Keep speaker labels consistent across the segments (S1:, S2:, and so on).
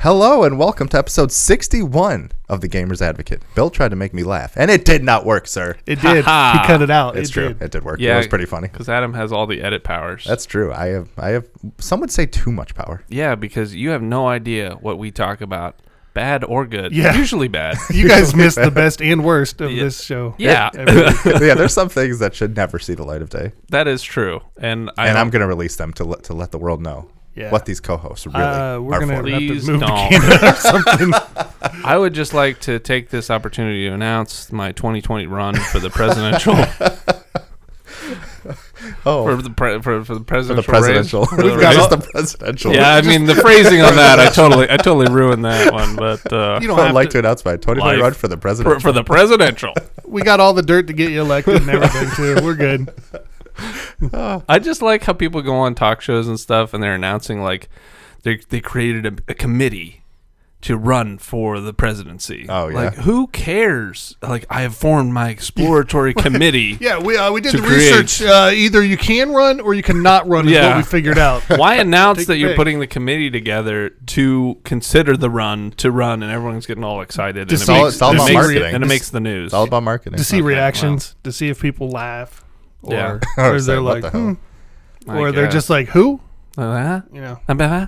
S1: Hello and welcome to episode 61 of The Gamer's Advocate. Bill tried to make me laugh, and it did not work, sir.
S2: It did.
S3: Ha-ha.
S2: He cut it out.
S1: It's
S2: it
S1: true.
S2: Did.
S1: It did work.
S3: Yeah.
S1: It was pretty funny.
S3: because Adam has all the edit powers.
S1: That's true. I have, I have, some would say too much power.
S3: yeah, because you have no idea what we talk about, bad or good.
S2: Yeah.
S3: usually bad.
S2: You guys missed the best and worst of
S3: Yeah.
S2: this show.
S3: Yeah,
S2: Every week.
S1: yeah, there's some things that should never see the light of day,
S3: that is true. And I
S1: and I'm
S3: don't-
S1: going to release them to let to let the world know
S2: Yeah.
S1: what these co-hosts really
S2: Uh, we're
S1: are
S2: gonna
S1: for.
S2: have to
S3: Please
S2: move to
S3: don't.
S2: Canada or something.
S3: I would just like to take this opportunity to announce my 2020 run for the presidential
S1: Oh,
S3: for the pre, for,
S1: for
S3: for the
S1: the
S3: presidential
S1: presidential.
S3: Range, for the
S1: We've got
S3: range.
S1: just the presidential.
S3: yeah, I mean the phrasing on that, I totally I totally ruined that one, but uh,
S2: You
S1: I
S2: don't
S1: would
S2: have
S1: like to,
S2: to.
S1: announce my 2020
S3: Life.
S1: run for the president.
S3: for, for the presidential.
S2: We got all the dirt to get you elected and everything too. We're good.
S3: I just like how people go on talk shows and stuff, and they're announcing like they they created a, a committee to run for the presidency.
S1: Oh, yeah.
S3: like who cares? Like I have formed my exploratory committee.
S2: Yeah, we uh, we did
S3: To
S2: the research. Uh, either you can run or you cannot run is what
S3: Yeah.
S2: we figured out.
S3: Why announce
S2: Take
S3: that
S2: your
S3: you're
S2: pick.
S3: putting the committee together to consider the run to run, and everyone's getting all excited?
S2: Just
S3: and
S1: all-
S3: it makes,
S1: it's all
S3: it
S1: about
S3: makes-
S1: marketing.
S3: and it makes the news.
S1: it's all about marketing.
S2: to see
S3: Okay,
S2: reactions, to see if people laugh, or,
S3: Yeah.
S2: or
S1: Or say,
S2: they're
S1: "What
S2: like,
S1: the hell?"
S2: hmm,
S3: I
S2: or they're
S3: guess.
S2: just like, who?
S3: Uh-huh.
S2: You know,
S3: Uh-huh.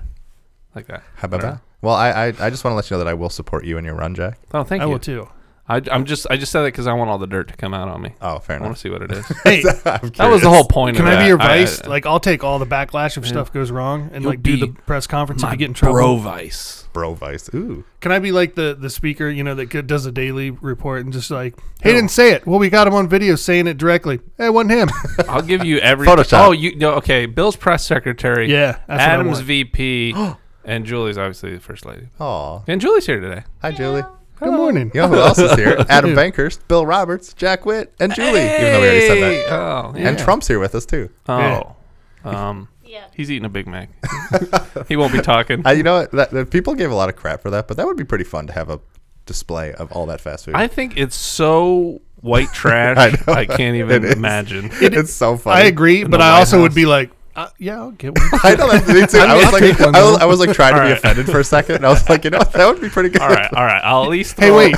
S3: like that.
S1: How about that? Well, I, I, I just want to let you know that I will support you in your run, Jack.
S3: Oh, thank
S2: I
S3: you.
S2: will too.
S3: I, I'm just I just said that because I want all the dirt to come out on me.
S1: Oh, fair
S3: I want to
S1: enough.
S3: see what it is.
S2: Hey,
S3: That was the whole point.
S2: can
S3: of
S2: I
S3: that.
S2: be your vice?
S3: I-
S2: like, I'll take all the backlash if stuff goes wrong, and
S3: You'll
S2: like do the
S3: be
S2: press conference if
S3: my
S2: you get in trouble.
S3: bro vice.
S1: Bro Vice. Ooh.
S2: Can I be like the the speaker, you know, that could- does a daily report and just like, he didn't say it. Well, we got him on video saying it directly. Hey, it wasn't him.
S3: I'll give you every
S1: Photoshop.
S3: Oh, you no, okay? Bill's press secretary.
S2: yeah, that's
S3: Adam's
S2: what I want.
S3: VP. and Julie's obviously the first lady.
S1: Aw.
S3: And Julie's here today.
S1: Hi, Julie.
S2: Good morning.
S1: You know who else is here? Adam Bankhurst, Bill Roberts, Jack Witt, and Julie. Even though we already said that.
S3: Oh, yeah.
S1: And Trump's here with us too.
S3: Oh, um,
S4: Yeah.
S3: he's eating a Big Mac. he won't be talking.
S1: Uh, you know what? That, that- people gave a lot of crap for that, but that would be pretty fun to have a display of all that fast food.
S3: I think it's so white trash.
S1: I
S3: I,
S1: know.
S3: can't
S1: It
S3: even
S1: is.
S3: imagine.
S1: it's so funny.
S2: I agree, but
S3: the
S2: I
S3: White
S2: also would
S3: House.
S2: be like, uh, yeah, I'll get one.
S1: I know that me too. I was like,
S3: one,
S1: I was, I was like trying to
S3: All
S1: be
S3: right.
S1: offended for a second, and I was like, you know, what? that would be pretty good.
S3: All right, all right. I'll at least.
S2: hey,
S3: throw-
S2: wait.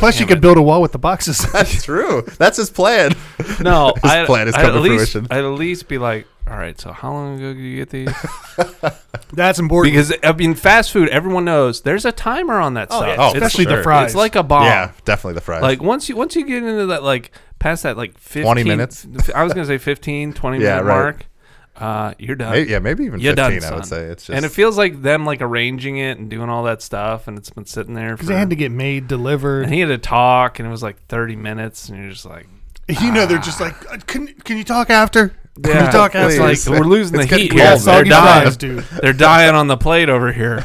S2: Plus, you could build a wall with the boxes.
S1: That's true. That's his plan.
S3: No,
S1: His
S3: I,
S1: plan has
S3: I'd
S1: come
S3: at
S1: to
S3: least,
S1: fruition.
S3: I'd at least be like, all right. So how long ago did you get these?
S2: that's important.
S3: Because I mean, fast food. Everyone knows there's a timer on that stuff.
S2: yeah,
S1: Oh, for
S2: especially
S1: sure.
S2: the fries.
S3: It's like a bomb.
S1: Yeah, definitely the fries.
S3: Like once you once you get into that like past that like 15,
S1: 20 minutes?
S3: I was gonna say 15, 20
S1: Yeah,
S3: minute
S1: right.
S3: mark. Uh, you're done.
S1: Maybe- yeah, maybe even
S3: You're done,
S1: fifteen. I would
S3: son.
S1: say it's just
S3: and it feels like them like arranging it and doing all that stuff, and it's been sitting there. For,
S2: Because they had to get made, delivered.
S3: and he had to talk, and it was like thirty minutes, and you're just like,
S2: You know, they're just like, uh, can can you talk after?
S3: yeah,
S2: talk
S3: it's
S2: after.
S3: like we're losing
S1: It's
S3: the
S1: getting
S3: heat.
S1: cold, man.
S3: here. They're
S2: Soggy
S3: dying.
S2: fries, dude.
S3: They're dying on the plate over here.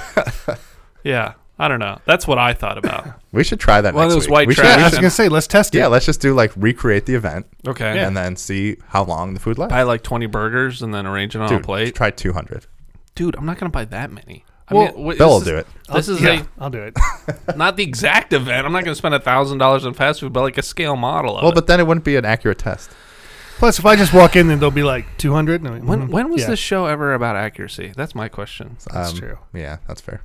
S3: yeah, I don't know. That's what I thought about.
S1: we should try that.
S3: One of
S1: next
S3: those
S1: week.
S3: white
S1: we should,
S3: trash-
S2: I
S1: we
S2: was
S1: should-
S2: gonna say, let's test it.
S1: yeah, let's just do like recreate the event
S3: Okay.
S1: and then see how long the food lasts.
S3: buy like 20 burgers and then arrange it on
S1: Dude,
S3: a plate.
S1: try two hundred.
S3: Dude, I'm not going to buy that many.
S2: Well,
S3: wh-
S1: Bill will
S3: this
S1: do
S3: is-
S1: it.
S3: This is
S2: yeah, I'll do it.
S3: a, not the exact event. I'm not going to spend a $1,000 on fast food, but like a scale model of
S1: Well,
S3: it.
S1: but then it wouldn't be an accurate test.
S2: Plus, if I just walk in, then they'll be like 200. And I'm like,
S3: when,
S2: mhm,
S3: when was
S2: yeah,
S3: this show ever about accuracy? That's my question.
S2: That's
S1: Mm-hmm. Um,
S2: true.
S1: Yeah, that's fair.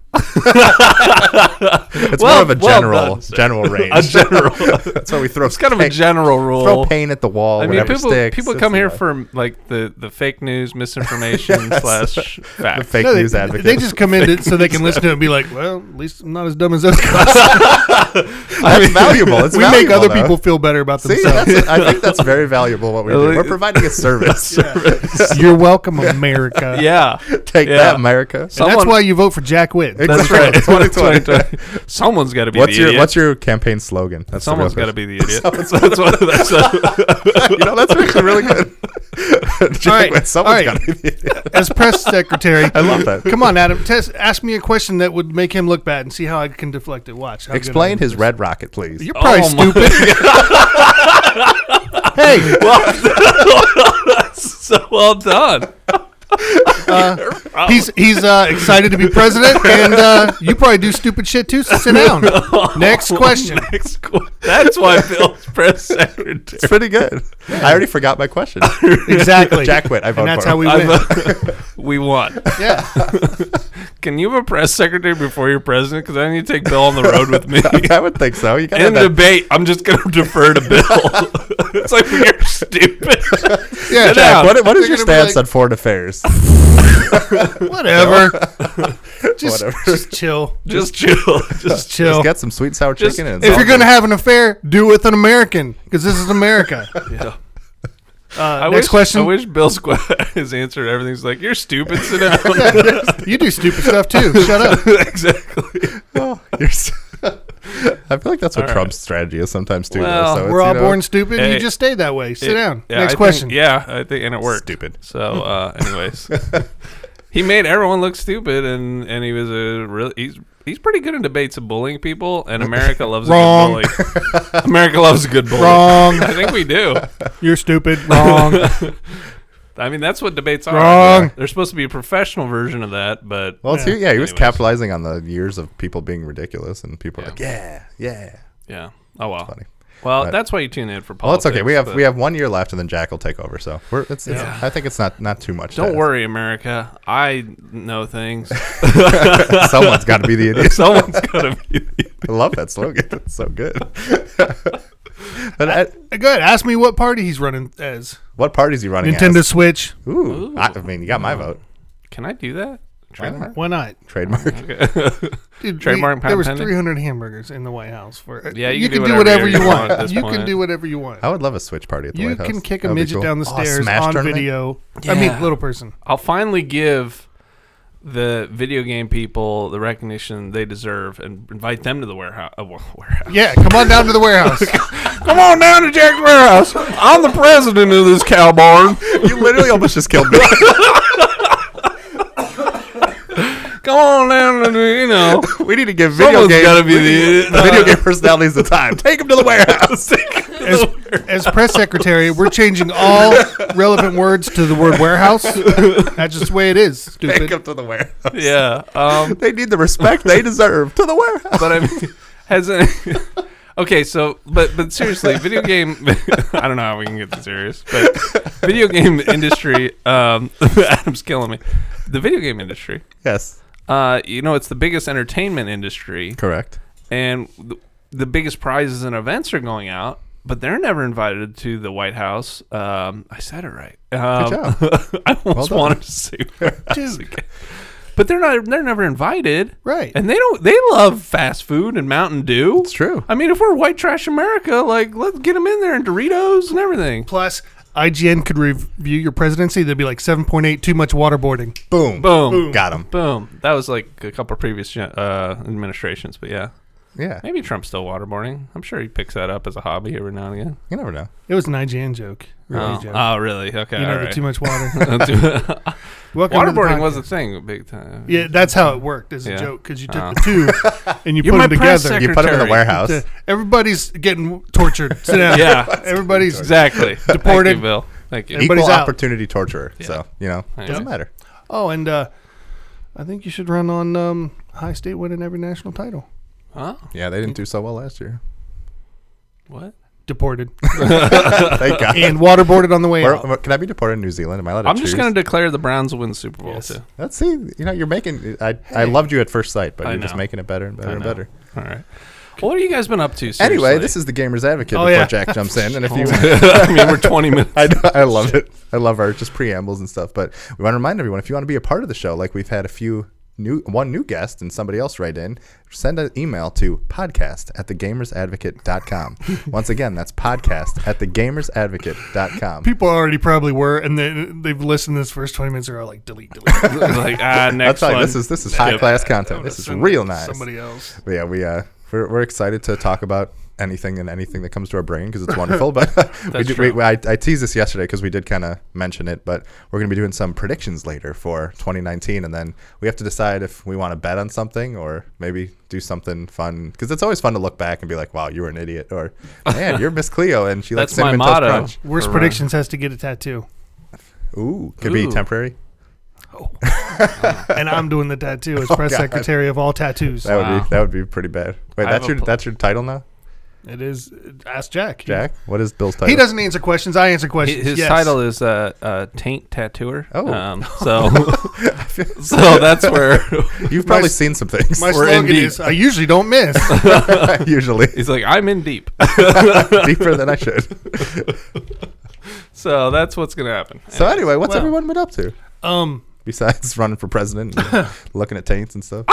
S1: it's
S3: Well-
S1: more of a
S3: well
S1: general
S3: done, sir.
S1: general range.
S3: A general.
S1: that's why we throw.
S3: it's kind of a
S1: paint-
S3: general rule.
S1: throw paint at the wall.
S3: I mean,
S1: whatever
S3: people
S1: sticks,
S3: people
S1: it's
S3: come here
S1: the-
S3: for like the, the fake news, misinformation slash
S1: the
S3: facts.
S1: fake
S2: No,
S1: news
S2: they,
S1: advocate.
S2: they just come in to- so they can listen to it and be like, well, at least I'm not as dumb as those guys.
S1: that's valuable. It's
S2: we make
S1: valuable,
S2: other
S1: though.
S2: people feel better about
S1: See,
S2: themselves.
S1: that's- I think that's very valuable. What we do,
S3: Really?
S1: we're providing a service.
S2: You're welcome, America.
S3: Yeah.
S1: Take
S3: Yeah.
S1: that, America.
S2: And
S3: Someone-
S2: that's why you vote for Jack Witt.
S3: That's right.
S1: 2020.
S3: 2020. Someone's got to be
S1: What's
S3: the
S1: your
S3: idiot.
S1: What's your campaign slogan? That's the real
S3: Someone's got to
S1: question.
S3: be the idiot. that's what, that's
S1: You know, that's actually really good.
S2: right,
S1: Someone's
S2: all right.
S1: got to be the idiot.
S2: As press secretary, I
S1: love that.
S2: Come on, Adam. Test, ask me a question that would make him look bad and see how I can deflect it. Watch. how good
S1: Explain
S2: I'm-
S1: his red rocket, please.
S2: You're probably
S3: Oh my-
S2: stupid. hey,
S3: so well done.
S2: he's he's uh, excited to be president, and uh, you probably do stupid shit too. So sit down. Next question.
S3: Next qu- That's why Bill's press secretary.
S1: It's pretty good. I already forgot my question.
S2: Exactly.
S1: Jack Witt, I vote
S2: and that's
S1: for him.
S2: how we
S3: I
S2: win.
S3: vote- we won.
S2: yeah.
S3: can you have a press secretary before you're president? Because I need to take Bill on the road with me.
S1: I would think so. You gotta
S3: In
S1: have that-
S3: debate, I'm just going to defer to Bill. it's like, you're stupid.
S2: Yeah,
S3: Get
S2: Jack,
S3: out.
S1: what, what is
S2: They're
S1: your
S2: gonna be
S1: stance
S2: like-
S1: on foreign affairs?
S2: Whatever. just,
S1: Whatever.
S2: just chill.
S3: Just chill. Just chill.
S2: Chill.
S1: Just get some sweet and sour
S3: Just-
S1: chicken. and it's
S2: Oh. if
S1: all
S2: you're going
S1: good.
S2: to have an affair, do it with an American because this is America.
S3: Yeah.
S2: Uh,
S3: I
S2: next
S3: wish,
S2: question.
S3: I wish Bill's que- his answer to everything's like, "You're stupid. Sit down."
S2: You do stupid stuff too. Shut up.
S3: exactly.
S1: Oh, you're s- I feel like that's what
S3: All right.
S1: Trump's strategy is sometimes too. though,
S3: Well,
S1: so it's,
S2: We're all
S1: you know,
S2: born stupid.
S3: Hey,
S2: you just stay that way. Sit
S3: It-
S2: down.
S3: yeah, I
S2: Next
S3: think-
S2: question.
S3: yeah, I think, and it worked.
S1: Stupid.
S3: So, uh, anyways, he made everyone look stupid, and and he was a really he's he's pretty good in debates of bullying people, and America loves
S2: Wrong.
S3: a good bully. America loves a good bully.
S2: Wrong.
S3: I think we do.
S2: You're stupid. Wrong.
S3: I mean, that's what debates are.
S2: Wrong.
S3: They're supposed to be a professional version of that, but
S1: Well, it's,
S2: Yeah.
S1: yeah, he was
S3: Anyways.
S1: capitalizing on the years of people being ridiculous, and people
S3: Yeah.
S1: are like, yeah, yeah.
S3: yeah. Oh well.
S1: Funny.
S3: Well,
S1: But-
S3: that's why you tune in for
S1: Well,
S3: politics.
S1: it's okay. We have
S3: but-
S1: we have one year left, and then Jack will take over. So we're it's, it's
S3: Yeah.
S1: I think it's not not too much. to
S3: Don't
S1: ask.
S3: worry, America. I know things.
S1: Someone's got to be the idiot.
S3: Someone's gonna be. The,
S1: I love that slogan. It's so good. but at,
S2: Good. Ask me what party he's running as.
S1: what party is he running?
S2: Nintendo Switch.
S1: As? Ooh, I, I mean, you got my vote.
S3: can I do that? Trademark.
S2: Why not?
S1: Trademark.
S3: Okay.
S2: Dude,
S3: Trademark
S2: we-
S3: patent
S2: There was
S3: pending?
S2: 300 hamburgers in the White House for.
S3: Yeah, you
S2: can, do whatever, you want.
S3: at this
S2: you
S3: point.
S2: can do whatever you want.
S1: I would love a Switch party at the
S2: You
S1: White House.
S2: can kick
S1: That
S2: a
S1: would be
S2: midget
S1: cool.
S2: down the
S1: Oh, a
S2: stairs
S1: Smash
S2: on
S1: tournament?
S2: video. I mean,
S3: Yeah.
S2: little person.
S3: I'll finally give the video game people the recognition they deserve and invite them to the warehouse. Uh, wa- warehouse.
S2: Yeah, come on down to the warehouse.
S3: Come on down to Jack's warehouse. I'm the president of this cow barn.
S1: You literally almost just killed me.
S3: Come on down to you know.
S1: we need to give video
S3: Someone's
S1: game.
S3: gotta be
S1: we need
S3: the-
S1: to give video game personalities the time. Take them to the warehouse.
S2: As, as press secretary, we're changing all relevant words to the word warehouse. That's just the way it is.
S1: Take
S2: Stupid.
S1: them to the warehouse.
S3: Yeah. Um,
S1: They need the respect they deserve to the warehouse.
S3: but I mean, has any, okay. So, but but seriously, video game. I don't know how we can get this serious, but video game industry. Um, Adam's killing me. The video game industry.
S1: Yes,
S3: Uh, you know, it's the biggest entertainment industry,
S1: correct.
S3: and th- the biggest prizes and events are going out, but they're never invited to the White House. Um, I said it right. Um, I almost
S1: done.
S3: wanted to say, warehouse again. but they're not. They're never invited.
S2: Right.
S3: And they don't. They love fast food and Mountain Dew.
S1: It's true.
S3: I mean, if we're white trash America, like let's get them in there and Doritos and everything.
S2: Plus, IGN could review your presidency. They'd be like 7.8, too much waterboarding.
S1: Boom.
S3: Boom.
S1: Got him.
S3: Boom. That was like a couple of previous gen- uh, administrations, but yeah.
S1: Yeah.
S3: Maybe Trump's still waterboarding. I'm sure he picks that up as a hobby every now and again.
S1: You never know.
S2: It was an IGN joke. Really
S3: oh.
S2: joke.
S3: Oh, really? Okay.
S2: you know,
S3: all
S2: the
S3: right.
S2: too much water. Welcome to the
S3: Waterboarding
S2: podcast.
S3: was a thing big time.
S2: Yeah, that's how it worked as a
S3: Yeah.
S2: joke because you took
S3: Oh.
S2: the two and you
S3: You're
S2: put
S3: my
S2: them
S3: press
S2: together.
S1: You put him in the
S3: Secretary.
S1: warehouse.
S2: To- everybody's getting tortured. Sit down.
S3: Yeah.
S2: everybody's
S3: exactly. Thank
S2: Deported.
S3: you, Bill. Thank you.
S2: Everybody's
S1: Equal
S2: out.
S1: opportunity torturer. So you know,
S3: Yeah.
S1: doesn't matter.
S2: Oh, and uh, I think you should run on um, high state winning every national title.
S3: Huh?
S1: Yeah, they didn't do so well last year.
S3: What?
S2: Deported
S1: Thank God.
S2: and waterboarded on the way
S1: Where-
S2: out.
S1: where- can I be deported in New Zealand? Am I allowed to
S3: I'm just
S1: choose?
S3: going to declare the Browns will win the Super Bowl,
S2: Yes.
S3: too.
S1: Let's see. You know, you're making. I I loved you at first sight, but
S3: I
S1: you're just
S3: know.
S1: making it better and better
S3: I
S1: and
S3: know.
S1: better.
S3: All right. Well, what have you guys been up to?
S1: Anyway,
S3: seriously?
S1: this is the Gamers Advocate
S2: Oh,
S1: before
S2: yeah.
S1: Jack jumps in, and if you.
S3: I mean, we're 20 minutes.
S1: I, know, I love it. I love our just preambles and stuff. But we want to remind everyone if you want to be a part of the show, like we've had a few new one new guest and somebody else write in, send an email to podcast at thegamersadvocate.com. Once again, that's podcast at thegamersadvocate.com.
S2: People already probably were, and then they've listened to this first twenty minutes. They're all like, delete, delete.
S3: like, ah, next
S1: That's like
S3: one.
S1: this is this is high class content. This is real nice.
S2: Somebody else.
S1: But yeah, we uh we're, we're excited to talk about anything and anything that comes to our brain because it's wonderful. But we
S3: That's
S1: did,
S3: true.
S1: we, I, I teased this yesterday because we did kind of mention it, but we're gonna be doing some predictions later for 2019, and then we have to decide if we want to bet on something or maybe do something fun because it's always fun to look back and be like, "Wow, you were an idiot," or "Man, you're Miss Cleo," and she likes
S3: That's my
S1: cinnamon toast
S3: motto.
S1: crunch.
S2: Worst
S3: All right.
S2: predictions has to get a tattoo,
S1: Ooh, could
S3: Ooh.
S1: be temporary.
S2: and I'm doing the tattoo as press
S1: Oh, God.
S2: secretary of all tattoos.
S1: That would
S3: Wow.
S1: be that would be pretty bad. Wait, that's
S3: I have a
S1: your
S3: pl-
S1: that's your title now.
S2: It is. Ask Jack.
S1: Jack, what is Bill's title?
S2: He doesn't answer questions. I answer
S3: Hi-
S2: questions.
S3: His
S2: yes.
S3: title is uh, uh, Taint Tattooer.
S1: Oh.
S3: Um, so, so that's where
S1: You've probably
S2: My-
S1: seen some things.
S2: My
S3: We're in
S2: slogan
S3: deep.
S2: is I usually don't miss.
S1: usually
S3: he's like, I'm in deep.
S1: deeper than I should.
S3: So that's what's going to happen.
S1: So anyway, what's
S3: Well.
S1: everyone been up to
S2: um,
S1: besides running for president, and looking at taints and stuff?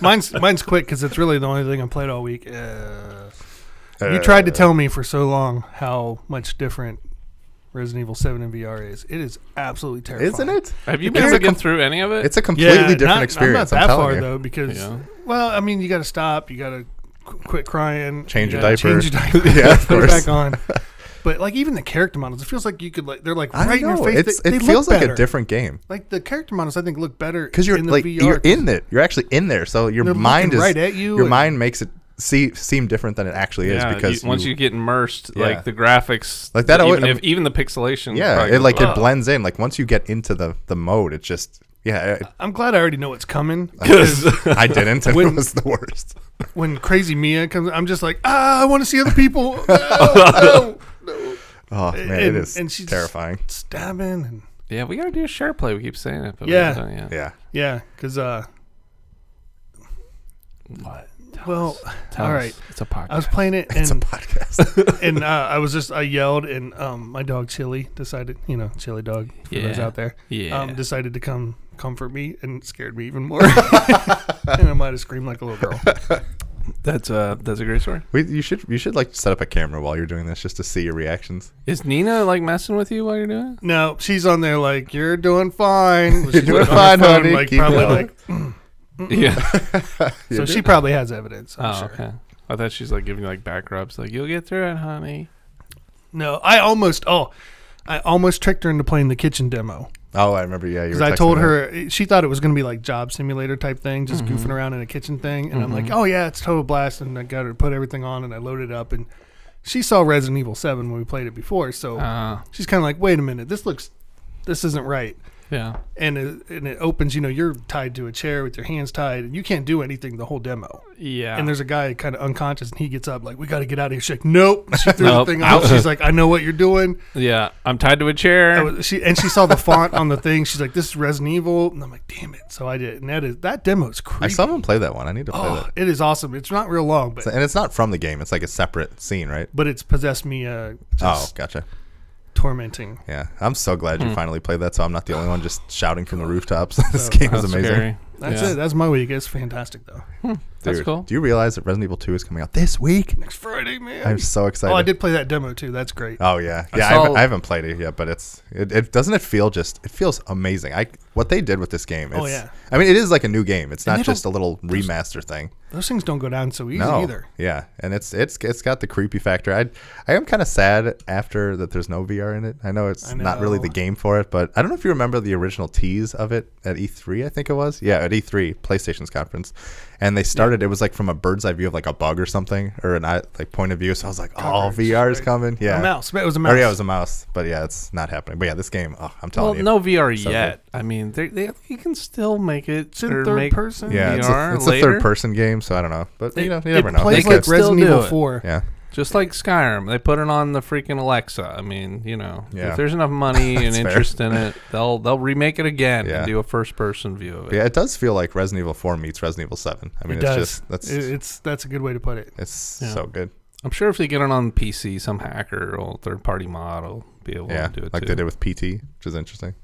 S2: mine's mine's quick because it's really the only thing I played all week. Uh, you tried
S1: Uh.
S2: to tell me for so long how much different Resident Evil Seven in VR is. It is absolutely terrifying,
S1: isn't it?
S3: Have you
S1: It's
S3: been
S1: a
S3: looking
S1: com-
S3: through any of it?
S1: It's a completely different
S2: not-
S1: experience.
S2: I'm not that
S1: telling
S2: far
S1: you.
S2: though because
S3: Yeah.
S2: well, I mean, you got to stop. You got to qu- quit crying.
S1: Change
S2: you
S1: your
S2: gotta
S1: diaper.
S2: Change your diaper.
S1: Yeah, of
S2: put it
S1: course.
S2: back on. But like even the character models, it feels like you could like they're like
S1: I
S2: right
S1: don't
S2: in
S1: know.
S2: your face.
S1: It's,
S2: they,
S1: it
S2: they
S1: feels
S2: look
S1: like a
S2: better.
S1: different game
S2: Like the character models, I think look better
S1: because you're
S2: in the
S1: like
S2: VR.
S1: you're in it. You're actually in there, so your
S2: They're
S1: mind
S2: looking
S1: is
S2: right at you
S1: Your
S2: and-
S1: mind makes it see seem different than it actually is
S3: Yeah,
S1: because
S3: you- once you, get immersed,
S1: Yeah.
S3: like the graphics,
S1: Like that
S3: Even,
S1: always- I
S3: if, even the pixelation.
S1: yeah,
S3: probably
S1: it like
S3: goes
S1: it
S3: up.
S1: blends in. Like once you get into the the mode, it just yeah. It,
S2: I'm glad I already know what's coming.
S1: Uh-huh.
S3: 'Cause-
S1: I didn't. And it
S2: When-
S1: was the worst.
S2: when Crazy Mia comes, I'm just like, ah, I want to see other people. No, no.
S1: Oh man, it
S2: And-
S1: is
S2: and she's-
S1: terrifying.
S2: Stabbing and
S3: yeah, we gotta do a share play. We keep saying it, but we
S2: Yeah.
S3: haven't done it yet.
S1: Yeah,
S2: yeah, because uh,
S3: What?
S2: well,
S3: Tell
S2: all
S3: us.
S2: right.
S3: it's a podcast.
S2: I was playing it
S1: it's a
S2: and
S1: podcast.
S2: and uh, I was just I yelled and um my dog Chili decided you know Chili dog for those
S3: Yeah.
S2: out there
S3: yeah,
S2: um decided to come comfort me and scared me even more and I might have screamed like a little girl.
S3: that's a that's a great story.
S1: we, you should you should like set up a camera while you're doing this just to see your reactions.
S3: Is Nina like messing with you while you're doing it?
S2: No, she's on there like you're doing fine. She's
S1: doing
S2: on her
S1: fine,
S2: phone,
S1: honey.
S2: Like
S1: Keep
S2: probably
S1: going.
S2: like
S3: Yeah.
S2: so
S1: You
S2: she
S1: did.
S2: probably has evidence. I'm
S3: oh,
S2: sure.
S3: okay. I thought she's like giving you like back rubs, like you'll get through it, honey.
S2: No, I almost oh, I almost tricked her into playing the kitchen demo
S1: Oh, I remember. Yeah, you.
S2: because
S1: were
S2: I
S1: texting Mm-hmm.
S2: told
S1: me.
S2: her she thought it was going to be like job simulator type thing, just goofing around in a kitchen thing, and I'm
S1: Mm-hmm.
S2: like, oh yeah, it's total blast, and I got her to put everything on, and I loaded it up, and she saw Resident Evil Seven when we played it before, so
S1: Ah.
S3: Uh,
S2: she's kind of like, wait a minute, this looks, this isn't right.
S3: yeah.
S2: And it, and it opens, you know, you're tied to a chair with your hands tied, and you can't do anything the whole demo.
S3: Yeah.
S2: And there's a guy kind of unconscious, and he gets up, like, we got to get out of here. She's like, nope. She threw
S3: Nope.
S2: the thing out. She's like, I know what you're doing.
S3: yeah. I'm tied to a chair.
S2: I was- she and she saw the font on the thing. She's like, "This is Resident Evil," and I'm like, "Damn it!" So I did, and that is that demo is creepy.
S1: I saw him play that one. I need to play
S2: oh,
S1: that.
S2: it is awesome. It's not real long, but
S1: So- and it's not from the game. It's like a separate scene, right?
S2: but it's possessed me, uh,
S1: Oh,
S2: just
S1: gotcha. Oh.
S2: tormenting.
S1: Yeah, I'm so glad
S3: Hmm.
S1: you finally played that. So I'm not the only one just shouting from the rooftops. this
S2: So-
S1: game is
S3: That's
S1: amazing.
S3: scary.
S2: That's
S3: Yeah.
S2: it. That's my week. It's fantastic though.
S3: That's
S1: Dude,
S3: cool.
S1: Do you realize that Resident Evil 2 is coming out this week?
S2: Next Friday, man.
S1: I'm so excited.
S2: oh, I did play that demo too. That's great.
S1: Oh yeah,
S3: I
S1: yeah. I, haven't,
S3: saw-
S1: I haven't played it yet, but it's it, it doesn't it feel just it feels amazing. I what they did with this game. It's,
S2: Oh, yeah.
S1: I mean, it is like a new game. It's
S2: they
S1: not
S2: don't-
S1: just a little remaster thing.
S2: Those things don't go down so easy
S1: No.
S2: either.
S1: Yeah, and it's it's it's got the creepy factor. I I am kind of sad after that. There's no VR in it. I know it's
S2: I
S1: not really
S2: know.
S1: the game for it, but I don't know if you remember the original tease of it at E3. I think it was. Yeah, at E3 PlayStation's conference, and they started. It was like from a bird's eye view of like a bug or something, or an eye like point of view. So I was like, oh,
S2: Cockroach,
S1: VR is
S2: right.
S1: coming. Yeah,
S2: A mouse. It was a mouse.
S1: Oh yeah, it was a mouse, but yeah, it's not happening. But yeah, this game, oh, I'm telling
S3: Well,
S1: you,
S3: no VR
S1: So
S3: yet. I mean, they, they you can still make it
S2: It's in
S3: or
S2: third
S3: make-
S2: person.
S1: yeah, it's,
S3: VR
S1: a, it's a
S3: later?
S1: third-person game, so I don't know, but you know, you never
S2: it
S1: know.
S2: plays
S1: It's
S3: They
S2: like
S1: good.
S3: could still
S2: Resident
S3: do
S2: Evil
S3: it.
S2: Four.
S1: yeah,
S3: Just like Skyrim, they put it on the freaking Alexa. I mean, you know,
S1: Yeah.
S3: if there's enough money and
S1: That's fair.
S3: interest in it, they'll they'll remake it again
S1: Yeah.
S3: and do a first person view of
S1: But
S3: it.
S1: yeah, it does feel like Resident Evil 4 meets Resident Evil 7. I mean,
S2: it
S1: it's
S2: does.
S1: just that's
S2: It- it's that's a good way to put it.
S1: it's
S3: Yeah.
S1: so good.
S3: I'm sure if they get it on PC, some hacker or third party mod will be able
S1: Yeah,
S3: to do it
S1: like
S3: too.
S1: they did with PT, which is interesting.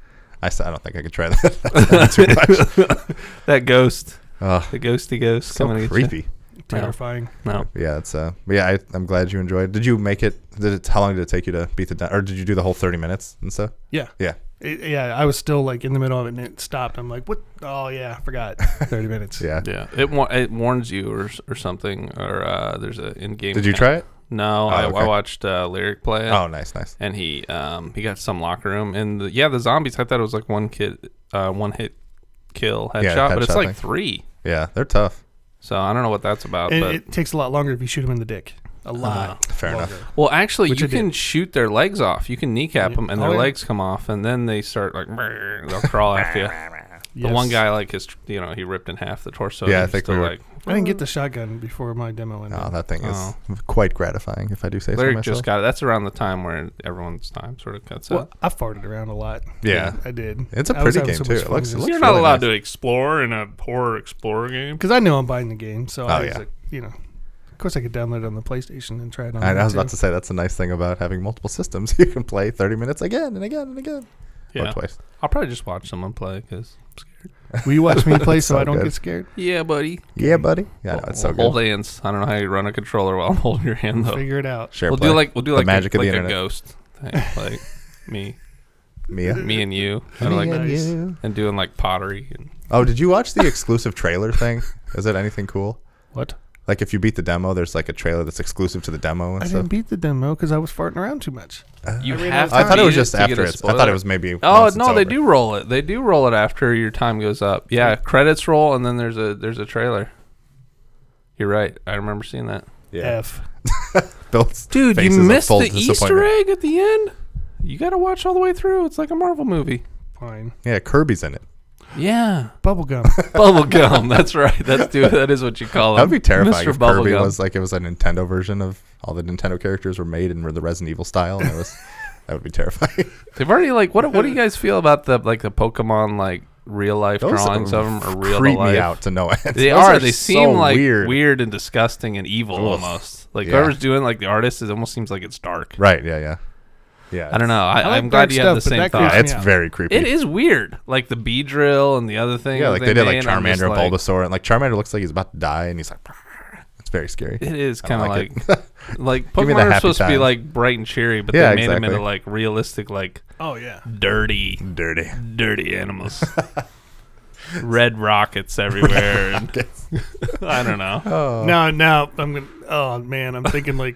S1: I s- I don't think I could try that. That's too much.
S3: that ghost,
S1: Ugh,
S3: the ghosty ghost, coming
S1: so
S3: to get
S1: creepy.
S2: Terrifying.
S3: you. No,
S1: Yeah, it's uh, but yeah, I, I'm glad you enjoyed. it. Did you make it? Did it? How long did it take you to beat the? dun- Or did you do the whole 30 minutes and stuff?
S2: Yeah.
S1: Yeah.
S2: It, yeah, I was still like in the middle of it and it stopped. I'm like, what? Oh, yeah, I forgot. 30 minutes.
S1: Yeah.
S3: yeah, it wa- it warns you or s- or something or uh, there's a in game.
S1: Did you try it? Oh,
S3: No, I,
S1: okay.
S3: I watched uh, Lyric play it.
S1: Oh, nice, nice.
S3: and he um he got some locker room and the, yeah the zombies I thought it was like one kid uh one hit kill headshot,
S1: Yeah,
S3: but it's
S1: headshot
S3: like
S1: thing.
S3: three
S1: Yeah, they're tough.
S3: so I don't know what that's about
S2: And
S3: but
S2: it takes a lot longer if you shoot him in the dick. A lot.
S1: Uh-huh. Fair enough.
S2: longer.
S3: well actually
S2: Which
S3: you
S2: I did.
S3: can shoot their legs off you can kneecap
S2: Yeah.
S3: them and
S2: Oh,
S3: their
S2: yeah.
S3: legs come off and then they start like "Brr," they'll crawl after you The one guy, like his, you know, he ripped in half the torso.
S1: Yeah,
S3: and
S1: I
S3: he's
S1: think
S3: still
S1: we were-
S3: like
S2: I didn't get the shotgun before my demo ended.
S1: Oh, that thing is quite gratifying, if I do say so
S3: Lyric
S1: myself.
S3: just got it. That's around the time where everyone's time sort of cuts
S2: well,
S3: out.
S2: I farted around a lot.
S1: yeah.
S2: I did.
S1: It's a
S2: I was
S1: pretty
S2: having
S1: game,
S2: so much
S1: too. It
S2: fun
S1: looks-
S2: with
S1: it
S2: it.
S1: looks-
S3: You're not
S1: really
S3: allowed
S1: nice.
S3: to explore in a horror explorer game.
S2: because I knew I'm buying the game, so
S1: Oh,
S2: I was
S1: yeah.
S2: like, you know, of course I could download it on the PlayStation and try it on.
S1: I,
S2: there,
S1: I was about
S2: too.
S1: to say that's the nice thing about having multiple systems. You can play 30 minutes again and again and again. Or
S3: Yeah,
S1: twice.
S3: I'll probably just watch someone play because I'm scared.
S2: Will you watch me play so,
S1: So
S2: I don't
S1: good.
S2: get scared?
S3: Yeah, buddy.
S1: Yeah, buddy. Yeah, I know, it's so
S3: Hold
S1: good.
S3: hands. I don't know how you run a controller while I'm holding your hand though.
S2: Figure it out.
S1: Share
S3: we'll
S1: play.
S3: do like we'll do
S1: The
S3: like
S1: magic
S3: a,
S1: of the
S3: like a
S1: internet.
S3: ghost thing, like me,
S1: Mia.
S3: me and you,
S1: Me
S3: and, like,
S1: and
S2: nice.
S1: you.
S3: and doing like pottery. And,
S1: Oh, did you watch the exclusive trailer thing? Is it anything cool?
S2: What?
S1: Like if you beat the demo, there's like a trailer that's exclusive to the demo and
S2: I
S1: stuff.
S2: didn't beat the demo because I was farting around too much.
S3: you
S2: mean,
S3: have.
S1: Uh,
S2: I
S1: I
S3: to
S1: thought it
S3: beat
S1: was just
S3: to get
S1: after
S3: a
S1: it. I thought
S3: spoiler.
S1: it was maybe.
S3: Oh
S1: once
S3: no,
S1: it's
S3: they
S1: over.
S3: do roll it. They do roll it after your time goes up. Yeah, credits roll, and then there's a there's a trailer. You're right. I remember seeing that.
S1: Yeah,
S2: F.
S1: Bill's
S3: Dude,
S1: face
S3: you
S1: is a
S3: missed
S1: full
S3: the Easter
S1: disappointment.
S3: egg at the end. You got to watch all the way through. It's like a Marvel movie.
S2: Fine.
S1: Yeah, Kirby's in it.
S3: Yeah,
S2: Bubblegum.
S3: bubblegum. That's right. That's dude. That is what you call it.
S1: That'd be terrifying
S3: Mr.
S1: if Kirby
S3: Bubblegum.
S1: was like it was a Nintendo version of all the Nintendo characters were made in the Resident Evil style. And it was that would be terrifying.
S3: They've already like what? What do you guys feel about the like the Pokemon like real life
S1: Those
S3: drawings of them or real to
S1: Creep
S3: life?
S1: me out to no end.
S3: They
S1: Those
S3: are. They
S1: so
S3: seem like
S1: weird.
S3: weird. and disgusting and evil
S1: Oof.
S3: almost. Like
S1: Yeah.
S3: whoever's doing like the artist, it almost seems like it's dark.
S1: Right? Yeah, yeah, yeah.
S3: I don't know. I,
S2: I like
S3: I'm glad
S2: dark
S3: you have the
S2: stuff, but
S3: same
S2: that
S3: thought.
S1: Yeah,
S2: creeps me
S1: Ah, it's
S2: out.
S1: very creepy.
S3: It is weird. Like the bee drill and the other thing.
S1: Yeah,
S3: that
S1: like they did like
S3: made, I'm just
S1: Charmander,
S3: like,
S1: Bulbasaur, and like Charmander looks like he's about to die, and he's like, it's very scary.
S3: It is
S1: I don't
S3: kind of
S1: like
S3: like like,
S1: Give me the
S3: Pokemon are
S1: happy
S3: supposed to be
S1: time.
S3: like bright and cheery, but
S1: Yeah,
S3: they made them into
S1: exactly.
S3: like realistic, like
S2: oh yeah.
S3: dirty,
S1: Dirty.
S3: dirty animals. Red rockets everywhere. and- I don't know
S1: Oh,
S2: Now, now I'm gonna. Oh man, I'm thinking like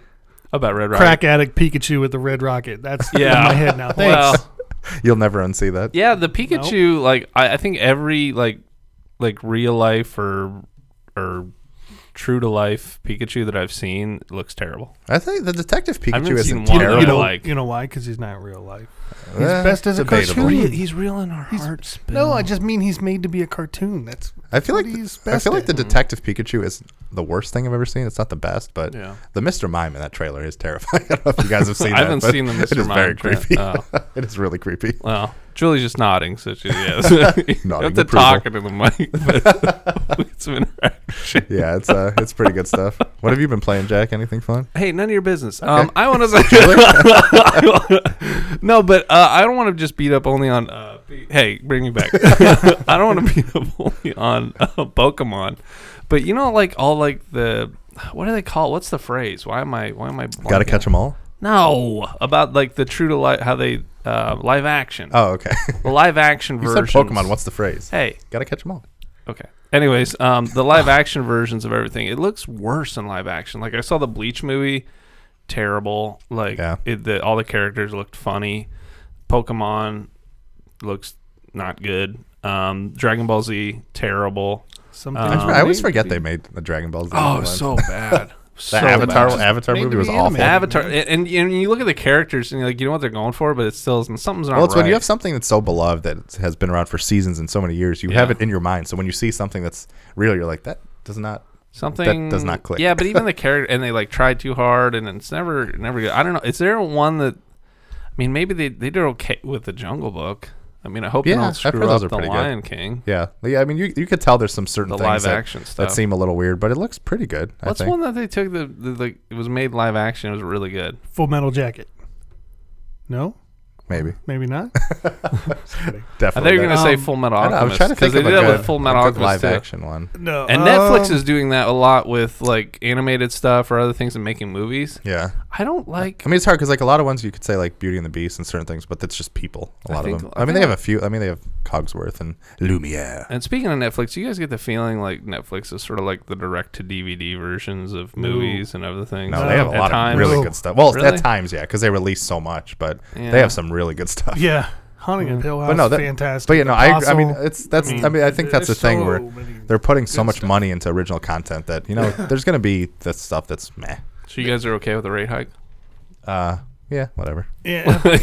S3: about red rockets.
S2: crack addict Pikachu with the red rocket. That's
S3: Yeah.
S2: in my head now. Thanks.
S3: Well,
S1: you'll never unsee that.
S3: yeah, the Pikachu. Like I, I think every like like real life or or true to life Pikachu that I've seen looks terrible.
S1: I think the Detective
S3: haven't
S1: Pikachu
S3: seen
S1: isn't
S3: one
S2: you, know,
S1: terrible.
S2: you, know,
S3: like-
S2: you know why? Because he's not real life.
S1: Eh,
S2: he's best as a
S1: debatable.
S2: cartoon.
S3: Real- he's real in our hearts.
S2: No,
S3: Bill.
S2: I just mean he's made to be a cartoon. That's
S1: I feel
S2: what
S1: like
S2: he's
S1: th- I
S2: best
S1: feel like
S2: at.
S1: the Detective Pikachu is the worst thing I've ever seen. It's not the best, but
S3: Yeah.
S1: the Mr. Mime in that trailer is terrifying. I don't know if you guys have seen
S3: I
S1: that.
S3: haven't
S1: but
S3: seen the
S1: It
S3: Mr.
S1: is
S3: Mime
S1: very
S3: tra-
S1: creepy.
S3: oh.
S1: it is really creepy.
S3: Well, Julie's just nodding, so she yes. you
S1: Nodding
S3: have to
S1: approval.
S3: talk into the mic. But it's some interaction.
S1: Yeah, it's uh, it's pretty good stuff. What have you been playing, Jack? Anything fun?
S3: Hey, none of your business. Um, I want to. no, but uh, I don't want to just beat up only on. Uh, P- hey, bring me back. I don't want to beat up only on uh, Pokemon, but you know, like all like the what do they call? What's the phrase? Why am I? Why am I?
S1: Got to
S3: blanking?
S1: catch them all.
S3: No, about like the true to life, how they uh, live action,
S1: Oh, okay.
S3: the live action
S1: you said
S3: version.
S1: Pokemon. What's the phrase?
S3: Hey,
S1: Got to catch them all.
S3: Okay. Anyways, um, the live action versions of everything, it looks worse in live action. Like I saw the Bleach movie, terrible. Like
S1: Yeah.
S3: it, the, all the characters looked funny. Pokemon looks not good. Um, Dragon Ball Z, terrible.
S2: something.
S1: I
S3: Um,
S1: fr- I always
S2: made to
S1: forget
S2: be-
S1: they made the Dragon Ball Z.
S3: Oh,
S1: one.
S3: so bad. so
S1: the Avatar
S3: bad.
S1: Avatar
S2: Made to
S1: movie
S2: be
S1: was
S2: animated.
S1: awful.
S3: Avatar, and, and you look at the characters and you're like, you know what they're going for, but it's still something's not
S1: Well, it's
S3: right.
S1: when you have something that's so beloved that it has been around for seasons and so many years, you have
S3: Yeah.
S1: it in your mind. So when you see something that's real, you're like, that does not.
S3: Something
S1: does not click.
S3: Yeah, but even the character and they like try too hard, and it's never never good. I don't know. Is there one that? I mean, maybe they they did okay with the Jungle Book. I mean, I hope
S1: Yeah,
S3: they don't
S1: I've
S3: screw
S1: heard those
S3: up
S1: are
S3: the
S1: pretty good.
S3: Lion King.
S1: Yeah, yeah. I mean, you you could tell there's some certain
S3: The
S1: things
S3: live
S1: that,
S3: action stuff.
S1: that seem a little weird, but it looks pretty good. I
S3: What's
S1: think.
S3: one that they took the, the like it was made live action? It was really good.
S2: Full Metal Jacket. No,
S1: Maybe
S2: maybe not. Just kidding.
S1: definitely.
S3: I thought you were
S1: that.
S3: gonna say
S2: Um,
S3: Full Metal
S1: I know, I was
S3: Alchemist
S1: trying to think
S3: because they
S1: of
S3: did
S1: a
S3: that
S1: good,
S3: with Full
S1: a
S3: Metal
S1: good
S3: Alchemist
S1: live
S3: too.
S1: action one.
S2: No,
S3: And Netflix
S2: um,
S3: is doing that a lot with like animated stuff or other things and making movies.
S1: Yeah,
S3: I don't like.
S1: I mean it's hard because like a lot of ones you could say like Beauty and the Beast and certain things, but that's just people. A
S3: I
S1: lot
S3: think-
S1: of them.
S3: I
S1: I mean,
S3: think
S1: they have
S3: I-
S1: a few. I mean, they have Cogsworth and Lumiere.
S3: And speaking of Netflix, you guys get the feeling like Netflix is sort of like the direct to DVD versions of movies and other things.
S1: No, they have a
S3: At
S1: lot
S3: times.
S1: of really
S2: No.
S1: good stuff. Well,
S3: Really?
S1: at times, yeah, because they release so much, but
S3: Yeah.
S1: they have some really good stuff.
S2: Yeah, Haunting of Hill House.
S1: But no, that-
S2: fantastic.
S1: But you know, I, agree- I mean,
S2: Apostle.
S1: it's that's. I mean, I, think that's the
S2: There's
S1: thing
S2: so
S1: where
S2: many-
S1: they're putting so
S2: good
S1: much
S2: stuff.
S1: money into original content that you know there's gonna be the stuff that's meh.
S3: So you guys are okay with the rate hike?
S1: Uh, Yeah, whatever.
S2: Yeah.
S3: you,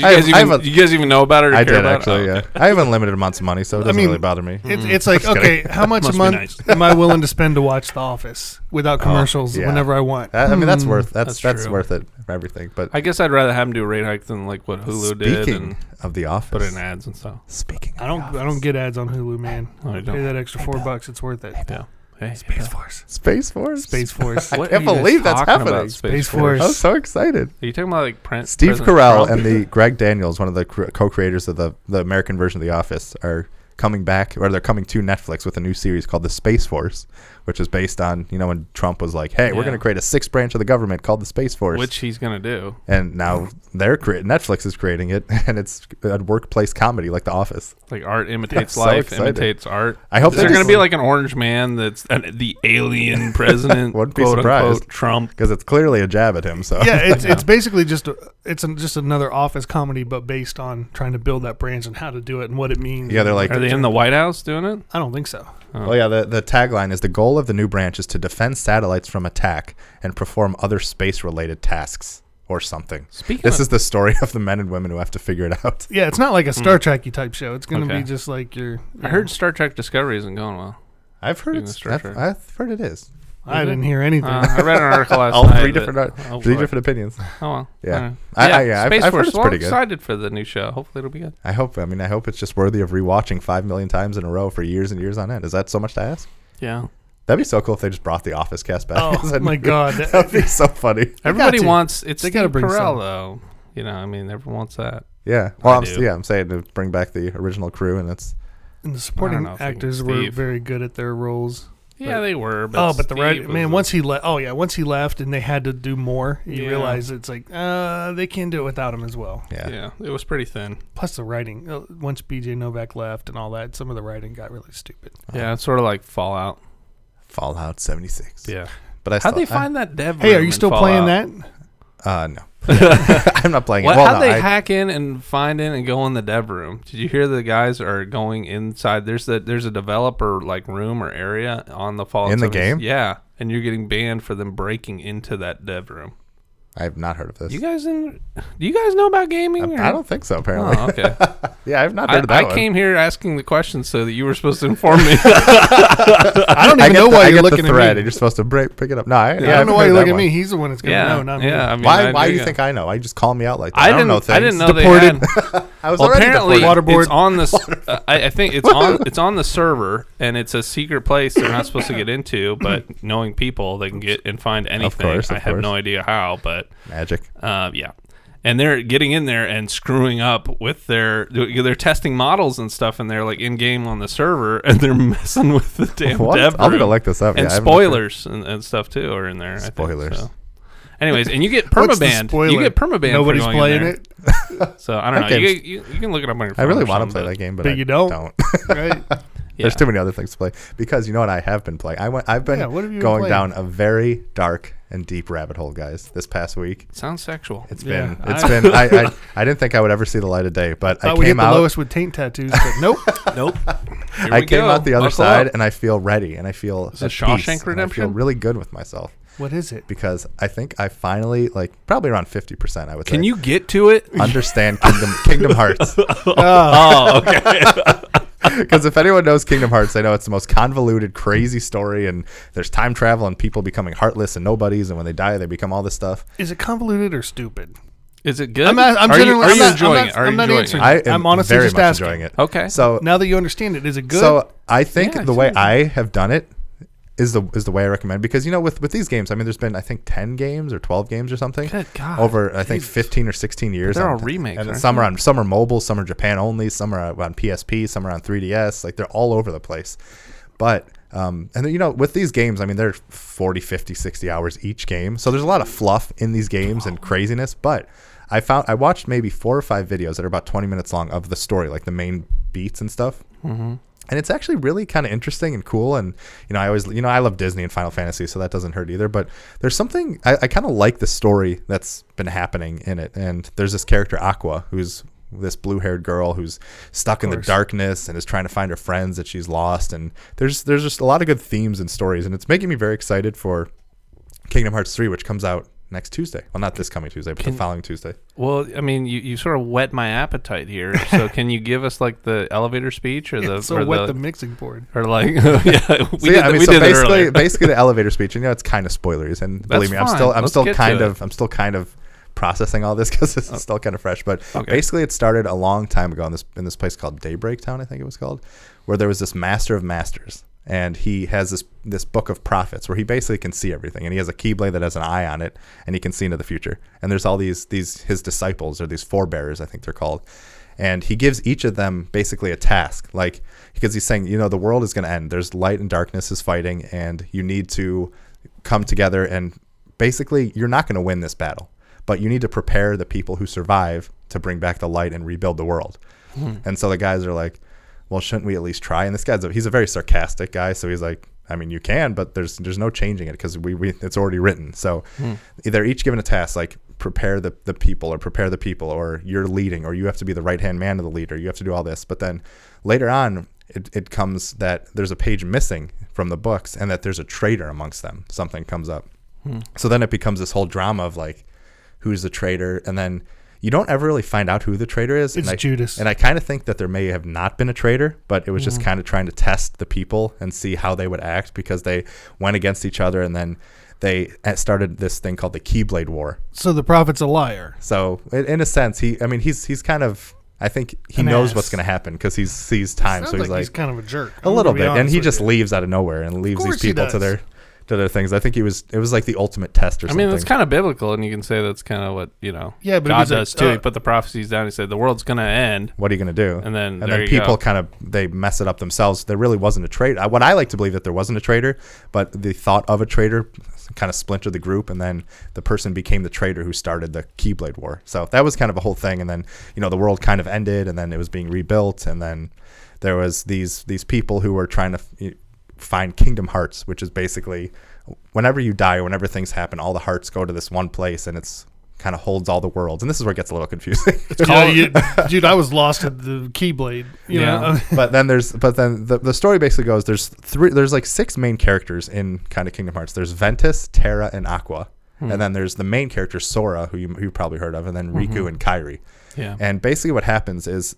S3: guys
S1: I
S3: even,
S1: have a-
S3: you guys even know about it? Or
S1: I
S3: care
S1: did
S3: about
S1: actually.
S3: It? Oh,
S1: Yeah,
S3: okay.
S1: I have unlimited amounts of money, so it doesn't
S2: mean,
S1: really bother me.
S2: It's, it's like okay, how much a
S3: Must be
S2: month
S3: nice.
S2: am I willing to spend to watch The Office without commercials
S1: Oh, yeah.
S2: whenever I want?
S1: That- I mean, that's
S2: Hmm,
S1: worth that's
S3: that's
S1: that's,
S3: true.
S1: worth it for everything. But
S3: I guess I'd rather have him do a rate hike than like what Hulu did
S1: speaking
S3: and
S1: of the office,
S3: put in ads and stuff.
S1: speaking,
S2: I don't I don't get ads on Hulu, man.
S3: I
S2: Pay
S3: don't.
S2: that extra four bucks, it's worth it.
S3: Yeah. Hey,
S2: Space Force.
S1: Space Force.
S2: Space Force.
S1: I
S3: what
S1: can't
S3: are you guys
S1: believe that's
S3: talking
S1: happening.
S3: About Space
S2: Space
S3: Force.
S1: I'm so excited.
S3: Are you talking about like print?
S1: Steve
S3: President
S1: Carell
S3: Trump?
S1: and the Greg Daniels, one of the cr- co-creators of the the American version of The Office, are coming back, or they're coming to Netflix with a new series called The Space Force, which is based on you know when Trump was like, "Hey, we're
S3: Yeah.
S1: going to create a sixth branch of the government called the Space Force,"
S3: which he's gonna do.
S1: and now they're crea- Netflix is creating it, and it's a workplace comedy like The Office.
S3: Like art imitates
S1: so
S3: life,
S1: excited.
S3: imitates art.
S1: I hope
S3: Is
S1: they
S3: there going
S1: just-
S3: to be like an orange man that's an, the alien president,
S1: Wouldn't be
S3: quote
S1: surprised.
S3: unquote, Trump?
S1: Because it's clearly a jab at him. So
S2: yeah, it's, it's basically just a, it's an just another office comedy, but based on trying to build that branch and how to do it and what it means.
S1: Yeah, they're like-
S3: Are they in the White House doing it?
S2: I don't think so.
S1: Well, yeah, the, the tagline is the goal of the new branch is to defend satellites from attack and perform other space related tasks or something.
S3: Speaking
S1: This
S3: of-
S1: is the story of the men and women who have to figure it out.
S2: Yeah, it's not like a Star Trekky type show. It's gonna
S3: Hmm. Okay.
S2: be just like your.
S3: I heard Star Trek Discovery isn't going well.
S1: I've heard
S3: Doing
S1: it's,
S3: the Star
S1: I've,
S3: Trek.
S1: I've heard it is.
S2: I didn't hear anything.
S3: Uh, I read an article last
S1: All
S3: night.
S1: three
S3: that-
S1: different art-
S3: oh,
S1: three
S3: boy.
S1: different opinions.
S3: Oh well.
S1: Yeah.
S3: All right.
S1: I- I- yeah, I've-
S3: Space
S1: I've heard
S3: Force.
S1: it's
S3: well,
S1: pretty
S3: I'm
S1: good.
S3: excited for the new show. Hopefully it'll be good.
S1: I hope I mean I hope it's just worthy of rewatching five million times in a row for years and years on end. Is that so much to ask?
S3: Yeah.
S1: That'd be so cool if they just brought the office cast back.
S2: Oh,
S1: as a
S2: my
S1: new-
S2: God.
S1: That'd be so funny.
S2: They got
S3: Everybody
S2: to.
S3: wants it's
S2: They
S3: Steve
S2: gotta bring
S3: Carell
S2: some.
S3: though. You know, I mean, everyone wants that.
S1: Yeah. Well,
S3: I
S1: I'm,
S3: do.
S1: yeah, I'm saying to bring back the original crew and it's
S2: and the supporting
S3: know if
S2: actors
S3: Steve-
S2: were very good at their roles.
S3: Yeah, they were. But
S2: oh, but the
S3: Steve
S2: right man.
S3: was-
S2: Once he left. Oh yeah, once he left and they had to do more, you
S3: Yeah.
S2: realize it's like uh, they can't do it without him as well.
S1: yeah.
S3: yeah, it was pretty thin.
S2: Plus the writing. Uh, Once BJ Novak left and all that, some of the writing got really stupid.
S3: Yeah, it's sort of like Fallout.
S1: Fallout 76.
S3: Yeah.
S1: But I
S3: How'd
S1: still-
S3: they
S1: I-
S3: find that dev?
S2: Hey, are
S3: room
S2: you
S3: in
S2: still playing
S3: Fallout?
S2: that?
S1: Uh, no. I'm not playing
S3: What,
S1: it. Well,
S3: how'd
S1: no,
S3: they
S1: I-
S3: hack in and find in and go in the dev room? Did you hear the guys are going inside? There's that there's a developer like room or area on the Fallout
S1: In the
S3: 76.
S1: game?
S3: Yeah, and you're getting banned for them breaking into that dev room.
S1: I have not heard of this.
S3: You guys didn't? Do you guys know about gaming? or-
S1: I don't think so, apparently.
S3: Oh, okay.
S1: yeah, I've not
S3: I,
S1: heard of that
S3: I
S1: one.
S3: came here asking the question so that you were supposed to inform me.
S1: I don't
S2: even
S1: get
S2: know
S1: the,
S2: why
S1: I
S2: you're
S1: get
S2: looking
S1: the
S2: at
S1: thread
S2: me.
S1: and you're supposed to break, pick it up. No, I, yeah,
S2: I don't
S1: haven't
S2: know why
S1: heard
S2: you
S1: that
S2: look at
S1: one.
S2: me. He's the one that's gonna
S3: yeah,
S2: know, not me.
S3: yeah. I mean,
S1: Why,
S3: I
S1: why do you
S3: go.
S1: think I know? I just call me out like that.
S3: I
S1: don't
S3: didn't.
S1: know
S3: I
S1: things.
S3: didn't know
S2: Deported.
S3: they had.
S1: I was
S3: Well,
S1: already
S3: apparently,
S1: deported.
S2: Waterboard.
S3: it's on this. I, I think it's on. It's on the server, and it's a secret place they're not supposed to get into. But knowing people, they can get and find anything.
S1: course, of
S3: I have
S1: course.
S3: no idea how, but
S1: Magic.
S3: uh, yeah. And they're getting in there and screwing up with their. They're testing models and stuff, and they're like in game on the server, and they're messing with the damn
S1: What?
S3: dev.
S1: I'm gonna
S3: room.
S1: look this up.
S3: And
S1: Yeah, I haven't looked at-
S3: spoilers and, and stuff too are in there. I think,
S1: Spoilers.
S3: so. Anyways, and you get
S2: What's the
S3: permabanned. You
S2: spoiler?
S3: get permabanned. for
S2: Nobody's
S3: going in
S2: playing
S3: there.
S2: it,
S3: So I don't know.
S1: That
S3: You,
S1: game's-
S3: you, you can look it up on your
S1: I
S3: phone.
S1: really
S3: or
S1: want to
S3: something,
S1: play that game, but,
S2: but
S1: I
S2: you don't?
S1: don't.
S2: right?
S3: but-
S1: There's
S3: yeah.
S1: too many other things to play because you know what I have been playing. I went. I've been
S2: Yeah, what have you been
S1: going
S2: playing?
S1: down a very dark and deep rabbit hole, guys. This past week,
S3: Sounds sexual.
S1: it's
S2: Yeah,
S1: been. It's
S2: I-
S1: been. I, I I didn't think I would ever see the light of day, but I
S2: Thought we hit
S1: came
S2: the
S1: out.
S2: lowest with taint tattoos, but nope.
S3: nope.
S1: I came out the other side, and I feel ready, and I feel
S3: it
S1: at peace,
S3: Shawshank
S1: and I feel
S3: Redemption?
S1: really good with myself
S2: What is it?
S1: because I think I finally like probably around fifty percent. I would
S3: Can
S1: say,
S3: you get to it?
S1: understand Kingdom Kingdom Hearts?
S3: oh, okay.
S1: Because if anyone knows Kingdom Hearts, they know it's the most convoluted, crazy story, and there's time travel and people becoming heartless and nobodies, and when they die, they become all this stuff.
S2: Is it convoluted or stupid?
S3: Is it good?
S2: I'm not- I'm
S3: are you,
S2: generally-
S3: are
S2: I'm
S3: you
S2: not- I'm
S3: enjoying
S2: not-
S3: it? Are
S2: I'm
S3: you
S2: not
S3: enjoying
S2: answering.
S3: it?
S1: I am
S2: I'm honestly
S1: very
S2: just
S1: much
S2: asking.
S1: enjoying it.
S3: Okay.
S1: so
S2: Now that you understand it, is it good?
S1: So I think
S3: Yeah,
S1: the way
S3: sure.
S1: I have done it is the is the way I recommend because you know with with these games, I mean, there's been I think ten games or twelve games or something
S3: Good God.
S1: over I think fifteen or sixteen years.
S3: they're
S1: on-
S3: all remakes,
S1: and
S3: aren't
S1: some are on some are mobile, some are Japan only, some are on PSP, some are on 3DS. Like they're all over the place, but. Um, and then, you know with these games i mean they're 40 50 60 hours each game so there's a lot of fluff in these games
S3: Oh.
S1: and craziness but i found i watched maybe four or five videos that are about 20 minutes long of the story like the main beats and stuff and it's actually really kind of interesting and cool and you know i always you know i love disney and final fantasy so that doesn't hurt either but there's something i, I kind of like the story that's been happening in it and there's this character aqua who's this blue-haired girl who's stuck in the darkness and is trying to find her friends that she's lost and there's there's just a lot of good themes and stories and it's making me very excited for Kingdom Hearts 3, which comes out next Tuesday. Well, not this coming Tuesday, but
S3: Can-
S1: the following Tuesday.
S3: Well, I mean, you, you sort of whet my appetite here. So can you give us like the elevator speech or the
S2: so
S3: or
S2: what
S3: the,
S2: the, mixing board?
S3: or like yeah we
S1: So
S3: did,
S1: yeah, I
S3: that-
S1: mean,
S3: we
S1: so
S3: did that
S1: basically,
S3: earlier.
S1: basically the elevator speech, and you know, it's kind of spoilers. And believe me, I'm
S3: fine.
S1: still, I'm
S3: Let's
S1: still
S3: get to
S1: kind
S3: it.
S1: of, I'm still kind of processing all this because it's still kind of fresh. But
S3: Okay.
S1: basically, it started a long time ago in this in this place called Daybreak Town, I think it was called, where there was this master of masters, and he has this this book of prophets where he basically can see everything, and he has a keyblade that has an eye on it, and he can see into the future. And there's all these these his disciples or these forebearers, I think they're called. And he gives each of them basically a task, like because he's saying, you know, the world is going to end. There's light and darkness is fighting, and you need to come together and basically you're not going to win this battle but you need to prepare the people who survive to bring back the light and rebuild the world and so the guys are like well shouldn't we at least try and this guy's a, he's a very sarcastic guy so he's like i mean you can but there's there's no changing it because we, we it's already written so they're each given a task like prepare the, the people or prepare the people or you're leading or you have to be the right hand man of the leader you have to do all this but then later on it, it comes that there's a page missing from the books and that there's a traitor amongst them something comes up so then it becomes this whole drama of like who's the traitor and then you don't ever really find out who the traitor is
S2: It's
S1: and I,
S2: Judas. Mm-hmm.
S1: and i kind of think that there may have not been a traitor but it was just kind of trying to test the people and see how they would act because they went against each other and then they uh, started this thing called the keyblade war
S2: So the prophet's a liar.
S1: so in, in a sense he i mean he's he's kind of i think he
S2: An
S1: knows
S2: ass.
S1: what's going to happen because he sees time
S2: Sounds
S1: so he's
S2: like,
S1: like
S2: he's kind of a jerk.
S1: a
S2: I'm
S1: little
S2: gonna be
S1: bit and
S2: honest
S1: he
S2: with
S1: just
S2: you.
S1: leaves out of nowhere and leaves these
S2: course he
S1: people to
S2: does.
S1: their to their things i think he was it was like the ultimate test or
S3: I
S1: something
S3: mean, it's kind of biblical, and you can say that's kind of what you know.
S2: Yeah, but it
S3: God
S2: was like,
S3: does too. he
S2: uh,
S3: put the prophecies down. He said the world's gonna end,
S1: what are you going to do
S3: and then
S1: and
S3: there
S1: then
S3: you
S1: people
S3: go.
S1: kind of they mess it up themselves. There really wasn't a traitor. What I like to believe that there wasn't a traitor, but the thought of a traitor kind of splintered the group, and then the person became the traitor who started the Keyblade War. So that was kind of a whole thing, and then you know the world kind of ended, and then it was being rebuilt, and then there was these these people who were trying to f- find Kingdom Hearts, which is basically whenever you die or whenever things happen, all the hearts go to this one place, and it's kind of holds all the worlds. And this is where it gets a little confusing.
S2: You know, you- dude, I was lost at the Keyblade. You
S3: Yeah.
S2: know,
S1: but then there's but then the, the story basically goes there's three there's like six main characters in kind of Kingdom Hearts. There's Ventus, Terra, and Aqua.
S3: Hmm.
S1: And then there's the main character Sora, who you who you probably heard of, and then Riku
S3: Mm-hmm.
S1: and Kairi.
S3: Yeah,
S1: And basically what happens is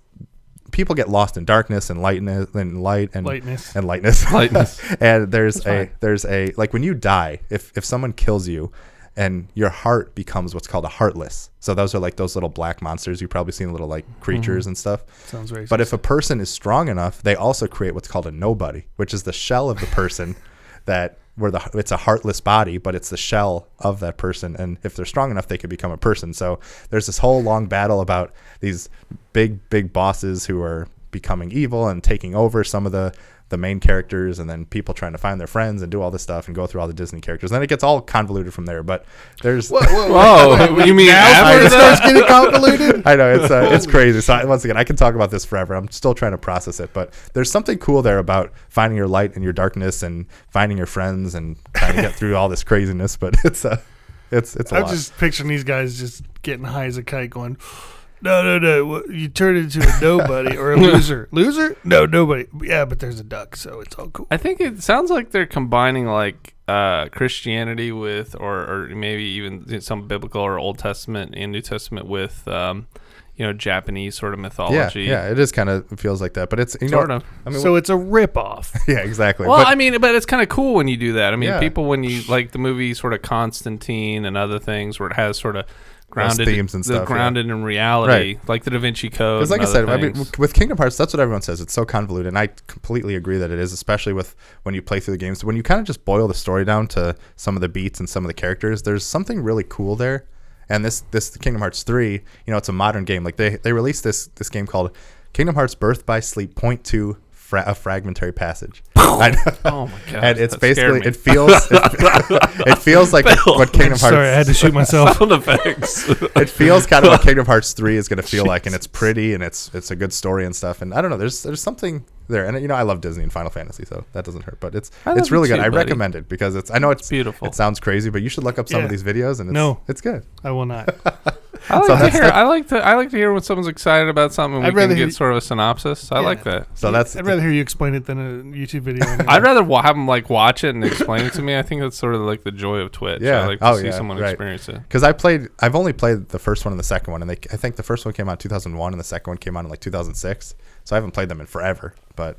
S1: people get lost in darkness and lightness and light and
S2: lightness.
S1: and lightness.
S3: Lightness.
S1: and there's a
S3: fine.
S1: there's a like when you die, if if someone kills you and your heart becomes what's called a heartless. So those are like those little black monsters you've probably seen little like creatures
S3: Mm-hmm.
S1: and stuff.
S2: Sounds racist.
S1: But if a person is strong enough, they also create what's called a nobody, which is the shell of the person that where the it's a heartless body, but it's the shell of that person. And if they're strong enough, they could become a person. So there's this whole long battle about these big big bosses who are becoming evil and taking over some of the the main characters and then people trying to find their friends and do all this stuff and go through all the Disney characters. And then it gets all convoluted from there. But there's
S3: Whoa, you mean
S1: where
S3: after
S1: it
S3: that?
S1: getting convoluted. I know it's uh, it's crazy. So I- once again, I can talk about this forever. I'm still trying to process it, but there's something cool there about finding your light in your darkness and finding your friends and trying to get through all this craziness. But it's a it's it's a
S2: I'm
S1: lot.
S2: just picturing these guys just getting high as a kite, going, "No, no, no! what- You turn into a nobody or a loser. Loser? No, nobody. Yeah, but there's a duck, so it's all cool.
S3: I think it sounds like they're combining like uh, Christianity with, or, or maybe even some biblical or Old Testament and New Testament with, um, you know, Japanese sort of
S1: yeah,
S3: mythology.
S1: yeah, it is kind of feels like that, but it's you know,
S3: Sort of.
S1: I mean,
S2: so it's a ripoff.
S1: yeah, exactly.
S3: Well,
S1: but,
S3: I mean, but it's kind of cool when you do that. I mean,
S1: Yeah.
S3: people when you like the movie sort of Constantine and other things where it has sort of grounded
S1: themes and
S3: the
S1: stuff, yeah.
S3: grounded in reality, like the Da Vinci Code.
S1: Because, like I
S3: and
S1: said,
S3: other
S1: I mean,
S3: things.
S1: w- with Kingdom Hearts, that's what everyone says. It's so convoluted, and I completely agree that it is, especially with when you play through the games. When you kind of just boil the story down to some of the beats and some of the characters, there's something really cool there. And this this Kingdom Hearts three, you know, it's a modern game. Like they they released this this game called Kingdom Hearts Birth by Sleep Point Two. Fra- a fragmentary passage. I know.
S3: oh my god,
S1: and it's
S3: that
S1: basically
S3: scared me.
S1: it feels it, it feels like what Kingdom Hearts
S2: Sorry, I had to shoot myself.
S3: sound effects.
S1: it feels kind of what Kingdom Hearts three is going to feel like, and it's pretty and it's it's a good story and stuff. And I don't know, there's there's something there. And you know, I love Disney and Final Fantasy, so that doesn't hurt. But it's
S3: I love
S1: it's
S3: you
S1: really good.
S3: too,
S1: I
S3: buddy.
S1: recommend it because it's I know it's,
S3: beautiful.
S1: It sounds crazy, but you should look up some of
S2: Yeah.
S1: these videos and it's
S2: No.
S1: it's good.
S2: I will not.
S3: I like
S1: So
S3: to
S1: that's
S3: hear.
S1: the-
S3: I like to. I like to hear when someone's excited about something. We
S2: I'd rather
S3: can
S2: hear-
S3: get sort of a synopsis. I
S2: Yeah.
S3: like that.
S1: So that's
S2: I'd rather hear you explain it than a YouTube video. anyway.
S3: I'd rather wa- have them like watch it and explain it to me. I think that's sort of like the joy of Twitch.
S1: Yeah.
S3: I like to
S1: Oh,
S3: see
S1: yeah,
S3: someone
S1: right.
S3: experience it.
S1: because I played. I've only played the first one and the second one, and they I think the first one came out in 2001 and the second one came out in like 2006. So I haven't played them in forever, but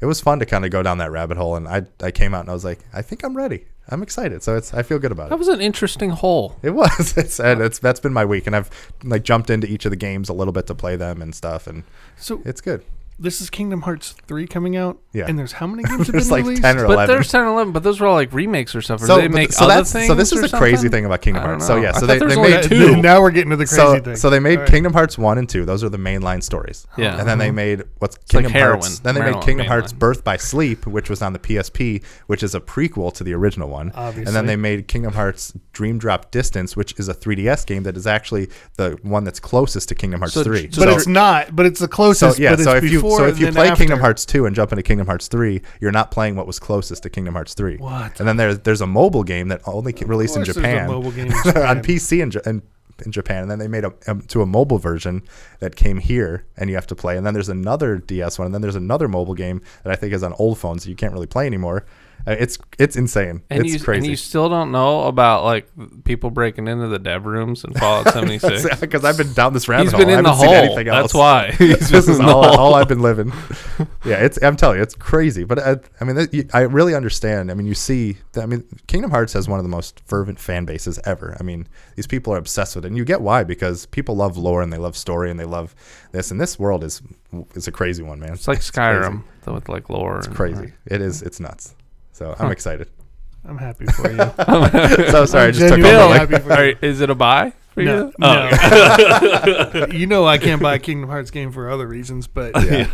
S1: it was fun to kind of go down that rabbit hole. And I I came out and I was like, I think I'm ready. I'm excited. So it's I feel good about it.
S3: That was an interesting hole.
S1: It was. It's, and it's that's been my week, and I've like jumped into each of the games a little bit to play them and stuff, and
S2: So
S1: it's good.
S2: this is Kingdom Hearts three coming out.
S1: Yeah.
S2: And there's how many games have
S1: There's
S2: been
S1: like
S2: released?
S1: ten or
S3: But
S1: eleven.
S3: there's 10 and 11, but those were all like remakes or stuff. Or
S1: so,
S3: they
S1: but-
S3: make
S1: so
S3: other
S1: that's
S3: things.
S1: so this
S3: or
S1: is the
S3: something?
S1: crazy thing about Kingdom
S3: I don't
S1: Hearts. So
S3: know.
S1: yeah,
S3: I
S1: so
S3: thought
S1: they,
S3: there was
S1: they
S3: only
S1: made
S3: that
S1: two.
S3: two.
S2: Now we're getting to the crazy
S1: So,
S2: thing.
S1: so they made
S2: All right.
S1: Kingdom Hearts one and two. Those are the mainline stories.
S3: Yeah. Uh-huh.
S1: And then they made what's
S3: like
S1: Kingdom
S3: heroin,
S1: Hearts. Then they made
S3: marijuana
S1: Kingdom Hearts
S3: mainline.
S1: Birth by Sleep, which was on the PSP, which is a prequel to the original one. And then
S2: Obviously.
S1: they made Kingdom Hearts Dream Drop Distance, which is a 3DS game that is actually the one that's closest to Kingdom Hearts
S3: So-
S1: three.
S3: so
S2: But it's not. But it's the
S1: So
S2: closest.
S1: yeah,
S2: But it's
S1: so if you
S2: before
S1: so if
S2: and
S1: you
S2: then
S1: play Kingdom
S2: after.
S1: Hearts two and jump into Kingdom Hearts three, you're not playing what was closest to Kingdom Hearts three.
S2: What?
S1: And then there's there's a mobile game that only ca- released in
S2: course there's a
S1: Japan
S2: mobile game in
S1: on
S2: Japan.
S1: PC and. In, in Japan, and then they made a um, to a mobile version that came here, and you have to play. And then there's another DS one, and then there's another mobile game that I think is on old phones, so you can't really play anymore. Uh, it's it's insane.
S3: And
S1: it's
S3: you,
S1: crazy.
S3: and you still don't know about like people breaking into the dev rooms in Fallout 76.
S1: because I've been down this rabbit
S3: He's
S1: hole.
S3: been
S1: I
S3: in the
S1: haven't seen
S3: hole.
S1: anything else.
S3: That's why.
S1: this
S3: He's been
S1: is
S3: in the
S1: all,
S3: hole.
S1: all I've been living. Yeah, it's I'm telling you, it's crazy. But uh, I, I mean, that- you- I really understand. I mean, you see, that- I mean, Kingdom Hearts has one of the most fervent fan bases ever. I mean, these people are obsessed with it, and you get why because people love lore and they love story and they love this. And this world is is a crazy one, man.
S3: It's like
S1: crazy.
S3: Skyrim though, with like lore. It's
S1: Crazy. It is. It's nuts. So I'm excited.
S2: I'm happy for you.
S1: So sorry, I just took over.
S2: Genuinely
S3: Bill,
S1: Like,
S2: happy for
S3: are- is it a buy for
S2: No,
S3: you? Oh,
S2: no. you know I can't buy a Kingdom Hearts game for other reasons, but
S1: yeah,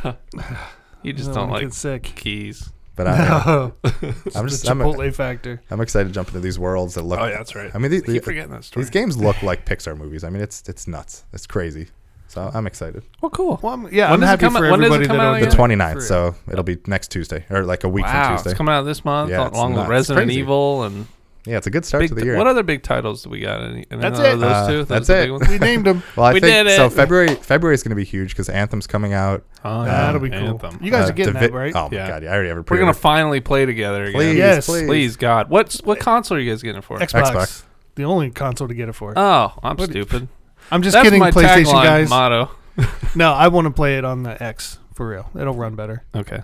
S3: You just
S2: No,
S3: don't
S2: when I
S3: like
S2: get sick.
S3: keys.
S1: but I,
S2: Oh,
S1: I'm
S2: the
S1: just I'm,
S2: Chipotle factor.
S1: I'm excited to jump into these worlds that look.
S3: right.
S1: I mean, the,
S3: I keep
S1: the,
S3: forgetting that story.
S1: These games look like Pixar movies. I mean, it's it's nuts. It's crazy. So I'm excited.
S3: Well, cool.
S2: Well, I'm, yeah, I'm
S3: When does it
S2: happy
S3: come
S2: for
S3: out- when does it
S2: everybody
S3: come
S2: that
S3: out
S2: owns
S1: The
S3: again?
S2: it.
S1: 29th,
S2: Free.
S1: so it'll be next Tuesday or like a week
S3: Oh, Wow,
S1: from
S3: it's
S1: Tuesday.
S3: coming out this month
S1: Yeah, it's
S3: along with
S1: nuts.
S3: Resident
S1: Crazy.
S3: Evil and
S1: Yeah, it's a good start
S3: big
S1: to the
S3: ti-
S1: year.
S3: what other big titles do we got? Any, any
S2: That's
S3: other
S2: it.
S3: of Those
S1: Uh,
S3: two. Those
S1: that's
S3: are the
S1: it.
S3: big ones?
S2: We named them.
S1: well, I
S3: We
S1: think
S3: did it.
S1: so. February February is going to be huge because Anthem's coming out.
S3: Oh,
S2: That'll be cool.
S3: Anthem.
S2: You
S1: Uh,
S2: guys are getting
S1: Divi-
S2: that right.
S1: Oh my
S3: Yeah.
S1: god, yeah, I already have a
S3: We're
S1: pre-order.
S3: gonna finally play together again.
S1: please,
S2: Yes.
S1: please,
S3: Please, God. What's what console are you guys getting for? it?
S2: Xbox,
S1: Xbox. Uh,
S2: the only console to get it for.
S3: Oh, I'm
S2: What-
S3: stupid.
S2: I'm just
S3: That's
S2: kidding,
S3: my
S2: PlayStation
S3: tagline
S2: guys.
S3: motto.
S2: No, I want to play it on the X for real. It'll run better.
S3: Okay.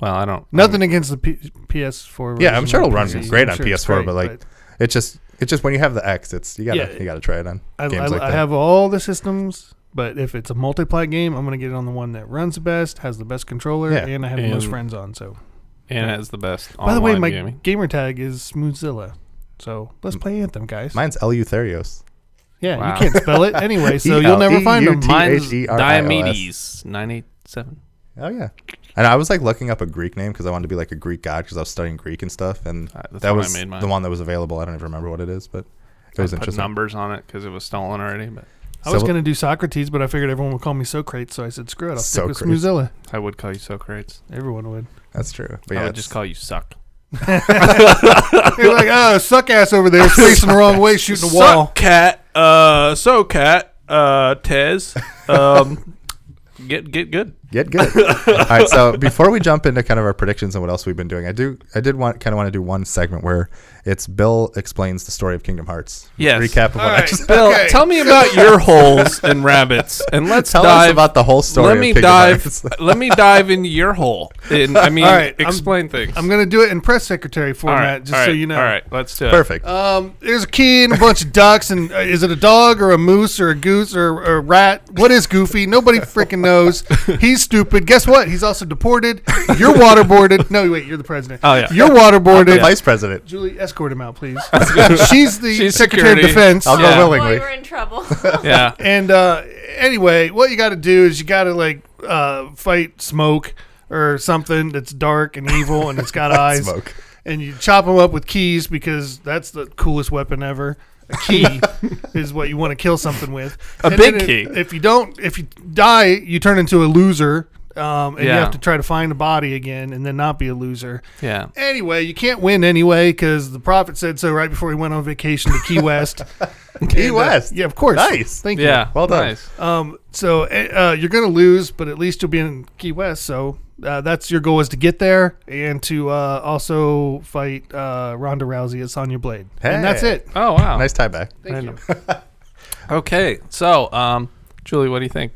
S3: Well, I don't.
S2: Nothing against the P- PS4.
S1: Yeah, I'm
S2: version
S1: sure
S2: or
S1: it'll run
S2: PC.
S1: great
S2: I'm
S1: on
S2: sure it's
S1: PS4,
S2: great,
S1: but, like, It just it just when you have the X, it's you gotta
S2: Yeah.
S1: you gotta try it on
S2: I,
S1: games
S2: I,
S1: like
S2: I
S1: that.
S2: have all the systems, but if it's a multi-plat game, I'm gonna get it on the one that runs the best, has the best controller,
S1: Yeah.
S2: and I have the most
S3: And-
S2: friends on. So,
S3: And it has the best.
S2: by the way,
S3: online
S2: my
S3: gaming.
S2: gamer tag is Moozilla. So let's play Anthem, guys.
S1: Mine's Lu Therios.
S2: yeah,
S3: Wow.
S2: you can't spell it anyway,
S1: E
S2: so you'll never find them.
S1: E-L-E-U-T.
S3: Mine's
S1: T-H-E-R-I-O-S.
S3: Diomedes nine eight seven.
S1: Oh yeah, and I was like looking up a Greek name because I wanted to be like a Greek god because I was studying Greek and stuff, and
S3: Uh, that's
S1: that
S3: when I
S1: was
S3: made mine.
S1: the one that was available. I don't even remember what it is, but it was
S3: I put
S1: interesting.
S3: numbers on it because it was stolen already, but
S2: I was
S1: So-
S2: gonna do Socrates, but I figured everyone would call me Socrates, so I said, "Screw it, I'll stick with
S1: Socrates.
S2: Moozilla."
S3: I would call you Socrates.
S2: Everyone would.
S1: That's true. But
S3: I
S1: yeah,
S3: would just call you Suck.
S2: You're like, oh, suck ass over there, facing the wrong way, shooting a wall.
S3: cat. Uh, so cat. Uh, Tez. Um, get get good.
S1: get good. All right. So before we jump into kind of our predictions and what else we've been doing, I do I did want kind of want to do one segment where it's Bill explains the story of Kingdom Hearts.
S3: Yes.
S1: Recap of what
S2: All
S1: I
S2: right.
S1: just
S3: Bill,
S2: Okay.
S3: tell me about your holes and rabbits, and let's
S1: tell
S3: dive.
S1: us about the whole story.
S3: let
S1: of
S3: me
S1: Kingdom
S3: dive.
S1: Hearts.
S3: let me dive into your hole. And, I mean,
S2: All right, I'm-
S3: explain things.
S2: I'm gonna do it in press secretary
S3: All
S2: format,
S3: right,
S2: just
S3: all
S2: so
S3: right,
S2: you know.
S3: All right, let's do it.
S1: Perfect.
S2: Um, there's a kid and a bunch of ducks, and uh, is it a dog or a moose or a goose or, or a rat? What is Goofy? Nobody freaking knows. He's stupid. Guess what? He's also deported. You're waterboarded. No, wait, you're the president.
S3: Oh, yeah.
S2: You're
S1: the
S2: waterboarded.
S1: vice president.
S2: Julie, escort him out, please. She's the
S3: She's
S2: Secretary
S3: security.
S2: of Defense.
S1: I'll
S3: Yeah.
S1: go
S4: Boy,
S1: willingly.
S4: we're in trouble.
S3: Yeah.
S2: And uh, anyway, what you got to do is you got to like uh, fight smoke or something that's dark and evil and it's got eyes.
S1: Smoke.
S2: And you chop them up with keys because that's the coolest weapon ever. A key is what you want to kill something with.
S3: A
S2: And
S3: big
S2: then if-
S3: key.
S2: If you don't, if you die, you turn into a loser. um, and you
S3: Yeah.
S2: have to try to find a body again and then not be a loser.
S3: Yeah.
S2: Anyway, you can't win anyway because the prophet said so right before he went on vacation to Key West.
S1: Key
S2: And, uh,
S1: West.
S2: yeah, of course.
S1: Nice.
S2: Thank you.
S3: Yeah.
S1: Well done.
S3: Nice.
S2: Um, so uh, uh, you're going to lose, but at least you'll be in Key West. So uh, that's your goal is to get there and to uh, also fight uh, Ronda Rousey at Sonya Blade. And that's
S1: Hey.
S2: it.
S3: Oh wow.
S1: Nice tie back.
S2: Thank you.
S3: Okay. So, um, Julie, what do you think?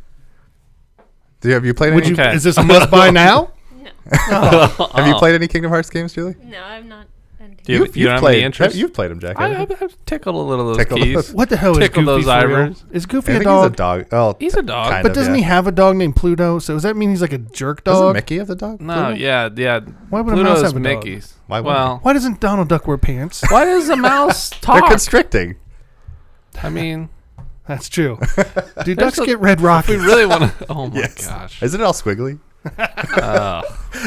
S1: Do you, have you played
S2: Would
S1: any?
S2: you?
S3: Okay.
S2: Is this a must buy now?
S4: No,
S1: Have you played any Kingdom Hearts games, Julie?
S4: no, I'm not. I'm
S3: Do you-
S1: You've-
S3: you
S1: you've
S3: don't have any
S1: played.
S3: interest?
S1: You've played them, Jack.
S3: I,
S1: haven't you?
S3: have I've tickled a little of those
S1: Tickled
S3: keys.
S1: those.
S2: What the hell is
S3: Tickle
S2: Goofy?
S3: those
S2: for real?
S3: eyebrows.
S2: Is Goofy
S1: I
S2: a
S1: think
S2: dog?
S1: he's a dog. Oh,
S3: He's a dog.
S1: kind
S2: But
S1: of,
S2: doesn't
S1: yeah.
S2: he have a dog named Pluto? So does that mean he's like a jerk
S1: Doesn't
S2: dog?
S1: Mickey have the dog?
S3: No, yeah, yeah.
S2: Why would a mouse
S3: Pluto's
S2: have a dog?
S3: Mickey's.
S1: Why would
S3: well,
S2: Why doesn't Donald Duck wear pants?
S3: why does a mouse
S1: They're
S3: talk?
S1: constricting.
S3: I mean,
S2: That's true. Do ducks
S3: a-
S2: get red
S3: if we
S2: rocket?
S3: really want to. Oh my
S1: Yes.
S3: gosh.
S1: Isn't it all squiggly?
S3: Uh,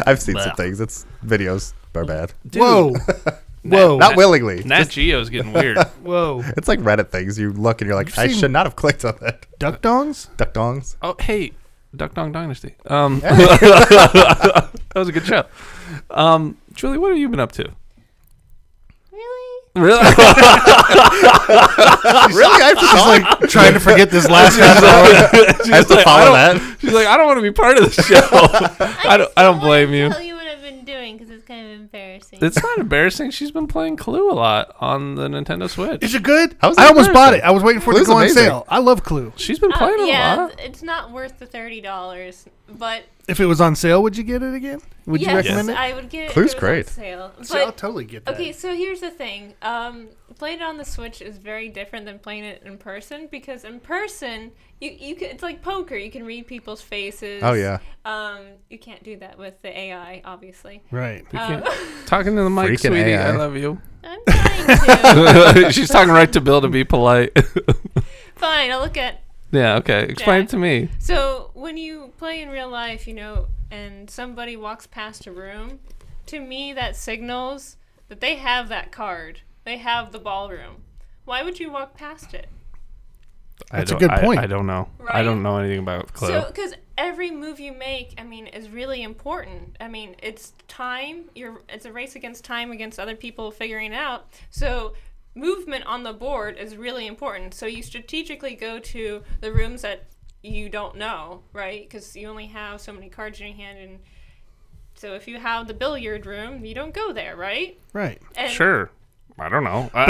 S1: I've seen some
S3: Blech.
S1: things. It's videos are bad.
S3: dude,
S2: Whoa, whoa,
S1: Not willingly.
S3: Nat Geo's getting weird.
S2: whoa!
S1: It's like Reddit things. You look and you're like,
S2: You've
S1: I
S2: seen-
S1: should not have clicked on that.
S2: Duck dongs?
S1: Duck dongs.
S3: oh, hey, Duck Dong Dynasty. Um, that was a good show. Um, Julie, what have you been up to?
S4: Really?
S3: Really?
S1: really? I forgot.
S2: Trying to forget this last half
S1: I have to
S3: like,
S1: follow
S3: I
S1: that.
S3: She's like, I don't want to be part of the show. I don't.
S4: just
S3: I don't
S4: wanted
S3: blame
S4: to
S3: you.
S4: Tell you what I've been doing because it's kind of embarrassing.
S3: It's not embarrassing. She's been playing Clue a lot on the Nintendo Switch.
S2: Is it good?
S1: How is
S2: I
S1: it
S2: almost bought
S1: embarrassing?
S2: it. I was waiting for it to
S1: Clue's
S2: go on
S1: amazing.
S2: sale. I love Clue.
S3: She's been
S4: Uh,
S3: playing it a
S4: yeah,
S3: lot.
S4: it's- it's not worth the thirty dollars, but
S2: If it was on sale, would you get it again? Would you
S4: yes,
S2: recommend it?
S4: I would get it. if
S1: Clue's
S4: it was on
S1: great.
S4: Sale,
S2: See, I'll
S4: but
S2: totally get that.
S4: Okay, so here's the thing. Um, playing it on the Switch is very different than playing it in person because in person, you you can, it's like poker. You can read people's faces.
S1: Oh, yeah.
S4: Um, you can't do that with the AI, obviously. Um,
S2: Right.
S3: You can't- Talking to the mic,
S1: Freaking
S3: sweetie.
S1: AI.
S3: I love you.
S4: I'm trying to.
S3: She's talking right to Bill to be polite.
S4: Fine, I'll look at.
S3: yeah. Okay. Explain it to me.
S4: So when you play in real life, you know, and somebody walks past a room, to me that signals that they have that card. They have the ballroom. Why would you walk past it?
S2: That's
S3: I
S2: a
S3: don't-
S2: good
S3: I-
S2: point.
S3: I, don't know. I
S4: Right?
S3: don't know anything about Clue.
S4: So, because every move you make, I mean, is really important. I mean, it's time. You're it's a race against time against other people figuring it out. So, movement on the board is really important. So you strategically go to the rooms that you don't know, right? Because you only have so many cards in your hand, and so if you have the billiard room, you don't go there, right?
S2: Right.
S4: And
S3: sure. I don't know.
S2: now,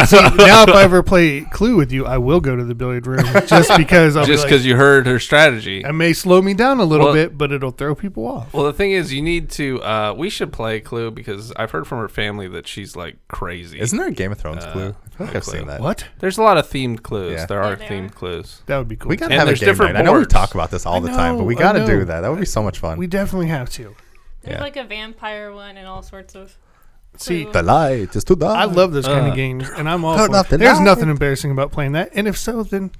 S2: if I ever play Clue with you, I will go to the billiard room just because I'll be
S3: Just
S2: like,
S3: because you heard her strategy.
S2: It may slow me down a little
S3: Well-
S2: bit, but it'll throw people off.
S3: Well, the thing is, you need to. Uh, we should play Clue because I've heard from her family that she's like crazy.
S1: Isn't there a Game of Thrones
S3: Uh,
S1: clue? I feel like
S3: no
S1: I've
S3: clue.
S1: seen that.
S2: What?
S3: There's a lot of themed clues.
S1: Yeah.
S3: There are
S4: Oh, there
S3: themed
S4: are.
S3: clues.
S2: That would be cool.
S1: We gotta
S3: And
S1: have a
S3: there's
S1: game
S3: different
S1: night. I know we
S3: boards.
S1: talk about this all the time, but
S2: know,
S1: we
S2: I
S1: gotta do
S2: know.
S1: that. That would be so much fun.
S2: we definitely have to.
S4: There's
S1: Yeah.
S4: like a vampire one and all sorts of.
S2: See,
S4: clues.
S1: the light is too dark.
S2: I love those kind
S3: Uh,
S2: of games, and I'm all
S1: turn
S2: for it.
S1: off the
S2: There's
S1: light.
S2: nothing embarrassing about playing that, and if so, then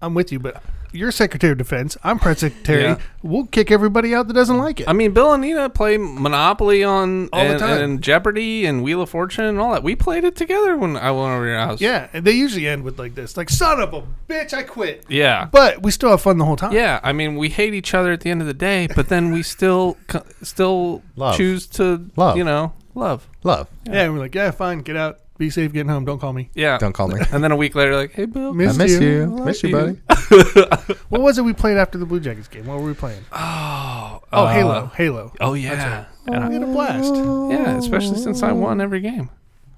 S2: I'm with you. But you're Secretary of Defense. I'm Press Secretary.
S3: Yeah.
S2: We'll kick everybody out that doesn't like it.
S3: I mean, Bill and Nina play Monopoly on
S2: All the
S3: and,
S2: time.
S3: and Jeopardy and Wheel of Fortune and all that. We played it together when I went over to your house.
S2: yeah, and they usually end with like this, like "son of a bitch, I quit,"
S3: yeah,
S2: but we still have fun the whole time.
S3: yeah. I mean, we hate each other at the end of the day, but then we still co- still
S1: Love.
S3: choose to
S1: Love.
S3: You know, love.
S1: love.
S2: yeah. and we're like, "Yeah, fine, get out, be safe, getting home, don't call me."
S3: Yeah.
S1: Don't call me.
S3: And then a week later, like, hey, Bill.
S1: I
S2: Missed
S1: miss
S2: you.
S1: you.
S3: I
S1: Miss
S3: like
S1: you, buddy.
S2: What was it we played after the Blue Jackets game? What were we playing? Oh,
S3: uh,
S2: Halo, Halo.
S3: Oh yeah. Yeah.
S2: We had a blast.
S3: Yeah, especially since I won every game.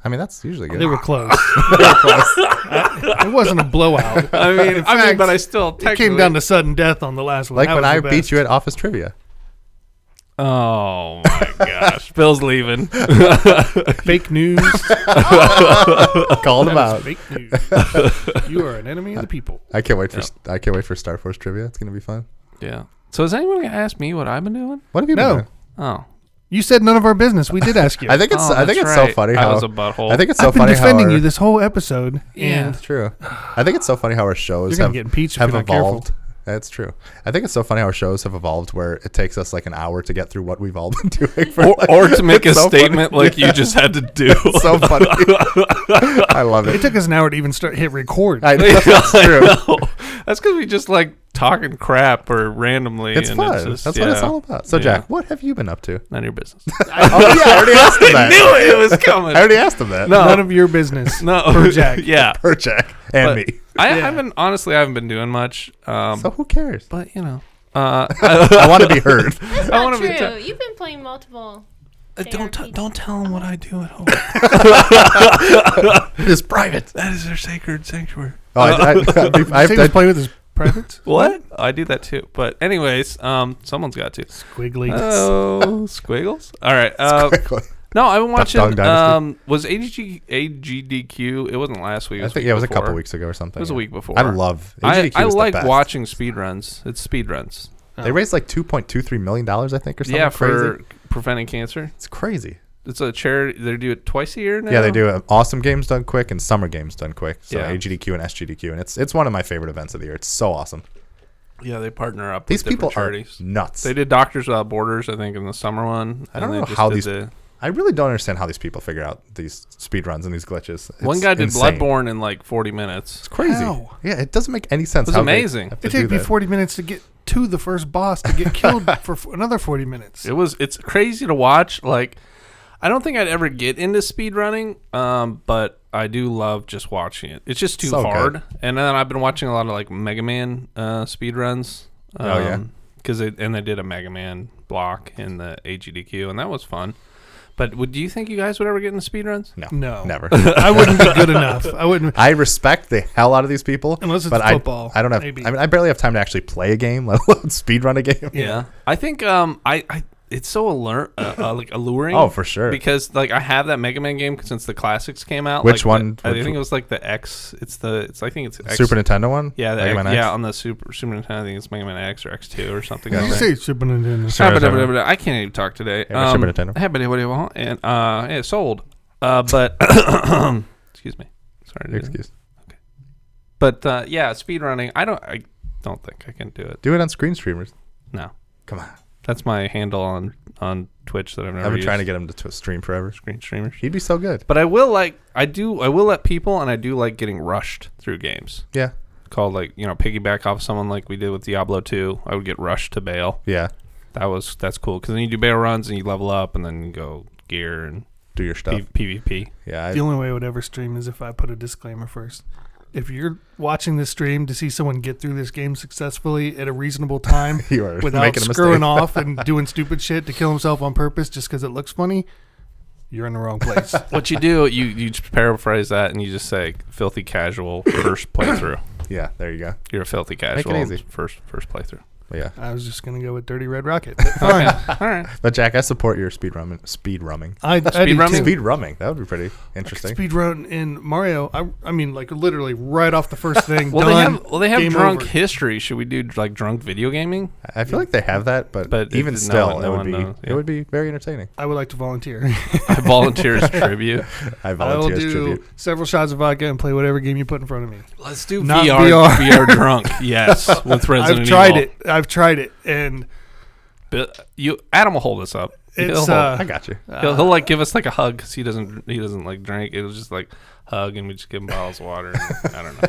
S1: I mean, that's usually good.
S2: They were close. it wasn't a blowout.
S3: I mean,
S2: In fact,
S3: still
S2: It came down to sudden death on the last one.
S1: like
S2: That
S1: when
S2: was
S1: I
S2: the
S1: beat
S2: best.
S1: you at office trivia.
S3: Oh my gosh, Bill's leaving.
S2: Fake news.
S1: Called
S2: That
S1: him
S2: is
S1: out.
S2: fake news. you are an enemy of the people.
S1: I can't wait for I can't wait for Star Force trivia. It's gonna be fun.
S3: Yeah. So is anyone gonna ask me what I've been doing?
S1: What have you
S2: No.
S1: been? doing?
S3: Oh,
S2: You said none of our business. We did ask you.
S1: I think it's
S3: Oh,
S1: I think
S3: that's
S1: it's so
S3: right.
S1: funny
S3: I
S1: how
S3: was a butthole.
S1: I think it's so
S2: I've been
S1: funny
S2: defending
S1: how our,
S2: you this whole episode, and
S3: Yeah.
S1: true. I think it's so funny how our shows
S2: You're gonna
S1: have
S2: get impeached if
S1: have
S2: you're not careful.
S1: evolved. That's true. I think it's so funny how our shows have evolved where it takes us like an hour to get through what we've all been doing for
S3: Or,
S1: like,
S3: or to make a
S1: It's so funny.
S3: statement like you just had to do.
S1: so funny. I love
S2: it
S1: it.
S2: took us an hour to even start hit record.
S1: I know, that's true.
S3: That's because we just like talking crap or randomly.
S1: It's
S3: and
S1: fun.
S3: It's just,
S1: That's what it's
S3: yeah,
S1: all about. So,
S3: Yeah.
S1: Jack, what have you been up to?
S3: None of your business.
S1: Oh, yeah, I already asked him
S3: I
S1: that.
S3: knew it was coming.
S1: I already asked him that.
S3: No.
S2: None of your business.
S3: no,
S2: Per Jack.
S3: yeah,
S1: Per Jack and
S3: But
S1: me.
S3: I
S2: Yeah.
S3: haven't honestly. I haven't been doing much. Um,
S1: So who cares?
S3: but you know, uh, I,
S1: I want to be heard.
S4: That's
S3: I
S4: not
S3: wanna
S4: true.
S3: be a ta-
S4: You've been playing multiple.
S3: don't t-
S4: JRPGs.
S3: don't tell them what I do at home.
S1: It is private.
S3: that is their sacred sanctuary.
S1: Oh, I, I, I,
S2: I
S1: I, I,
S2: to play with his privates.
S3: What? I do that too. But anyways, um, someone's got to.
S2: Squiggly.
S3: Oh, squiggles. All right. Uh,
S1: quickly.
S3: no, I've been
S1: Dog
S3: watching.
S1: Dynasty.
S3: Um, was AG, AGDQ? It wasn't last week.
S1: I think
S3: week
S1: yeah, it was a
S3: before.
S1: couple weeks ago or something.
S3: It was a
S1: yeah.
S3: week before.
S1: I love.
S3: I,
S1: AGDQ
S3: I
S1: is the
S3: like
S1: best.
S3: watching speedruns. It's speedruns.
S1: They raised like two point two three million dollars, I think, or something
S3: Yeah,
S1: crazy.
S3: for preventing cancer.
S1: it's crazy.
S3: It's a charity. They do it twice a year now.
S1: Yeah, they do uh, awesome games done quick and summer games done quick. So
S3: Yeah.
S1: AGDQ and SGDQ, and it's it's one of my favorite events of the year. It's so awesome.
S3: Yeah, they partner up.
S1: These
S3: with different
S1: people are
S3: charities.
S1: nuts.
S3: They did Doctors Without Borders, I think, in the summer one.
S1: I don't
S3: and they
S1: know
S3: just
S1: how
S3: did
S1: these-
S3: the-
S1: I really don't understand how these people figure out these speed runs and these glitches. It's
S3: one guy did
S1: insane.
S3: Bloodborne in like 40 minutes.
S1: It's crazy.
S2: How?
S1: Yeah, it doesn't make any sense.
S3: It was
S1: how they
S3: amazing.
S1: have to
S2: It
S1: do
S2: took me
S1: that.
S2: 40 minutes to get to the first boss to get killed for f- another 40 minutes.
S3: It was. It's crazy to watch. Like, I don't think I'd ever get into speedrunning, um, but I do love just watching it. It's just too
S1: So good.
S3: hard. And then I've been watching a lot of like Mega Man uh, speedruns. Um,
S1: Oh, yeah.
S3: Because they and they did a Mega Man block in the AGDQ, and that was fun. But would do you think you guys would ever get into speedruns?
S1: No,
S2: No.
S1: never.
S2: I wouldn't be good enough. I wouldn't.
S1: I respect the hell out of these people.
S2: Unless it's
S1: but I-
S2: football,
S1: I, don't have.
S2: maybe.
S1: I mean, I barely have time to actually play a game, let alone speed run a game.
S3: Yeah. I think um I, I it's so alert uh, uh, like alluring.
S1: Oh, for sure.
S3: Because like I have that Mega Man game since the classics came out.
S1: Which
S3: like,
S1: one-
S3: the- I
S1: which
S3: think
S1: one?
S3: it was like the X. It's the it's I think it's X.
S1: Super Nintendo one.
S3: Yeah, the
S1: Mega
S3: X,
S1: Man X?
S3: yeah, on the Super Super Nintendo, I think it's Mega Man X or X two or something.
S1: Yeah.
S3: like
S2: You
S3: that.
S2: say Super Nintendo.
S1: Super
S3: Ah, but- but-
S1: Nintendo.
S3: but- but I can't even talk today. Um,
S1: Yeah, Super Nintendo.
S3: hey, but it- what do you want? and uh, yeah, it's sold. Uh, but excuse me, sorry. To do that.
S1: Excuse.
S3: But uh, yeah, speedrunning. I don't. I don't think I can do it.
S1: Do it on screen streamers.
S3: No,
S1: Come on.
S3: that's my handle on on Twitch that I've never.
S1: I've been
S3: used.
S1: trying to get him to t- stream forever.
S3: screen streamers.
S1: He'd be so good.
S3: But I will like I do I will let people and I do like getting rushed through games.
S1: Yeah.
S3: Called like you know piggyback off someone like we did with Diablo two. I would get rushed to bail.
S1: Yeah.
S3: That was that's cool because then you do bail runs and you level up and then you go gear and
S1: Do your stuff.
S3: P- PvP.
S1: Yeah.
S2: The
S1: I,
S2: only way I would ever stream is if I put a disclaimer first. If you're watching this stream to see someone get through this game successfully at a reasonable time
S1: you are
S2: without
S1: making a
S2: screwing
S1: mistake.
S2: off and doing stupid shit to kill himself on purpose just because it looks funny, you're in the wrong place.
S3: What you do you you just paraphrase that and you just say filthy casual first playthrough.
S1: Yeah. There you go.
S3: You're a filthy casual
S1: easy.
S3: first first playthrough.
S1: But yeah.
S2: I was just going to go with Dirty Red Rocket. but Fine.
S3: All right.
S1: But Jack, I support your speed rumming. Speed rumming.
S2: I, I
S3: Speed
S2: do
S3: running?
S2: too.
S1: Speed rumming. That would be pretty interesting.
S2: Speed run in Mario. I, I mean, like literally right off the first thing. done,
S3: Well, they have well they have
S2: game
S3: drunk
S2: over.
S3: history. Should we do like drunk video gaming?
S1: I I feel like they have that, but,
S3: But it-
S1: even
S3: no
S1: still,
S3: one- no
S1: it would
S3: one
S1: be
S3: knows, yeah.
S1: it would be very entertaining.
S2: I would like to volunteer.
S3: I volunteer as tribute.
S1: I
S2: I will
S1: volunteer as
S2: do
S1: tribute.
S2: several shots of vodka and play whatever game you put in front of me.
S3: Let's do
S2: Not
S3: VR, VR. drunk. Yes, with Resident
S2: I've tried
S3: Evil.
S2: it. I've tried it, and
S3: But you, Adam will hold us up.
S2: it's
S3: he'll,
S2: uh,
S1: I got you.
S3: he'll, he'll like give us like a hug because he doesn't he doesn't like drink. It was just like hug and we just give him bottles of water. and- I don't know.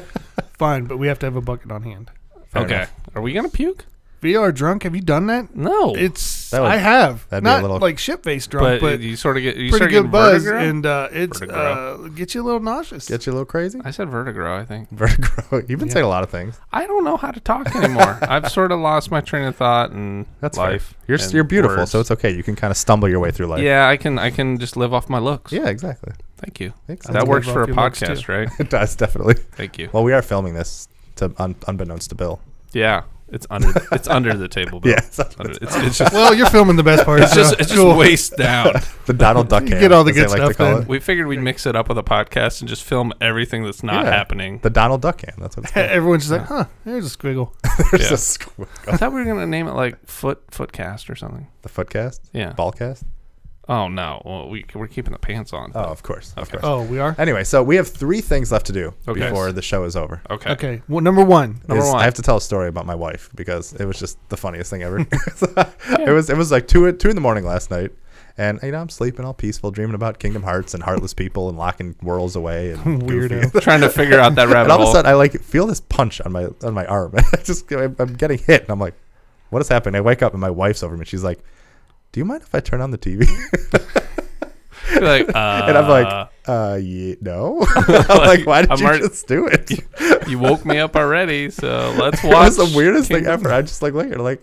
S2: fine, but we have to have a bucket on hand.
S1: Fair
S3: okay,
S1: enough.
S3: are we gonna puke?
S2: VR drunk? Have you done that?
S3: No,
S2: It's
S1: That would-
S2: I have.
S1: that'd be a
S2: Not
S1: little-
S2: like shit face drunk,
S3: but,
S2: but,
S3: you sort of get you
S2: pretty
S3: start
S2: good
S3: getting
S2: buzz,
S3: vertigo.
S2: and uh, it's
S3: Vertigro.
S2: uh, gets you a little nauseous.
S1: Get you a little crazy.
S3: I said vertigo. I think
S1: Vertigo. You've been saying a lot of things.
S3: I don't know how to talk anymore. I've sort of lost my train of thought and
S1: That's fair.
S3: life.
S1: You're
S3: and
S1: you're beautiful,
S3: words.
S1: so it's okay. You can kind of stumble your way through life.
S3: yeah. I can I can just live off my looks.
S1: Yeah, exactly.
S3: Thank you.
S1: Thanks.
S3: that
S2: live
S3: works for
S2: off
S3: a
S2: your looks,
S3: podcast,
S2: too.
S3: right?
S1: it does definitely.
S3: Thank you.
S1: Well, we are filming this to un- unbeknownst to Bill.
S3: Yeah, it's under it's under the table. Bill.
S1: Yeah,
S3: it's, under, it's, it's just
S2: well, you're filming the best part.
S3: it's
S2: so
S3: just it's just
S2: cool.
S3: waist down.
S1: The Donald Duck.
S2: You
S1: cam,
S2: get all the
S1: as they
S2: good
S1: like to
S2: stuff
S1: call
S2: then.
S1: it.
S3: We figured we'd mix it up with a podcast and just film everything that's not
S1: Yeah.
S3: happening.
S1: The Donald Duck cam. That's what it's called.
S2: Everyone's just like, huh? There's a squiggle.
S1: There's
S3: Yeah.
S1: a squiggle.
S3: I thought we were gonna name it like foot footcast or something.
S1: The footcast.
S3: Yeah.
S1: Ballcast.
S3: Oh no, well, we we're keeping the pants on.
S1: Oh, of course. Of
S3: Okay.
S1: course.
S2: Oh, we are.
S1: Anyway, so we have three things left to do
S3: Okay.
S1: before the show is over.
S3: Okay.
S2: Okay. Well, number one.
S3: Number
S1: Is-
S3: one.
S1: I have to tell a story about my wife because it was just the funniest thing ever. It was it was like two two in the morning last night, And you know, I'm sleeping all peaceful, dreaming about Kingdom Hearts and heartless people and locking worlds away and
S2: Weirdo.
S1: Goofy.
S3: Trying to figure out that rabbit
S1: and all of a
S3: hole.
S1: sudden, I like feel this punch on my on my arm. I just I'm I'm getting hit, and I'm like, "What is happening?" I wake up, and my wife's over me. She's like, "Do you mind if I turn on the TV?"
S3: You're like, uh,
S1: and I'm like, "Uh, yeah, no." I'm like, "Why did
S3: I'm
S1: you
S3: already-
S1: just do it?"
S3: you woke me up already, so let's
S1: It
S3: watch.
S1: was the weirdest thing
S3: Kingdom-
S1: ever. I just like later like,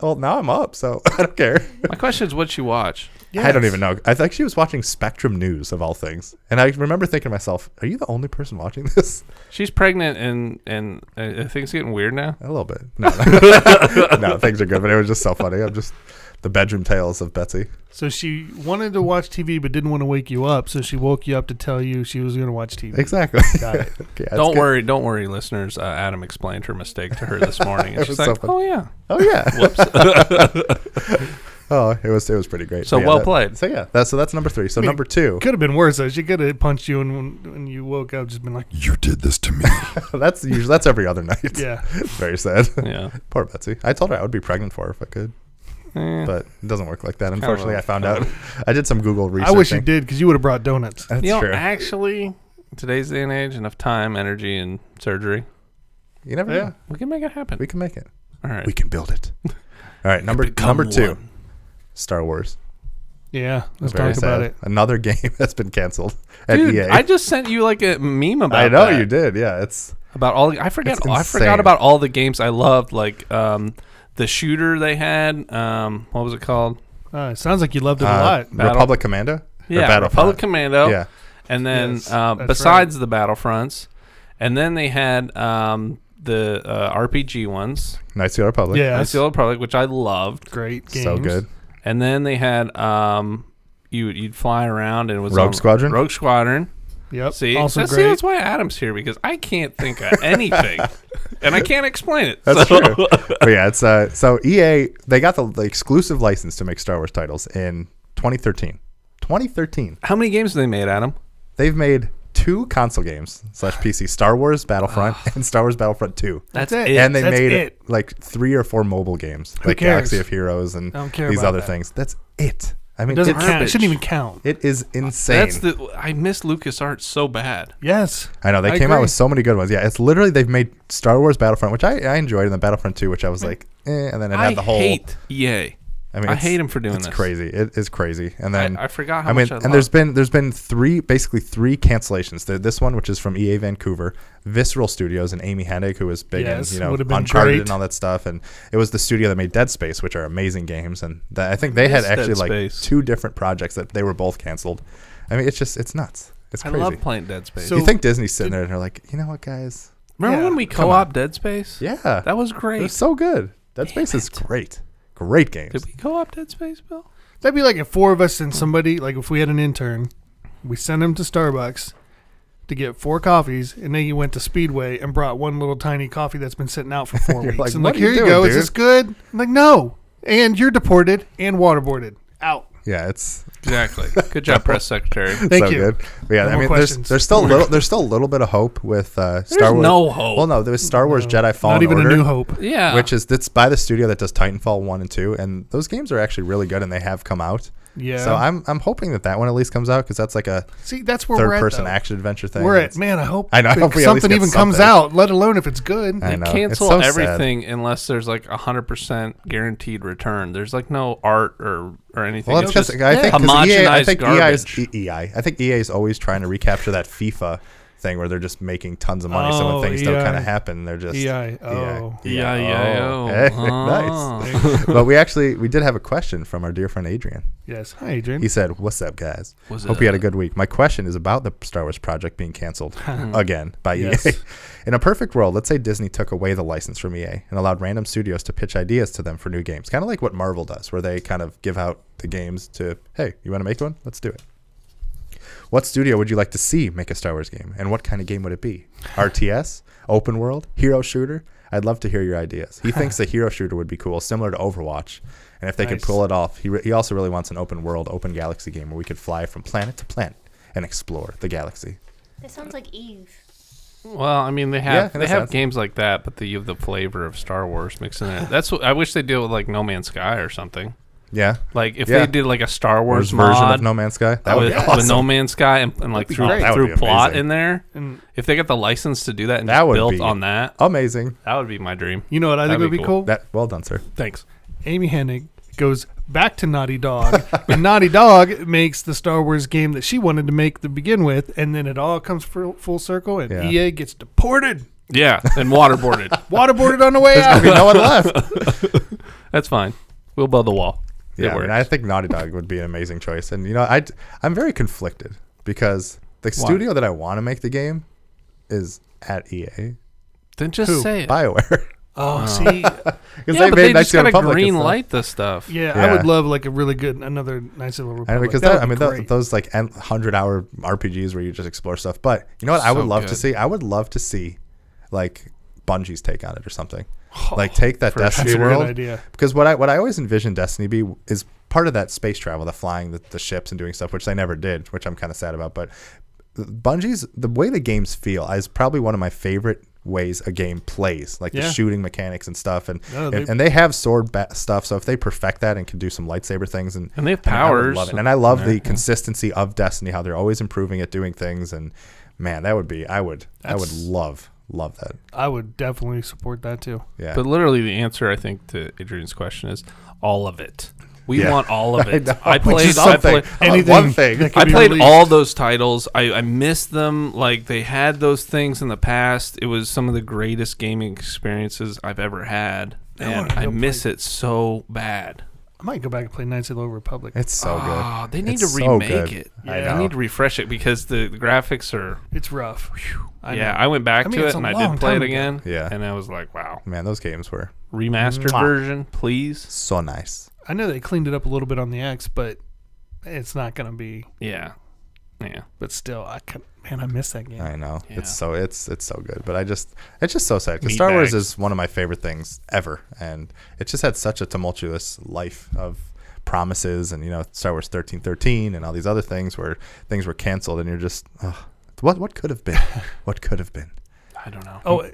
S1: "Well, now I'm up, so I don't care."
S3: My question is, what'd you watch?
S1: I don't even know. I think she was watching Spectrum News of all things, and I remember thinking to myself, "Are you the only person watching this?"
S3: She's pregnant, and and uh, things getting weird now.
S1: A little bit. No, no. No, things are good, but it was just so funny. I'm just the bedroom tales of Betsy.
S2: So she wanted to watch TV but didn't want to wake you up, so she woke you up to tell you she was going to watch TV.
S1: Exactly.
S2: Got it.
S1: Okay, that's
S3: don't
S1: good.
S3: worry, don't worry, listeners. Uh, Adam explained her mistake to her this morning, and
S1: It
S3: she's
S1: was so
S3: like,
S1: funny.
S3: "Oh yeah,
S1: Oh yeah.
S3: whoops."
S1: oh, it was it was pretty great.
S3: So
S1: But yeah,
S3: well
S1: that-
S3: played.
S1: So yeah, that's so that's number three. So
S2: mean,
S1: number two,
S2: Could have been worse. Though. She could have punched you and when, when you woke up, just been like,
S5: You did this to me.
S1: that's usually that's every other night.
S2: "Yeah,
S1: Very sad.
S3: yeah,
S1: Poor Betsy. I told her I would be pregnant for her if I could,
S3: Eh.
S1: but it doesn't work like that. Unfortunately, I
S3: rough.
S1: found out. I did some Google research.
S2: I wish you did because you would have brought donuts."
S1: That's
S3: you know,
S1: true.
S3: actually, today's day and age, enough time, energy, and surgery,
S1: you never
S2: Yeah.
S1: know.
S3: we can make it happen.
S1: We can make it.
S3: All right,
S1: We can build it. All right, number
S3: Become
S1: number two,
S3: one.
S1: Star Wars.
S2: Yeah, let's
S1: Very
S2: talk about
S1: sad.
S2: it.
S1: Another game that's been canceled at
S3: Dude,
S1: EA.
S3: I just sent you like a meme about.
S1: I know
S3: that.
S1: you did. Yeah, it's
S3: about all. I forget.
S1: It's
S3: I
S1: insane.
S3: forgot about all the games I loved, like um, the shooter they had. Um, what was it called?
S2: Uh, it sounds like you loved it a
S1: uh,
S2: lot.
S3: Battle-
S1: Republic Commando. Or
S3: Yeah,
S1: Battlefront.
S3: Republic Commando.
S1: Yeah,
S3: and then
S2: Yes,
S3: uh,
S2: that's
S3: besides the Battlefronts, and then they had um, the uh, RPG ones,
S1: Knights of the Old Republic.
S2: Yeah,
S3: Knights of the Old Republic, which I loved,
S2: great games.
S1: so good.
S3: and then they had um, you you'd fly around and it was
S1: Rogue
S3: on-
S1: Squadron?
S3: Rogue Squadron.
S2: Yep.
S3: See,
S2: also
S3: So see,
S2: great.
S3: that's why Adam's here because I can't think of anything, and I can't explain it.
S1: That's
S3: so.
S1: true. but yeah, it's uh, so EA they got the, the exclusive license to make Star Wars titles in 2013. 2013.
S3: How many games have they made, Adam?
S1: They've made two console games slash PC: Star Wars Battlefront and Star Wars Battlefront Two.
S3: That's
S2: it.
S3: it.
S1: and they
S2: That's
S1: made
S2: it.
S1: like three or four mobile games, like
S2: cares?
S1: Galaxy of Heroes and
S2: I don't care
S1: these
S2: about
S1: other
S2: that.
S1: things. That's it. I mean,
S2: Doesn't
S1: it's,
S2: count. It shouldn't
S3: garbage.
S2: even count.
S1: it is insane.
S3: That's the I miss LucasArts so bad.
S2: Yes.
S1: I know they
S2: I
S1: came out
S2: agree.
S1: with so many good ones. Yeah, it's literally they've made Star Wars Battlefront, which I, I enjoyed, and then Battlefront Two, which I was like, eh, and then it had
S3: I
S1: the whole.
S3: hate E EA.
S1: I mean,
S3: I
S1: it's-
S3: hate 'em for doing
S1: it's
S3: this.
S1: crazy. It is crazy. And
S3: I,
S1: then
S3: I forgot how
S1: I mean,
S3: much I
S1: and there's
S3: loved.
S1: been there's been three basically three cancellations. There, this one, which is from EA Vancouver, Visceral Studios, and Amy Hennig, who was big
S2: Yes,
S1: in you know
S2: would've been
S1: Uncharted
S2: great.
S1: and all that stuff, and it was the studio that made Dead Space, which are amazing games, and that, I think they had
S3: miss
S1: actually
S3: Dead
S1: like
S3: Space.
S1: two different projects that they were both canceled. I mean, it's just it's nuts. It's
S3: I
S1: crazy.
S3: love playing Dead Space.
S2: So-
S1: you think Disney's sitting there and they're like, you know what, guys?
S3: Remember
S2: Yeah,
S3: when we
S1: come
S3: co-op Dead Space?
S1: Yeah,
S3: that was great.
S1: they're so good. Dead Space is great. Great games.
S3: Did we co-op Dead Space, Bill?
S2: That'd be like if four of us and somebody, like if we had an intern, we sent him to Starbucks to get four coffees, and then he went to Speedway and brought one little tiny coffee that's been sitting out for 4 weeks.
S1: like,
S2: and
S1: "What
S2: like,
S1: are
S2: here
S1: you
S2: you
S1: doing,
S2: go. Is
S1: dude?"
S2: this good? I'm like, no. And you're deported and waterboarded. Out.
S1: Yeah, it's
S3: Exactly. Good job, press secretary.
S2: Thank
S1: so
S2: you.
S1: good. But yeah,
S2: No
S1: I
S2: more
S1: mean, there's,
S2: questions.
S1: there's still a little there's still a little bit of hope with uh, Star
S3: There's
S1: Wars.
S3: no hope.
S1: Well, no, there was Star Wars Jedi Fallen
S2: Not even
S1: Order,
S2: a new hope.
S3: Yeah.
S1: which is that's by the studio that does Titanfall one and two, and those games are actually really good, and they have come out.
S2: Yeah.
S1: So I'm I'm hoping that that one at least comes out because that's like a
S2: See, that's where we're
S1: third
S2: at.
S1: person
S2: though.
S1: action adventure thing.
S2: We're at
S1: It's-
S2: man. I hope,
S1: I know, I
S2: that
S1: hope we at least
S2: something
S1: get
S2: even comes
S1: something.
S2: out, let alone if it's good.
S1: I
S3: they
S1: know. It's
S3: cancel
S1: so sad.
S3: everything unless there's like a hundred percent guaranteed return. There's like no art or or anything.
S1: Well, it's just I think 'cause EA, I
S3: homogenized
S1: think
S3: garbage.
S1: EI is, E- EI. I think EA is always trying to recapture that FIFA thing where they're just making tons of money. so
S2: Oh,
S1: when things don't
S2: EI.
S1: kind of happen, they're just E
S2: EI. Oh.
S3: Yeah, yeah, oh.
S1: Hey,
S3: Oh.
S1: nice. but we actually we did have a question from our dear friend Adrian.
S2: Yes. Hi, Adrian.
S1: He said, "What's up, guys?
S3: What's
S1: Hope you had a
S3: up?"
S1: good week. My question is about the Star Wars project being canceled again by EA.
S2: Yes.
S1: In a perfect world, let's say Disney took away the license from EA and allowed random studios to pitch ideas to them for new games, kind of like what Marvel does, where they kind of give out the games to, hey, you want to make one? Let's do it. What studio would you like to see make a Star Wars game, and what kind of game would it be? RTS, open world, hero shooter? I'd love to hear your ideas. He thinks a hero shooter would be cool, similar to Overwatch, and if they could
S2: Nice.
S1: pull it off, he, re- he also really wants an open world, open galaxy game where we could fly from planet to planet and explore the galaxy.
S4: That sounds like Eve.
S3: Well, I mean, they
S1: Yeah, in
S3: have
S1: a
S3: they have
S1: sense.
S3: games like that, but they have the flavor of Star Wars mixed in there. That's what I wish they did with like No Man's Sky or something.
S1: Yeah.
S3: Like if
S1: Yeah.
S3: they did like a Star
S1: Or
S3: Wars
S1: his version
S3: mod
S1: of No Man's Sky. That would
S3: with,
S1: be awesome.
S3: with No Man's Sky and, and like
S2: That'd be
S3: through,
S2: great.
S1: That would be
S3: through plot
S1: amazing.
S3: in there,
S2: And
S3: if they got the license to do that and
S1: That
S3: just
S1: would
S3: built
S1: be-
S3: on that,
S1: amazing.
S3: that would be my dream.
S2: you know what I think would
S3: That'd be
S2: be
S3: cool.
S2: cool?
S1: That well done, sir.
S3: Thanks.
S2: Amy Hennig goes back to Naughty Dog, and Naughty Dog makes the Star Wars game that she wanted to make to begin with, and then it all comes full, full circle, and
S1: Yeah.
S2: EA gets deported,
S3: Yeah, and waterboarded.
S2: waterboarded on the way
S1: There's gonna
S2: out.
S1: be no one left.
S3: That's fine. We'll build the wall. It
S1: yeah, I, mean,
S3: works.
S1: I think Naughty Dog would be an amazing choice. And you know, I I'm very conflicted because the studio that I want to make the game is at EA,
S3: then just
S2: Who?
S3: say it.
S1: BioWare.
S2: Oh, see,
S1: Because
S3: Yeah, but they
S1: Knights
S3: just
S1: of the
S3: gotta
S1: Republic and
S3: green
S1: stuff.
S3: light this stuff.
S2: yeah,
S1: Yeah.
S2: I would love like a really good another nice
S1: I
S2: little republic.
S1: know, because
S2: That
S1: that,
S2: would
S1: I mean,
S2: be
S1: tho-
S2: great.
S1: those like hundred hour RPGs where you just explore stuff. But you know what? I would
S3: So
S1: love to
S3: good.
S1: see. I would love to see, like Bungie's take on it or something. like take that
S3: for sure.
S1: Destiny
S2: Oh, That's a good
S1: world
S2: idea.
S1: because what I what I always envisioned Destiny be is part of that space travel, the flying the, the ships and doing stuff, which they never did, which I'm kind of sad about. But Bungie's the way the games feel is probably one of my favorite ways a game plays, like the
S2: Yeah.
S1: shooting mechanics and stuff, and
S2: No,
S1: and-
S2: they-
S1: and they have sword ba- stuff. So if they perfect that and can do some lightsaber things and
S3: And they have
S1: I would
S3: powers.
S1: love it. And I love the consistency of Destiny, how they're always improving it, doing things, and man, that would be I would I would
S2: That's-
S1: love love that.
S2: I would definitely support that too.
S1: Yeah,
S3: But literally, the answer I think to Adrian's question is all of it. We
S1: Yeah.
S3: want all of
S1: I
S3: it.
S1: know,
S3: I,
S1: Oh, which
S3: played.
S1: is
S3: I
S1: something.
S3: played.
S1: I want
S2: Anything
S1: one thing.
S2: that could
S3: I
S2: be
S3: played
S2: released.
S3: all those titles. I, I missed them. Like they had those things in the past. It was some of the greatest gaming experiences I've ever had, and
S2: wanna
S3: I
S2: go
S3: miss it so bad.
S2: I might go back and play Knights of the Old Republic.
S1: It's so good.
S3: Oh, they need
S1: It's
S3: to
S1: so
S3: remake
S1: good.
S3: it.
S2: I
S3: They
S2: know.
S3: need to refresh it because the, the graphics are.
S2: It's rough. I
S3: yeah,
S2: know.
S3: I went back
S2: I mean,
S3: to it
S2: it's a
S3: and I
S2: long
S3: did play
S2: time
S3: it
S2: ago.
S3: again.
S1: Yeah.
S3: and I was like, wow,
S1: Man, those games were
S3: remastered
S1: Mwah.
S3: version, please.
S1: so nice.
S2: I know they cleaned it up a little bit on the X, but it's not gonna be.
S3: Yeah, yeah.
S2: But still, I can. Man, I miss that game.
S1: I know
S3: Yeah.
S1: it's so it's it's so good, but I just it's just so sad because
S3: Meat
S1: Star Wars
S3: bags.
S1: is one of my favorite things ever, and it just had such a tumultuous life of promises and you know Star Wars thirteen thirteen and all these other things where things were canceled and you're just ugh, what what could have been, what could have been.
S3: I don't know.
S2: Oh,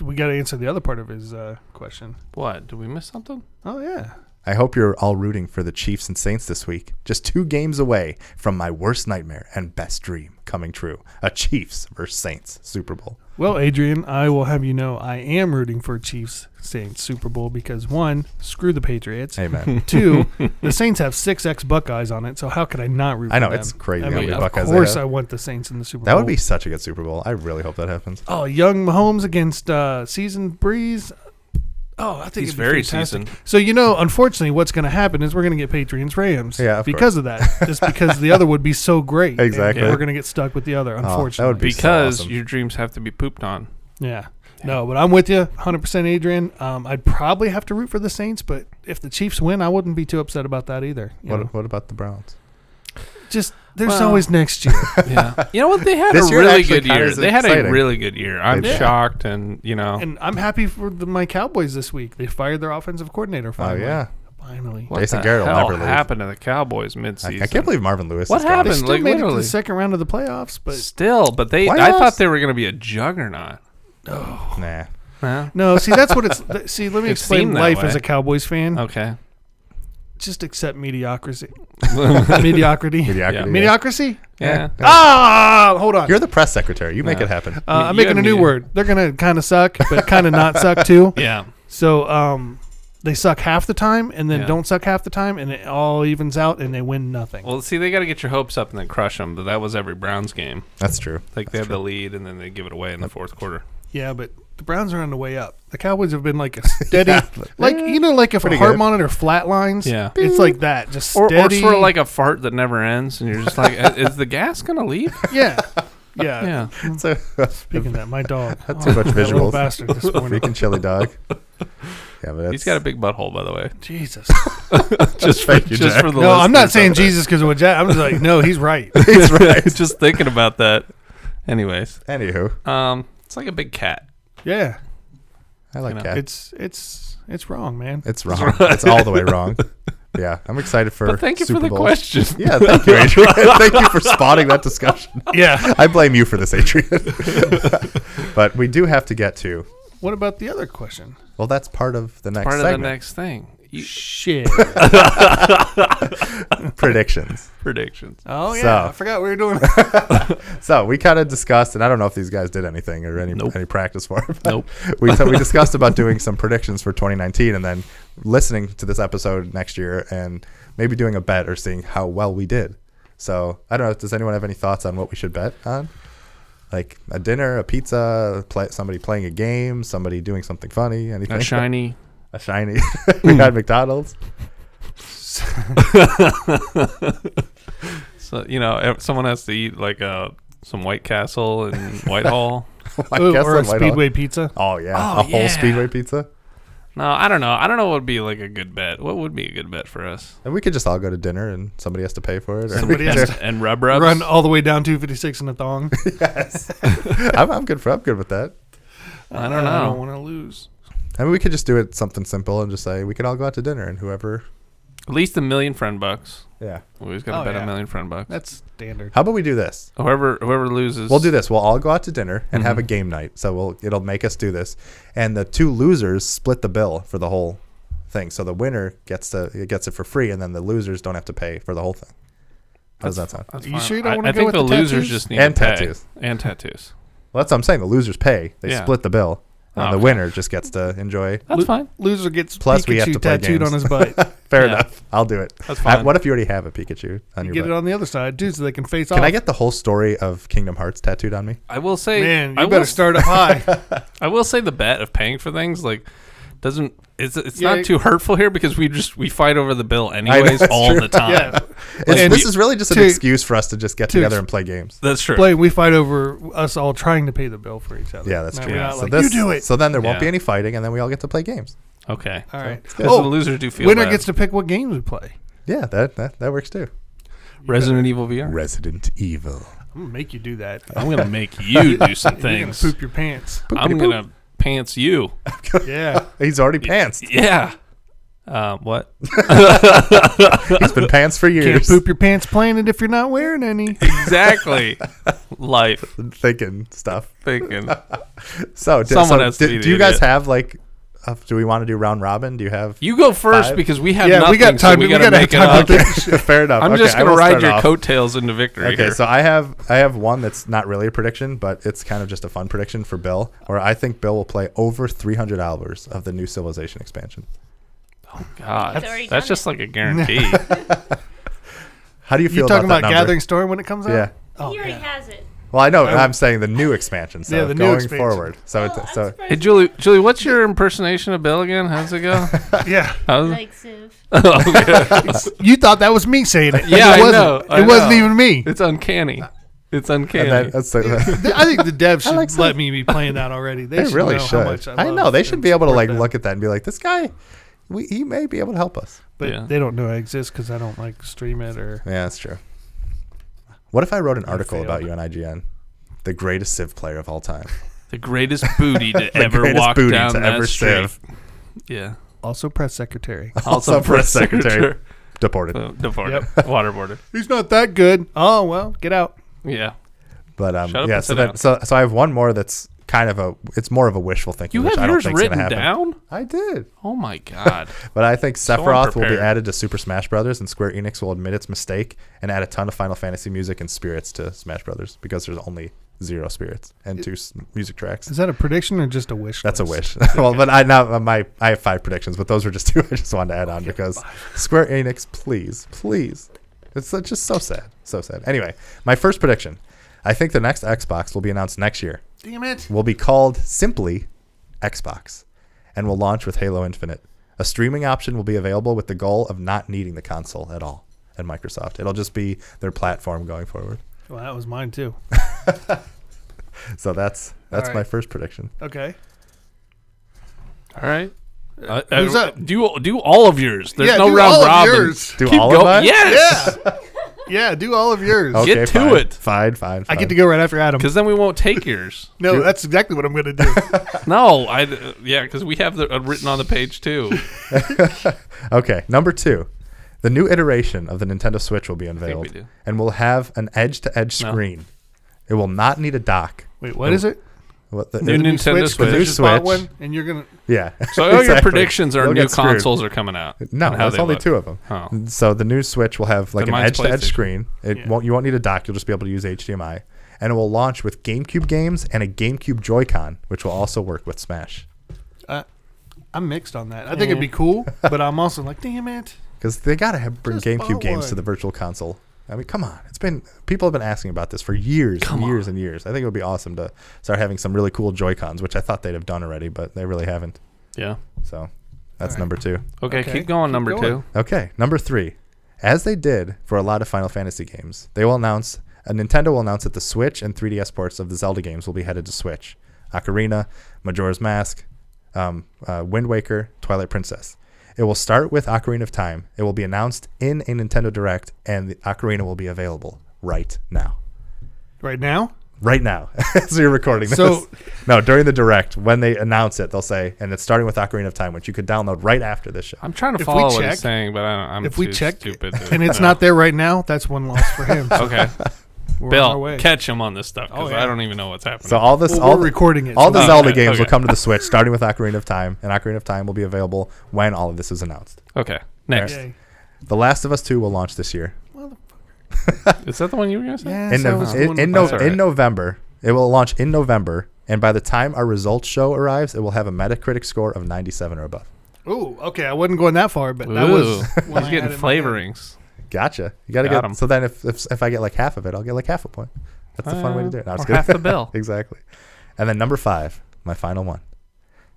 S2: we got to answer the other part of his uh, question.
S3: what? Did we miss something?
S2: Oh yeah,
S1: I hope you're all rooting for the Chiefs and Saints this week. Just two games away from my worst nightmare and best dream coming true: a Chiefs versus Saints Super Bowl.
S2: Well, Adrian, I will have you know I am rooting for Chiefs Saints Super Bowl because one, screw the Patriots.
S1: Amen.
S2: Two, the Saints have six ex Buckeyes on it, so how could I not root?
S1: I know,
S2: for them?
S1: it's crazy
S2: I
S1: how
S2: mean,
S1: many
S2: of
S1: Buckeyes they
S2: course,
S1: have.
S2: I want the Saints in the Super
S1: That
S2: Bowl.
S1: would be such a good Super Bowl. I really hope that happens.
S2: oh, young Mahomes against uh, seasoned Breeze. Oh, I think
S3: He's
S2: it'd be
S3: very
S2: fantastic.
S3: seasoned.
S2: So you know, unfortunately, what's going to happen is we're going to get Patriots Rams.
S1: Yeah, of
S2: because of that, just because the other would be so great. and
S1: Exactly. Oh,
S2: we're going to get stuck with the other.
S1: that would
S2: Unfortunately,
S1: be so
S3: Because
S1: awesome.
S3: your dreams have to be pooped on.
S2: Yeah. No, but I'm with you 100%, Adrian. Um, I'd probably have to root for the Saints, but if the Chiefs win, I wouldn't be too upset about that either. you know.
S1: What, what about the Browns?
S2: Just there's
S3: Well-
S2: always next year.
S3: Yeah. you know what? They had a
S1: This year
S3: really
S1: actually
S3: good
S1: kinda
S3: year.
S1: is
S3: They had a
S1: exciting.
S3: really good year. I'm
S1: did.
S3: shocked, and you know,
S2: and I'm happy for the, my Cowboys this week. They fired their offensive coordinator
S1: Oh
S2: finally.
S1: yeah,
S2: Finally.
S3: what
S1: Jason
S3: the
S1: Garrett will
S3: hell
S1: never leave.
S3: happened to the Cowboys midseason?
S1: I, I can't believe Marvin Lewis.
S3: What
S1: is gone.
S2: They
S3: happened?
S2: still
S3: Like,
S2: made it to
S3: literally.
S2: the second round of the playoffs, but
S3: Still, but they. I
S1: Playoffs?
S3: thought they were going to be a juggernaut.
S1: Nah,
S3: Huh?
S2: no, see, that's what it's. th- See, let me
S3: It
S2: explain
S3: seemed that
S2: life
S3: way.
S2: as a Cowboys fan.
S3: Okay.
S2: Just accept mediocrity.
S1: mediocrity.
S2: mediocrity.
S3: Yeah.
S2: Mediocrity?
S3: Yeah.
S2: Ah, hold on.
S1: You're the press secretary. You make
S3: Nah.
S1: it happen.
S2: Uh,
S3: You-
S2: I'm
S3: you
S2: making a
S3: and
S2: new
S3: me.
S2: word. They're gonna kind of suck, but kind of not suck too.
S3: Yeah.
S2: So um, they suck half the time, and then
S3: Yeah.
S2: don't suck half the time, and it all evens out, and they win nothing.
S3: Well, see, they got to get your hopes up and then crush them. But that was every Browns game.
S1: That's true.
S3: Like they have the lead and then they give it away in the fourth quarter.
S2: yeah, but the Browns are on the way up. The Cowboys have been like a steady, like
S1: Yeah.
S2: you know, like if
S1: Pretty
S2: a heart
S1: good.
S2: monitor flat lines.
S3: Yeah.
S2: it's like that, just
S3: Or, or
S2: steady.
S3: sort of like a fart that never ends, and you're just like, is the gas going to leave?
S2: yeah, yeah.
S3: Yeah.
S1: So
S2: Speaking of that, my dog.
S1: Not too much
S2: that little
S1: visuals.
S2: bastard this morning.
S1: freaking chili dog. Yeah, but that's,
S3: He's got a big butthole, by the way.
S2: Jesus.
S3: Just for,
S1: Thank you,
S3: just
S1: Jack.
S3: for the
S2: No, I'm not
S3: listeners
S2: saying
S3: out there.
S2: Jesus because of what Jack. I'm just like, no, he's right.
S1: He's right.
S3: just thinking about that. Anyways,
S1: Anywho,
S3: um, it's like a big cat.
S2: Yeah,
S1: I like
S3: You know,
S1: cat. It's,
S2: it's it's it's wrong, man.
S1: wrong. it's all the way wrong. Yeah, I'm excited for.
S3: But thank you
S1: Super
S3: for the
S1: Bowls.
S3: question.
S1: Yeah, thank you, Adrian. thank you for spotting that discussion.
S2: Yeah.
S1: I blame you for this, Adrian. but we do have to get to.
S2: What about the other question?
S1: Well, that's part of the next
S3: Part of
S1: segment.
S3: the next thing.
S2: Shit.
S1: predictions.
S3: predictions.
S2: Oh yeah,
S1: So-
S2: I forgot we were doing.
S1: So we kind of discussed, and I don't know if these guys did anything or any
S3: Nope.
S1: any practice for. It, but
S3: Nope.
S1: we so we discussed about doing some predictions for 2019, and then listening to this episode next year, and maybe doing a bet or seeing how well we did. So I don't know. Does anyone have any thoughts on what we should bet on? Like a dinner, a pizza, play, somebody playing a game, somebody doing something funny, anything.
S3: A shiny.
S1: A shiny. we had
S2: Hmm.
S1: McDonald's.
S3: So you know, ev- someone has to eat like uh, some White Castle and Whitehall.
S1: I
S2: Ooh,
S1: guess
S2: or a
S1: that might all-
S2: Speedway pizza.
S1: Oh yeah,
S3: Oh,
S1: a whole
S3: yeah.
S1: Speedway pizza,
S3: No, I don't know. I don't know what would be like a good bet. What would be a good bet for us?
S1: and we could just all go to dinner, and somebody has to pay for it. Or
S2: Somebody has to
S3: And rub rubs.
S2: run all the way down 256 in a thong.
S1: I'm, I'm good for. I'm good with that.
S3: I don't
S2: I
S3: know.
S2: don't want to lose.
S1: I mean, we could just do it something simple and just say we could all go out to dinner and whoever.
S3: At least a million friend bucks.
S1: Yeah.
S3: We always gotta
S2: Oh,
S3: bet
S2: yeah.
S3: a million friend bucks.
S2: That's standard.
S1: How about we do this?
S3: Whoever whoever loses,
S1: We'll do this. We'll all go out to dinner and have a
S3: Mhm.
S1: game night. So we'll it'll make us do this, and the two losers split the bill for the whole thing. So the winner gets to it gets it for free, and then the losers don't have to pay for the whole thing. How does that sound?
S3: That's
S2: You
S3: fine.
S2: sure you don't
S3: I-
S2: wanna
S3: I
S2: go
S3: think
S2: with
S3: the,
S2: the
S3: losers
S2: tattoos?
S3: just need
S1: And
S3: to pay.
S1: tattoos.
S3: and tattoos.
S1: Well, that's what I'm saying. The losers pay. They
S3: Yeah.
S1: split the bill, and
S3: Oh,
S1: the
S3: okay.
S1: winner just gets to enjoy.
S3: That's
S2: Lo-
S3: fine.
S2: Loser gets
S1: Plus,
S2: Pikachu
S1: we have to play
S2: tattooed
S1: games.
S2: on his butt.
S1: Fair
S3: Yeah.
S1: enough. I'll do it.
S3: That's
S1: I-
S3: fine.
S1: what if you already have a Pikachu on
S2: you
S1: your
S2: get
S1: butt?
S2: it on the other side, dude, so they can face off.
S1: Can I get the whole story of Kingdom Hearts tattooed on me?
S3: I will say,
S2: Man, you
S3: I
S2: better
S3: will,
S2: start up high.
S3: I will say the bet of paying for things like doesn't. It's it's
S2: Yeah,
S3: not
S2: you-
S3: too hurtful here because we just we fight over the bill
S1: know,
S3: anyways
S1: that's
S3: all
S1: true.
S3: the time.
S2: yeah.
S1: It's-
S3: And
S1: this
S3: you-
S1: is really just an
S2: to-
S1: excuse for us to just get
S2: to-
S1: together and play games.
S3: That's true.
S2: Blame, we fight over us all trying to pay the bill for each other.
S1: Yeah, that's
S2: No,
S1: true.
S2: we're not
S1: so
S2: like,
S1: this,
S2: you do it.
S1: So then there won't be
S3: Yeah.
S1: any fighting, and then we all get to play games.
S3: Okay.
S2: all right.
S1: That's
S3: Oh, the
S2: Oh,
S3: losers do feel
S2: winner
S3: bad.
S2: gets to pick what games we play.
S1: Yeah, that that, that works too.
S3: Resident Evil VR.
S1: Resident Evil.
S2: I'm gonna make you do that.
S1: Uh,
S3: I'm gonna make you do some
S2: You're gonna
S3: things.
S2: poop your pants.
S3: I'm gonna pants you.
S2: yeah.
S1: He's already pants.
S3: Yeah. Um, what?
S1: He's been pants for
S2: Can't
S1: years.
S2: poop your pants playing it if you're not wearing any.
S3: Exactly. Life
S1: Thinking stuff.
S3: thinking.
S1: So, d-
S3: Someone
S1: so
S3: has to
S1: d-
S3: be the
S1: do you guys
S3: idiot.
S1: have like? Uh, do we want to do round robin? Do you have?
S3: You go first
S1: Five.
S3: because we have
S2: Yeah,
S3: nothing.
S2: we got time.
S3: So we,
S2: We
S3: gotta
S2: gotta
S3: make
S2: have time
S3: it
S2: to
S3: up.
S2: think.
S1: Fair enough.
S3: I'm
S1: Okay,
S3: just
S1: I
S3: gonna
S1: will
S3: ride
S1: start
S3: your
S1: off.
S3: coattails into victory.
S1: Okay,
S3: here.
S1: so I have I have one that's not really a prediction, but it's kind of just a fun prediction for Bill, where I think Bill will play over 300 hours of the new Civilization expansion.
S3: God,
S4: He's
S3: that's,
S4: already done
S3: just like a guarantee.
S1: How do you feel
S2: You talking
S1: about, that
S2: about,
S1: number?
S2: Gathering Storm when it comes out?
S1: Yeah.
S2: Oh,
S4: he already
S2: yeah.
S4: has it.
S1: Well, I know
S2: I'm-
S1: I'm saying the new expansion, so
S2: Yeah, the new
S1: going
S2: expansion.
S1: forward. So
S4: Oh, I'm
S1: it's, uh, so
S4: surprised
S3: hey,
S4: he
S3: Julie, Julie, what's your impersonation of Bill again? How's it go?
S2: yeah.
S3: How's, Oh,
S4: likes it.
S2: You thought that was me saying it.
S3: Yeah,
S2: it
S3: I
S2: wasn't.
S3: know, I
S2: it wasn't
S3: know.
S2: even me.
S3: it's uncanny. It's
S1: and
S3: uncanny.
S1: that, that's so,
S2: I think the devs should
S1: like
S2: let me be playing that already. They,
S1: they
S2: should
S1: really
S2: know
S1: should.
S2: How much I,
S1: I,
S2: love
S1: know they
S2: and
S1: should be able to
S2: support
S1: like
S2: them.
S1: look at that and be like, this guy, we, he may be able to help us.
S2: but
S3: Yeah.
S2: they don't know I exist because I don't like stream it or.
S1: Yeah, that's true. What if I wrote an article
S2: failed.
S1: about you on IGN? The greatest Civ player of all time.
S3: the greatest booty to
S1: The
S3: ever
S1: greatest
S3: walk
S1: booty
S3: down
S1: to
S3: that
S1: ever
S3: street.
S1: Civ.
S3: Yeah.
S2: Also, press secretary.
S1: Also press secretary. Deported.
S3: So, Deported.
S2: Yep.
S3: Waterboarded.
S2: He's not that good. Oh well, get out.
S3: Yeah.
S1: But um,
S3: Shut up
S1: yeah,
S3: and
S1: so
S3: sit
S1: that,
S3: down.
S1: so so I have one more that's kind of a it's more of a wishful thinking.
S3: You
S1: which I
S3: have
S1: don't
S3: yours
S1: think's gonna happen.
S3: written down?
S1: I did,
S3: Oh my God.
S1: but I think Sephiroth will be
S3: unprepared.
S1: added to Super Smash Brothers, and Square Enix will admit its mistake and add a ton of Final Fantasy music and spirits to Smash Brothers because there's only zero spirits and two s- music tracks.
S2: Is that a prediction or just a wish?
S1: That's a
S2: list?
S1: wish. well, but I now uh, my I have five predictions, but those were just two I just wanted to add on because Square Enix, please, please, it's so- just so sad, so sad. Anyway, my first prediction, I think the next Xbox will be announced next year.
S2: Damn it!
S1: will be called simply Xbox and will launch with Halo Infinite. A streaming option will be available with the goal of not needing the console at all at Microsoft. It'll just be their platform going forward.
S2: Well, that was mine too.
S1: So that's that's
S2: All right.
S1: my first prediction.
S2: Okay.
S3: All right. Uh,
S2: Who's
S3: uh,
S2: up?
S3: Do do all of yours. There's
S2: Yeah,
S3: no
S2: do
S3: round
S2: all of
S3: robin.
S2: yours.
S1: Do
S3: Keep
S1: all
S3: going.
S1: of mine?
S3: Yes.
S2: Yeah, do all of yours.
S1: Okay,
S3: Get to
S1: fine.
S3: it.
S1: Fine, fine,
S2: I get to
S1: fine.
S2: go right after Adam.
S3: Because then we won't take yours.
S2: No,
S1: do-
S2: that's exactly what I'm gonna do.
S3: No, I uh, yeah, because we have the uh, written on the page too.
S1: Okay, number two. The new iteration of the Nintendo Switch will be
S3: we
S1: unveiled
S3: do.
S1: and will have an edge to edge
S3: No.
S1: screen. It will not need a dock.
S3: Oh.
S2: Wait, what is it?
S1: What the,
S3: New Nintendo Switch,
S1: the new
S3: just bought one.
S1: Switch.
S2: And you're gonna
S1: Yeah.
S3: So all your
S1: exactly.
S3: predictions are
S1: They'll
S3: new
S1: get screwed.
S3: consoles are coming out.
S1: No,
S3: and how
S1: there's
S3: they
S1: only
S3: look.
S1: two of them.
S3: Oh.
S1: So the new Switch will have like
S3: Then
S1: an
S3: mine's
S1: edge-to-edge
S3: PlayStation.
S1: screen. It
S2: Yeah.
S1: won't. You won't need a dock. You'll just be able to use HDMI, and it will launch with GameCube games and a GameCube Joy-Con, which will also work with Smash.
S2: I I'm mixed on that. I think it'd be cool, but I'm also like, damn it.
S1: Because they gotta have, bring
S2: Just
S1: GameCube
S2: bought
S1: games
S2: one.
S1: to the Virtual Console. I mean, come on. It's been people have been asking about this for years,
S3: Come
S1: and years,
S3: on.
S1: and years. I think it would be awesome to start having some really cool Joy Cons, which I thought they'd have done already, but they really haven't.
S3: Yeah.
S1: So that's
S2: Alright.
S1: number two.
S3: Okay,
S2: Okay,
S3: keep going.
S2: keep
S3: number
S2: going.
S3: two.
S1: Okay, number three. As they did for a lot of Final Fantasy games, they will announce, uh, Nintendo will announce that the Switch and 3DS ports of the Zelda games will be headed to Switch. Ocarina, Majora's Mask, um, uh, Wind Waker, Twilight Princess. It will start with Ocarina of Time. It will be announced in a Nintendo Direct, and the Ocarina will be available right now.
S2: Right now?
S1: Right now, as you're recording this.
S2: So-
S1: no, during the Direct, when they announce it, they'll say, and it's starting with Ocarina of Time, which you could download right after this show.
S3: I'm trying to
S2: If we
S3: follow what
S2: check-
S3: he's saying, but I don't, I'm
S2: if we
S3: too
S2: check
S3: stupid. to-
S2: And it's
S3: no.
S2: not there right now, that's one loss for him. So
S3: Okay,
S2: we're on our
S3: Bill,
S2: way.
S3: catch him on this stuff because
S2: Oh, yeah.
S3: I don't even know what's happening.
S1: So all this,
S2: Well,
S1: all
S2: we're
S1: the-
S2: recording it,
S1: All
S2: so
S1: the
S3: we-
S1: Zelda
S3: Okay,
S1: games will
S3: okay.
S1: come to the Switch, starting with Ocarina of Time, and Ocarina of Time will be available when all of this is announced.
S3: okay, next.
S2: Yay.
S1: The Last of Us Two will launch this year
S3: Is that the one you were gonna say?
S2: Yeah,
S1: in,
S2: so
S1: Nov-
S2: it's the
S1: in,
S2: one
S1: in,
S2: with
S1: Nov-
S3: That's all
S1: in
S3: right.
S1: November. It will launch in November, and by the time our results show arrives, it will have a Metacritic score of 97 or above.
S2: Ooh, okay. I wasn't going that far, but that
S3: Ooh,
S2: was one
S3: he's
S2: I
S3: getting
S2: had in my head.
S3: flavorings.
S1: Gotcha. You gotta
S3: Got
S1: get
S3: 'em.
S1: so then if, if if I get like half of it, I'll get like half a point. That's the fun way to do it. No,
S3: Uh,
S1: I'm just
S3: or half
S1: kidding.
S3: the bill.
S1: exactly. And then number five, my final one.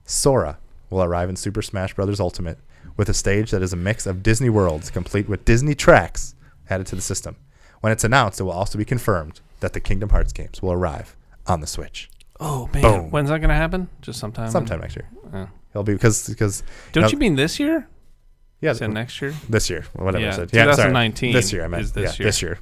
S1: Sora will arrive in Super Smash Bros. Ultimate with a stage that is a mix of Disney worlds, complete with Disney tracks added to the system. When it's announced, it will also be confirmed that the Kingdom Hearts games will arrive on the Switch
S3: Oh man,
S1: Boom.
S3: when's that gonna happen? Just sometime.
S1: sometime next year.
S3: Yeah.
S1: It'll be because because
S3: Oh. Don't
S1: know-
S3: you mean this year?
S1: yeah
S3: Is that next year?
S1: this year whatever I
S3: Yeah,
S1: said. sorry.
S3: 2019
S1: this year I meant
S3: is this
S1: yeah,
S3: year.
S1: this year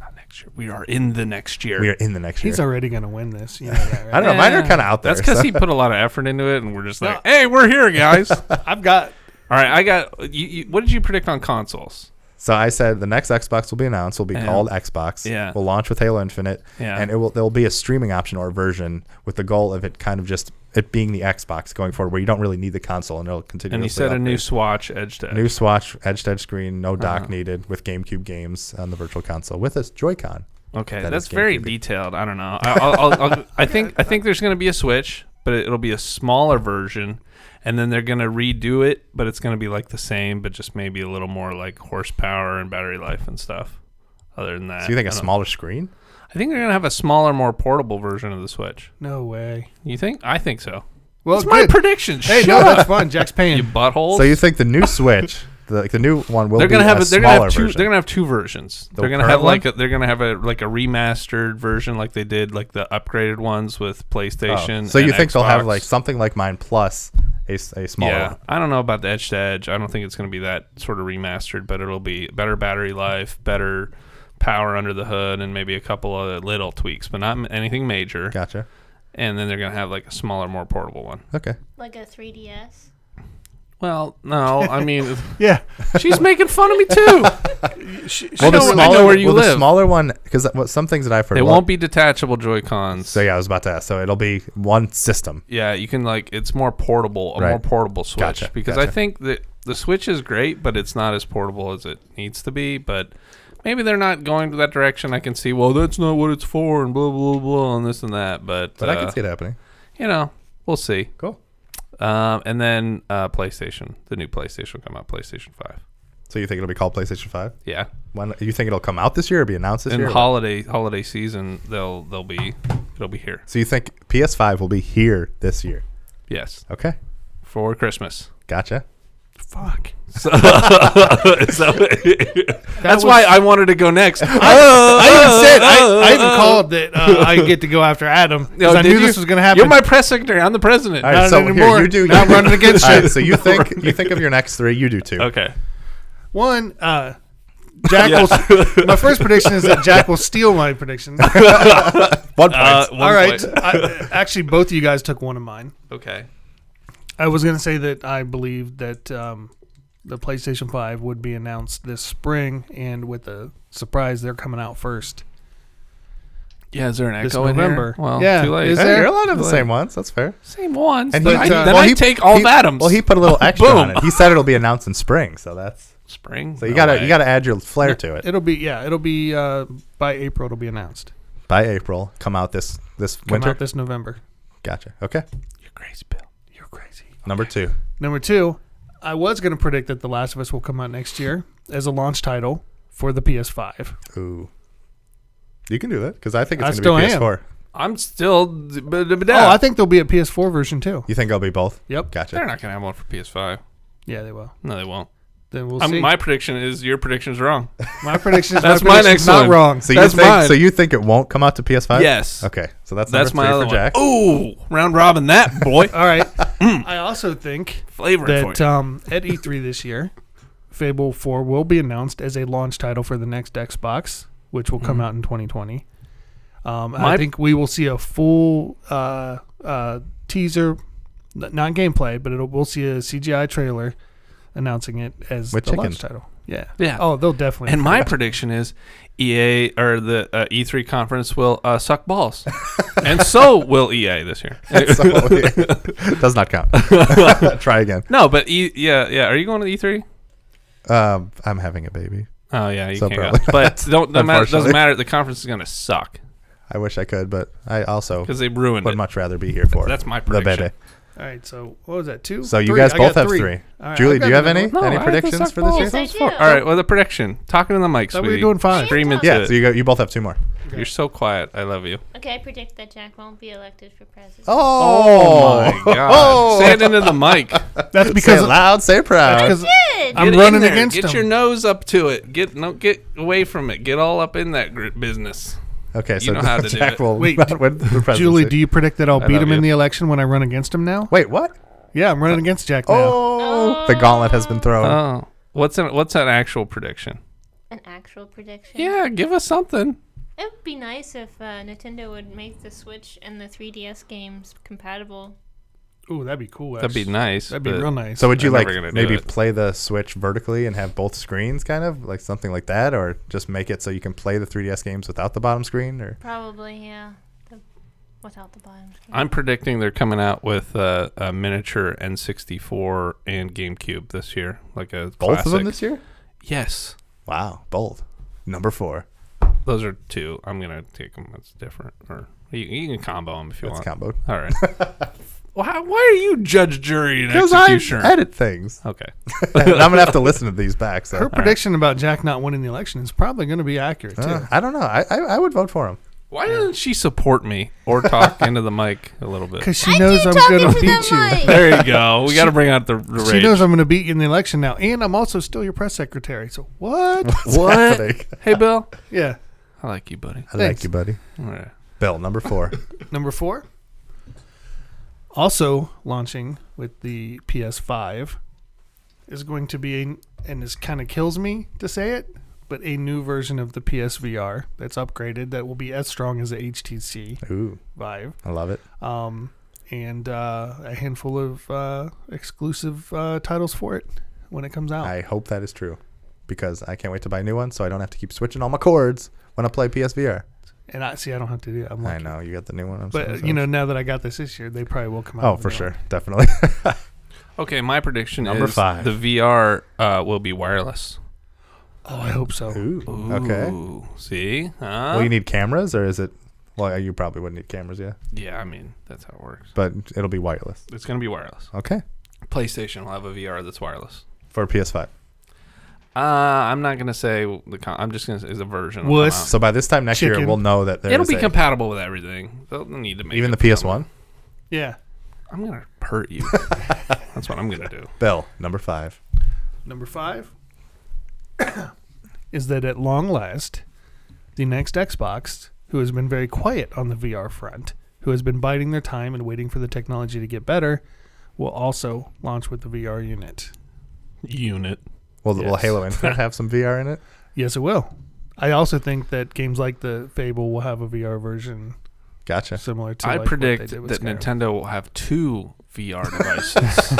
S3: Not next year. We are in the next year.
S1: we are in the next year.
S2: He's already going to win this. You know that, right?
S1: I don't know. Mine are
S3: Yeah.
S1: kind of out there.
S3: That's because
S1: so-
S3: he put a lot of effort into it, and we're just like,
S2: No.
S3: "Hey, we're here, guys." All
S2: I've got
S3: right, I got. You, you, what did you predict on consoles?
S1: So I said the next Xbox will be announced. Will be
S3: Yeah.
S1: called Xbox.
S3: Yeah.
S1: Will launch with Halo Infinite.
S3: Yeah.
S1: And it will there will be a streaming option or a version with the goal of it kind of just it being the Xbox going forward, where you don't really need the console and it'll continue.
S3: And you said a new Swatch Edge to Edge.
S1: new Swatch edge to edge screen, no dock
S3: Uh-huh.
S1: needed with GameCube games on the Virtual Console with a Joy-Con.
S3: Okay,
S1: that
S3: that's
S1: is
S3: very
S1: GameCube.
S3: detailed. I don't know. I, I'll, I'll, I'll, I think I think there's going to be a Switch, but it, it'll be a smaller version, and then they're going to redo it, but it's going to be like the same, but just maybe a little more like horsepower and battery life and stuff. Other than that,
S1: So you think
S3: I
S1: a
S3: don't-
S1: smaller screen?
S3: I think they're going to have a smaller, more portable version of the Switch.
S2: no way.
S3: You think? I think so.
S2: Well,
S3: That's my
S2: good.
S3: prediction.
S2: Hey,
S3: Shut
S2: no,
S3: up,
S2: that's fun. Jack's
S3: you
S2: paying.
S3: buttholes.
S1: So you think the new Switch, the, like the new one, will
S3: they're
S1: be
S3: gonna have
S1: a
S3: a,
S1: smaller
S3: they're gonna have two
S1: version?
S3: they're gonna have two versions.
S1: The
S3: they're gonna
S1: current
S3: have like a, they're gonna have a like a remastered version like they did like the upgraded ones with
S1: Oh.
S3: PlayStation.
S1: So you
S3: and
S1: think they'll have
S3: Xbox.
S1: like something like mine plus a, s- a smaller
S3: yeah?
S1: one?
S3: I don't know about the edge to edge. I don't think it's gonna be that sort of remastered, but it'll be better battery life, better power under the hood, and maybe a couple of little tweaks, but not m- anything major.
S1: Gotcha.
S3: And then they're gonna have like a smaller, more portable one.
S1: Okay.
S4: Like a 3DS.
S3: Well, no, I mean,
S2: Yeah.
S3: she's making fun of me too.
S1: Well, the
S3: know- I
S1: smaller,
S3: know where you
S1: well, the
S3: live.
S1: smaller one, because some things that I've heard.
S3: They
S1: well,
S3: won't be detachable Joy Cons.
S1: So yeah, I was about to ask. So it'll be one system.
S3: Yeah, you can like it's more portable, a
S1: Right.
S3: more portable Switch
S1: Gotcha,
S3: because I
S1: gotcha.
S3: think that the Switch is great, but it's not as portable as it needs to be. But maybe they're not going to that direction. I can see, well, that's not what it's for, and blah blah blah, and this and that. But,
S1: But I
S3: uh,
S1: can see it happening.
S3: you know, we'll see.
S1: Cool.
S3: Um, and then uh, PlayStation, the new PlayStation will come out, PlayStation Five.
S1: So you think it'll be called PlayStation Five?
S3: Yeah,
S1: When you think it'll come out this year or be announced this
S3: in
S1: year? or what?
S3: holiday holiday season, they'll they'll be it'll be here.
S1: so you think PS Five will be here this year?
S3: Yes,
S1: Okay,
S3: for Christmas.
S1: gotcha.
S2: Fuck.
S3: So, is that what- that's why I wanted to go next. Oh,
S2: I even said I, I even called that uh, I get to go after Adam because I knew this was going to happen.
S3: You're my press secretary. I'm the president.
S1: All right,
S2: Not
S1: so
S2: anymore.
S1: here you do.
S2: Now I'm running against
S1: All right,
S2: you.
S1: so you think you think of your next three? You do too.
S3: Okay.
S2: One, uh, Jack will. my first prediction is that Jack will steal my prediction.
S1: One point.
S3: Uh, one
S2: All right.
S3: point.
S2: I, actually, both of you guys took one of mine.
S3: Okay.
S2: I was going to say that I believe that um, the PlayStation 5 would be announced this spring, and with a surprise, they're coming out first.
S3: Yeah, is there an
S2: This
S3: echo in
S2: November.
S3: here? Well,
S2: Yeah,
S3: too late.
S2: is
S1: Hey,
S2: there-
S1: you're allowed to have the
S3: Like-
S1: same ones. That's fair.
S3: Same ones.
S1: And
S3: but
S1: he,
S3: I,
S1: uh,
S3: then
S1: well,
S3: I
S1: he-
S3: take all
S1: he-
S3: of Adams.
S1: Well, he put a little extra on
S3: Boom.
S1: it. He said it'll be announced in spring, so that's
S3: spring.
S1: so you
S3: No
S1: gotta
S3: way.
S1: you gotta add your flair to it.
S2: It'll be yeah. It'll be uh, by April. It'll be announced.
S1: By April, come out this this
S2: Come
S1: winter.
S2: out this November.
S1: Gotcha. Okay,
S3: You're crazy, Bill.
S2: You're crazy.
S1: number two.
S2: Number two, I was going to predict that The Last of Us will come out next year as a launch title for the PS5.
S1: Ooh, you can do that because I think
S2: I
S1: it's
S2: still
S1: gonna
S2: am.
S1: be PS4.
S3: I'm still. But, but,
S2: Oh, I think there'll be a PS4 version too.
S1: You think I'll be both?
S2: Yep.
S1: Gotcha.
S3: they're not gonna have one for PS5.
S2: Yeah, they will.
S3: No, they won't.
S2: Then we'll see.
S3: I'm, Um, my prediction is your prediction is wrong.
S2: my prediction is
S3: That's
S2: my,
S3: my
S2: prediction's
S3: next
S2: not
S3: one.
S2: wrong.
S1: So
S3: That's
S1: you think
S3: mine.
S1: so you think it won't come out to PS5?
S3: yes.
S1: Okay, so that's
S3: That's
S1: number
S3: my
S1: three
S3: other
S1: for Jack.
S3: one. Oh. Ooh, round robin that boy.
S2: All right. I also think
S3: Flavor for
S2: that
S3: you.
S2: um, at E3 this year, Fable 4 will be announced as a launch title for the next Xbox, which will
S1: Hmm.
S2: come out in 2020. Um, I
S3: My-
S2: think we will see a full uh, uh, teaser, n- not gameplay, but it'll, we'll see a CGI trailer announcing it as
S1: With
S2: the launch
S1: chickens.
S2: title. Yeah.
S3: Yeah.
S2: Oh, they'll definitely.
S3: And my prediction is EA or the uh, E3 conference will uh, suck balls, and so will EA this year.
S1: So, yeah. Does not count. Try again.
S3: No, but e- yeah, yeah. Are you going to E3?
S1: Um, I'm having a baby.
S3: Oh yeah, you
S1: So
S3: can't
S1: probably
S3: go. But don't doesn't matter.
S1: Unfortunately.
S3: Doesn't matter. The conference is gonna suck
S1: I wish I could, but I also
S3: because they ruined
S1: would
S3: it.
S1: much rather be here for
S3: That's my
S1: the
S3: prediction.
S1: baby.
S2: All right. So, what was that? Two?
S1: So you
S2: Three.
S1: guys
S2: I
S1: both
S2: got
S1: have three.
S2: All right,
S1: Julie,
S2: I've
S1: do you
S2: got
S1: have
S2: another
S1: any
S2: one.
S3: No,
S1: any
S3: I think they
S1: predictions
S3: suck
S1: for this
S3: balls.
S1: year?
S4: Yes, I
S3: Four.
S4: do.
S3: All right. Well, the prediction. Talking to the mic,
S2: Thought
S3: sweetie.
S2: we were doing five.
S3: Stream into
S1: Yeah,
S3: it.
S1: so you go, you both have two more.
S3: You're so quiet. I love you.
S4: Okay, I predict that Jack won't be elected for president.
S1: Oh,
S3: my God. Say it into the mic.
S2: That's
S1: Say
S2: because
S1: it loud, say it proud.
S2: because
S4: Good.
S2: I'm
S3: Get in
S2: running
S3: there.
S2: against
S3: Get
S2: him.
S3: your nose up to it. Get no, get away from it. Get all up in that gr- business.
S1: Okay, so
S3: know how to do
S1: Jack
S3: it.
S1: will
S2: Wait,
S1: not
S2: do-
S1: win the presidency.
S2: Julie, do you predict that I'll beat
S3: love
S2: him in
S3: you.
S2: the election when I run against him now?
S1: Wait, what?
S2: Yeah, I'm running against Jack now.
S1: Uh, Oh, the gauntlet has been thrown.
S3: Oh, what's an what's an actual prediction?
S4: An actual prediction.
S3: Yeah, give us something.
S4: It would be nice if uh, Nintendo would make the Switch and the 3DS games compatible.
S2: Ooh, that'd be cool.
S3: That'd be
S2: actually.
S3: nice.
S2: That'd be
S3: but-
S2: real nice.
S1: so would you like
S3: I'm never gonna do
S1: maybe
S3: it.
S1: play the Switch vertically and have both screens, kind of like something like that, or just make it so you can play the 3DS games without the bottom screen, or
S4: Probably, yeah. The, without the bottom screen.
S3: I'm predicting they're coming out with uh, a miniature N64 and GameCube this year, like a
S1: both of them
S3: classic.
S1: this year?
S3: Yes,
S1: Wow, bold. Number four.
S3: those are two. I'm gonna take them. That's different. Or you, you can combo them if you
S1: That's
S3: want.
S1: combo.
S3: All right. why, why are you judge, jury, and
S1: Because I
S3: executioner?
S1: edit things,
S3: okay.
S1: and I'm gonna have to listen to these back. So
S2: Her prediction about Jack not winning the election is probably going to be accurate too.
S3: Ah.
S1: Uh, I don't know. I, I I would vote for him.
S3: Why doesn't she support me or talk into the mic a little bit?
S2: Because she knows I'm going to beat you.
S3: There you go. We got to bring out the, the
S2: She
S3: rage.
S2: knows I'm going to beat you in the election now, and I'm also still your press secretary. So what?
S1: What's
S3: What?
S1: happening?
S3: hey, Bill.
S2: yeah.
S3: I like you, buddy.
S1: I like
S2: Thanks.
S1: you, buddy.
S3: All right.
S1: Bill, number four.
S2: Number four. Also launching with the PS5 is going to be a, and this kind of kills me to say it, but a new version of the PSVR that's upgraded that will be as strong as the HTC
S1: Ooh,
S2: Vive.
S1: I love it.
S2: um, and uh, a handful of uh, exclusive uh, titles for it when it comes out.
S1: I hope that is true, because I can't wait to buy a new one, so I don't have to keep switching all my cords when I play PSVR.
S2: and I see, I don't have to do that. I'm
S1: I
S2: like,
S1: know you got the new one. I'm
S2: but
S1: so
S2: uh,
S1: excited.
S2: you know, now that I got this this year, they probably will come out.
S1: Oh,
S2: with
S1: for
S2: a new
S1: sure,
S2: one.
S1: definitely.
S3: Okay, my prediction
S1: Number
S3: is
S1: five.
S3: the VR uh, will be wireless.
S2: Oh, I hope so.
S1: Ooh, okay.
S3: Ooh, See? Huh?
S1: Well, you need cameras, or is it? Well, you probably wouldn't need cameras, yeah.
S3: yeah, I mean, that's how it works.
S1: But it'll be wireless.
S3: It's going to be wireless.
S1: Okay,
S3: PlayStation will have a VR that's wireless.
S1: for PS5.
S3: Uh, I'm not going to say the con- I'm just going to say it's a version. that'll
S2: Wuss.
S3: come out.
S1: So by this time next year,
S2: Chicken.
S1: we'll know that there
S3: Oh. It'll
S1: is
S3: be
S1: a-
S3: compatible with everything. They'll need to make
S1: even
S3: it
S1: the PS1.
S2: Yeah.
S3: I'm going to hurt you. that's what I'm going to do.
S1: Bill, number five.
S2: Number five is that at long last, the next Xbox, who has been very quiet on the VR front, who has been biding their time and waiting for the technology to get better, will also launch with the VR unit.
S3: Unit.
S1: Will, will
S3: Yes.
S1: Halo Infinite have some VR in it?
S2: Yes, it will. I also think that games like the Fable will have a VR version
S1: Gotcha.
S2: similar to.
S3: I
S2: like, what they
S3: predict
S2: did with
S3: that
S2: Skyrim.
S3: Nintendo will have two VR devices.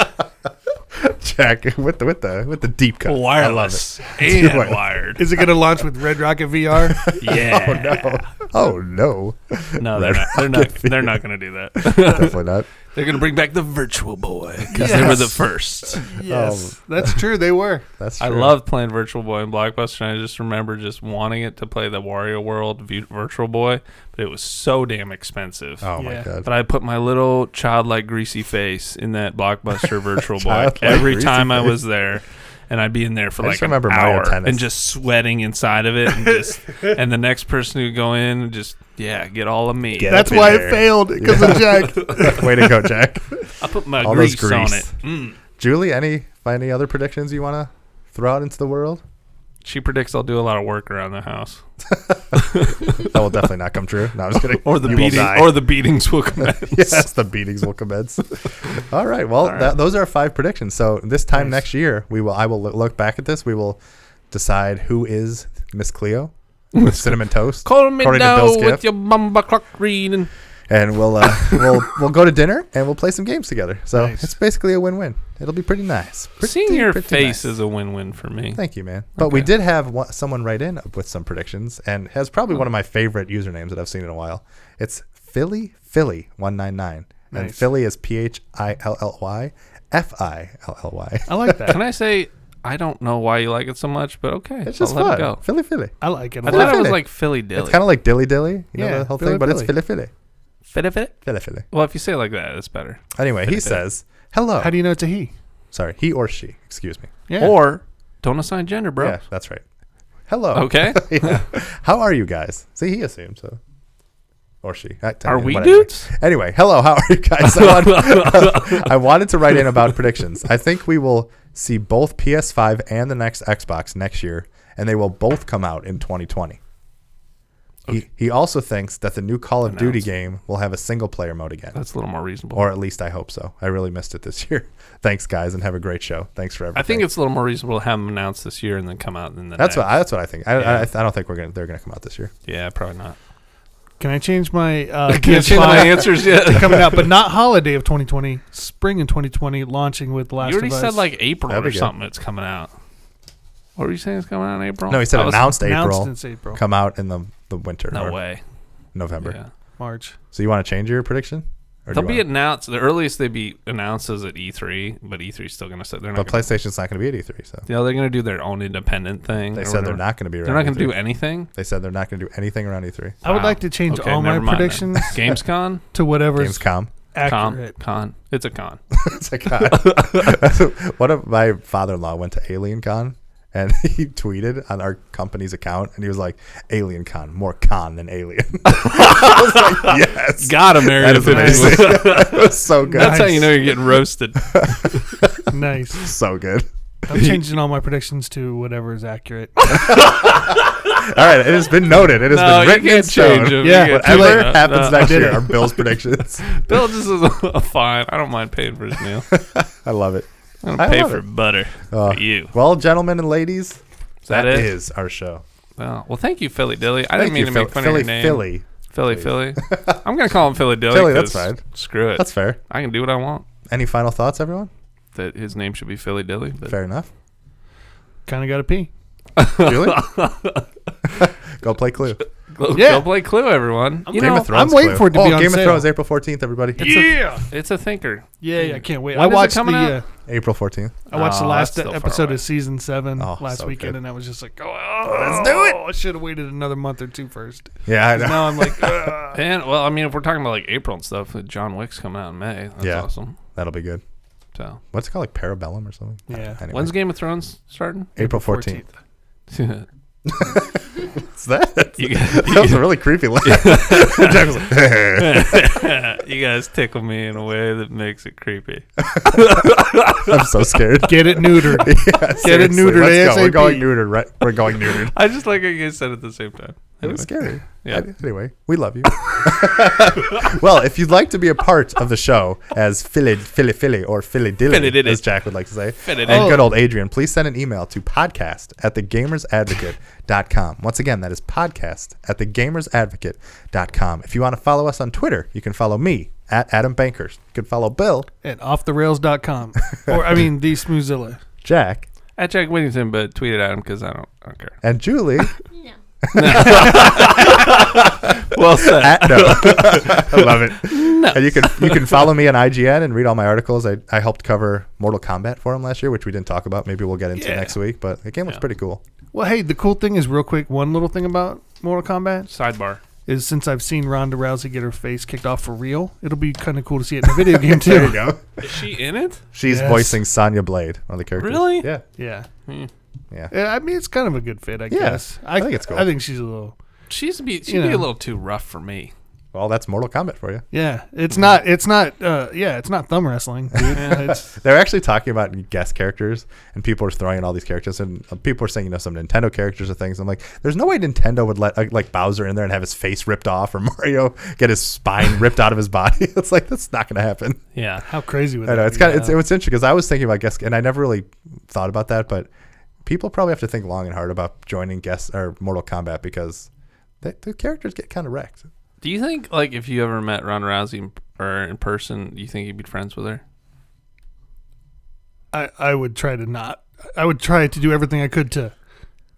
S1: Jack with the with the with the deep cut. I love it.
S3: Wireless and
S1: Dude, wait.
S3: wired.
S2: Is it going to launch with Red Rocket VR?
S3: Yeah.
S1: Oh no,
S3: no. they're not. They're not. They're not going to do that.
S1: definitely not.
S3: they're going to bring back the Virtual Boy because they were the first. Oh.
S2: yes, that's true. They were.
S1: That's
S3: I
S1: true.
S3: love playing Virtual Boy in Blockbuster. And I just remember just wanting it to play the Wario World v- Virtual Boy, but it was so damn expensive.
S1: Oh my
S2: Yeah.
S1: god.
S3: But I put my little childlike greasy face in that Blockbuster Virtual Boy
S1: Childlike
S3: every
S1: greasy
S3: time I
S1: face.
S3: was there. And I'd be in there for
S1: I
S3: like
S1: just
S3: an
S1: remember Mario
S3: hour
S1: Tennis.
S3: and just sweating inside of it, and, just, and the next person who go in and just yeah, get all of me.
S1: Get
S2: That's
S1: up in
S2: why
S1: there.
S2: it failed because of Jack.
S1: Way to go, Jack.
S3: I put my
S1: All those
S3: grease, on it.
S1: grease.
S3: Mm.
S1: Julie, any any other predictions you want to throw out into the world?
S3: She predicts I'll do a lot of work around the house,
S1: That will definitely not come true. No, I'm just kidding.
S3: or the
S1: You will
S3: beating,
S1: die.
S3: or the beatings will commence.
S1: yes, the beatings will commence. All right. Well, That, those are our five predictions. So this time
S3: Nice.
S1: next year, we will. I will loo- look back at this. We will decide who is Miss Cleo with cinnamon toast.
S3: Call me
S1: According to
S3: now
S1: Bill's
S3: with
S1: gift.
S3: your bumba clock reading.
S1: and we'll uh, we'll we'll go to dinner and we'll play some games together. So
S2: Nice.
S1: it's basically a win-win. It'll be pretty nice. Pretty,
S3: Seeing your
S1: pretty nice.
S3: face is a win-win for me.
S1: Thank you, man. But we
S3: Okay.
S1: did have one, someone write in with some predictions and has probably
S3: Hmm.
S1: one of my favorite usernames that I've seen in a while. It's Philly Philly one nine nine, and
S2: Nice.
S1: Philly is P H I L L Y F I L L Y.
S2: I like that.
S3: Can I say I don't know why you like it so much, but okay,
S1: It's just
S3: I'll
S1: fun.
S3: let it go.
S1: Philly Philly.
S2: I like it. A
S3: I
S2: lot.
S3: thought it was
S1: Philly.
S3: like Philly dilly.
S1: It's kind of like dilly dilly, you know
S2: Yeah,
S1: the whole
S2: Philly
S1: thing, but it's
S2: Philly.
S1: Philly Philly.
S3: Philly, Philly.
S1: Philly Philly.
S3: Well, if you say it like that, it's better.
S1: Anyway, he
S3: Philly.
S1: says hello.
S2: How do you know it's a he?
S1: Sorry, he or she. Excuse me.
S2: Yeah.
S3: Or don't assign gender, bro.
S1: Yeah, that's right. Hello.
S3: Okay.
S1: yeah. How are you guys? See, he assumed so. Or she. I-
S3: Are we
S1: whatever.
S3: dudes?
S1: Anyway, hello. How are you guys? I, want- I wanted to write in about predictions. I think we will see both PS5 and the next Xbox next year, and they will both come out in 2020. He, he also thinks that the new Call of Duty
S3: Announced.
S1: game will have a single player mode again.
S3: That's a little more reasonable.
S1: or at least I hope so. I really missed it this year. Thanks, guys, and have a great show. Thanks for everything.
S3: I think it's a little more reasonable to have them announced this year and then come out in the
S1: that's
S3: next.
S1: what I, that's what I think. I, I,
S3: Yeah.
S1: I don't think we're gonna they're gonna come out this year.
S3: yeah, probably not.
S2: Can I change my uh,
S3: Can't change my
S2: PS5
S3: answers yet. you
S2: coming out, but not holiday of 2020, spring in 2020, launching with Last
S3: already
S2: of Us.
S3: said like April
S1: That'd
S3: or
S1: be good.
S3: something. It's coming out. What were you saying? It's coming out in April.
S1: No, he said
S3: I was-
S1: announced
S2: announced
S1: April.
S2: since April,
S1: come out in the, the winter
S3: No
S1: or
S3: way.
S1: November.
S3: Yeah.
S2: March.
S1: So you want to change your prediction? Or do
S3: They'll
S1: you
S3: be
S1: wanna-
S3: announced. The earliest they be announced is at E3, but E3's still going to sit. They're not.
S1: but
S3: Gonna,
S1: PlayStation's not going to be at E3, so
S3: yeah, they're going to do their own independent thing.
S1: they
S3: or
S1: said
S3: whatever.
S1: they're not going to be.
S3: They're
S1: around
S3: not going to
S1: E3.
S3: do anything.
S1: They said they're not going to do anything around E E3.
S2: I would
S3: Wow.
S2: like to change
S3: Okay,
S2: all my
S3: never mind then.
S2: predictions
S3: Gamescon,
S2: to whatever's
S1: Gamescom.
S3: con,
S2: accurate.
S3: con. It's a con.
S1: it's like God. One of my father-in-law went to Alien Con. And he tweeted on our company's account, and he was like, "Alien Con, more con than alien." I was like, "Yes,
S3: Gotta marry
S1: that
S3: the
S1: is
S3: 50
S1: amazing. it was so good,
S3: That's how
S2: Nice.
S3: you know you're getting roasted.
S2: nice.
S1: so good."
S2: I'm changing all my predictions to whatever is accurate.
S1: All right, it has been noted. It has
S3: no,
S1: been
S3: you
S1: written in
S3: can't change
S1: stone.
S3: them.
S2: Yeah,
S3: You can't
S1: Whatever
S3: change them.
S1: happens
S3: No.
S1: next year are Bill's predictions.
S3: Bill just is a, fine. I don't mind paying for his meal.
S1: I love it.
S3: I'm
S1: I
S3: gonna pay
S1: love
S3: for
S1: it.
S3: butter
S1: Uh,
S3: for you.
S1: Well, gentlemen and ladies,
S3: Is that,
S1: that
S3: it?
S1: is our show.
S3: Well, well, thank you, Philly Dilly. I
S1: Thank
S3: didn't mean
S1: you,
S3: to
S1: Phil-
S3: make fun
S1: Philly,
S3: of your name.
S1: Philly.
S3: Philly, Philly. I'm gonna call him Philly Dilly.
S1: Philly, that's
S3: 'cause
S1: fine.
S3: Screw it.
S1: That's fair.
S3: I can do what I want.
S1: Any final thoughts, everyone?
S3: That his name should be Philly Dilly. But
S1: Fair enough.
S2: kind of got to pee.
S1: Julie, go play Clue.
S3: go,
S2: Yeah.
S3: go play Clue, everyone. you
S1: Game
S3: know,
S1: of Thrones.
S2: I'm waiting
S1: Clue.
S2: for it to
S1: oh,
S2: be on
S1: Game of
S2: sale.
S1: Thrones, April 14th, everybody.
S2: Yeah,
S3: it's a thinker.
S2: yeah, yeah. I can't wait.
S3: When
S2: I
S3: is it
S2: watched the.
S3: coming out?
S2: Uh,
S1: April 14th.
S2: I watched the
S3: Oh,
S2: last
S3: that's so far
S2: episode
S3: away.
S2: of season seven
S1: Oh,
S2: last
S1: so
S2: weekend,
S1: good.
S2: and I was just like, "Oh, let's do it!" I should have waited another month or two first.
S1: Yeah, I
S2: 'Cause
S1: know.
S2: Now I'm like, "Ugh."
S3: And well, I mean, if we're talking about like April and stuff, uh, John Wick's coming out in May. That's
S1: Yeah.
S3: awesome.
S1: That'll be good.
S3: So
S1: What's it called? Like Parabellum or something?
S2: yeah.
S1: Anyway,
S3: when's Game of Thrones starting?
S1: April 14th.
S3: you
S1: What's that?
S3: You-
S1: that was a really creepy laugh. Jack was like,
S3: guys tickle me in a way that makes it creepy.
S1: I'm so scared.
S2: Get it neutered.
S1: Yeah, seriously,
S2: neutered
S1: let's go. We're
S2: ASAP.
S1: going neutered. Right? We're going neutered.
S3: I just like how you guys said it at the same time.
S1: It was scary.
S3: Yeah.
S1: An- Anyway, we love you. well, if you'd like to be a part of the show as Philly Philly Philly or Philly
S3: Philly
S1: Dilly,
S3: Dilly.
S1: as Jack would like to say,
S3: Philly
S1: and
S3: Dilly.
S1: good old Adrian, please send an email to podcast at thegamersadvocate.com. Once again, that is podcast at thegamersadvocate.com. If you want to follow us on Twitter, you can follow me at Adam Bankers. You can follow Bill,
S2: at offtherails.com. or, I mean, the Smoozilla.
S1: Jack,
S3: At Jack Whittington, but tweet it at him because I don't, I don't care.
S1: and Julie.
S4: No.
S3: Well said.
S1: at, no. I love it. And you can you can follow me on IGN and read all my articles. I, I helped cover Mortal Kombat for him last year, which we didn't talk about. Maybe we'll get into
S3: Yeah.
S1: next week. But the game looks
S3: Yeah.
S1: pretty cool.
S2: Well, hey, the cool thing is, real quick, one little thing about Mortal Kombat
S3: Sidebar.
S2: is since I've seen Ronda Rousey get her face kicked off for real, it'll be kind of cool to see it in a video game, too.
S1: go.
S3: Is she in it?
S1: She's
S2: Yes.
S1: voicing Sonya Blade, one of the characters.
S3: Really?
S1: Yeah.
S2: Yeah.
S3: Hmm.
S1: Yeah.
S2: Yeah, I mean, it's kind of a good fit, I guess.
S1: I think it's cool.
S2: I think she's a little.
S3: She's be, she'd
S2: You
S3: be a
S2: know.
S3: little too rough for me.
S1: Well, that's Mortal Kombat for you.
S2: Yeah,
S1: Mm-hmm.
S2: it's not. It's not. Uh, yeah, it's not thumb wrestling, dude. It's-
S1: They're actually talking about guest characters, and people are throwing in all these characters, and uh, people are saying, you know, some Nintendo characters or things. I'm like, there's no way Nintendo would let uh, like Bowser in there and have his face ripped off, or Mario get his spine ripped out of his body. It's like that's not going to happen.
S3: Yeah.
S2: how crazy would
S1: I
S2: that
S1: know it's
S2: be?
S1: kind of it's, it was interesting because I was thinking about guest, and I never really thought about that, but people probably have to think long and hard about joining guest or Mortal Kombat because they, the characters get kind of wrecked.
S3: Do you think, like, if you ever met Ron Rousey in, or in person, do you think you'd be friends with her?
S2: I, I would try to not. I would try to do everything I could to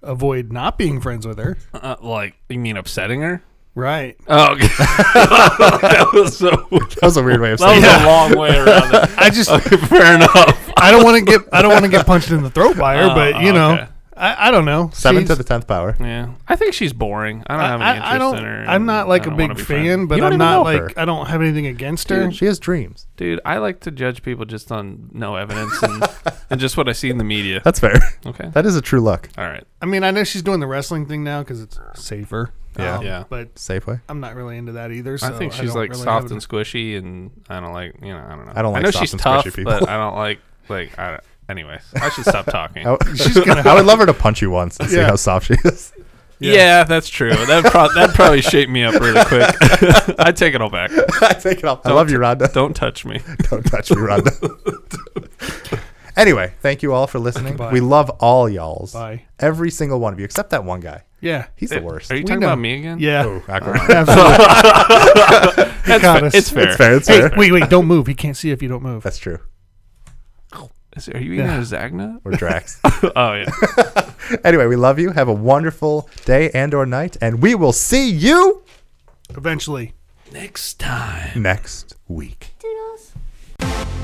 S2: avoid not being friends with her.
S3: Uh, like, you mean upsetting her?
S2: Right.
S3: Oh, okay. that was so. That
S1: That was a weird way of
S3: was
S1: saying it.
S3: a long way around. That.
S2: I just.
S3: Okay, fair enough.
S2: I don't want to get. I don't want to get punched in the throat by her.
S3: Oh,
S2: but you
S3: oh,
S2: know,
S3: okay.
S2: I, I don't know.
S1: Seven to
S2: She's-
S1: the tenth power.
S3: Yeah, I think she's boring. I don't have any
S2: I,
S3: interest
S2: I, I don't.
S3: in her.
S2: I'm
S3: and
S2: not like
S3: I
S2: a
S3: don't wanna
S2: big
S3: be
S2: fan,
S3: friends.
S1: You
S2: but
S1: don't
S2: I'm
S1: even
S2: not
S1: know her.
S2: like. I don't have anything against her.
S1: Dude, she has dreams.
S3: Dude, I like to judge people just on no evidence and, and just what I see in the media.
S1: That's fair.
S3: Okay.
S1: That is a true look.
S3: All right.
S2: I mean, I know she's doing the wrestling thing now because it's safer.
S1: Yeah.
S3: Yeah.
S2: But
S1: Safeway.
S2: I'm not really into that either. So
S3: I think she's
S2: don't
S3: like
S2: really have
S3: soft
S2: an-
S3: and squishy, and I don't like, you know, I don't know.
S1: I don't like
S3: know
S1: soft
S3: she's
S1: and
S3: tough,
S1: squishy people.
S3: but I don't like, like, I don't, anyways, I should stop talking.
S1: I, I would love her to punch you once and see
S2: Yeah.
S1: how soft she is.
S3: yeah. that's true. That pro- that probably shaped me up really quick. I take it all back.
S1: I take it off. I
S3: Don't-
S1: love you, Rhonda.
S3: Don't touch me.
S1: Don't touch me, Rhonda. anyway, thank you all for listening.
S2: Bye.
S1: We love all y'alls.
S2: Bye.
S1: Every single one of you, except that one guy.
S2: Yeah.
S1: He's the worst.
S3: Are you
S2: We
S3: talking
S2: know.
S3: about me again?
S2: Yeah.
S1: Oh, awkward.
S2: Absolutely.
S3: That's
S2: got
S3: fa-
S2: us.
S3: It's fair.
S1: it's fair. It's
S2: hey,
S1: fair.
S2: wait, wait! Don't move. He can't see if you don't move.
S1: That's true.
S3: Is- are you eating
S2: Yeah.
S3: a Zagna?
S1: We're Drax.
S3: oh, yeah.
S1: anyway, we love you. Have a wonderful day and or night, and we will see you
S2: Eventually.
S3: Next time.
S1: next week.
S4: Doodles.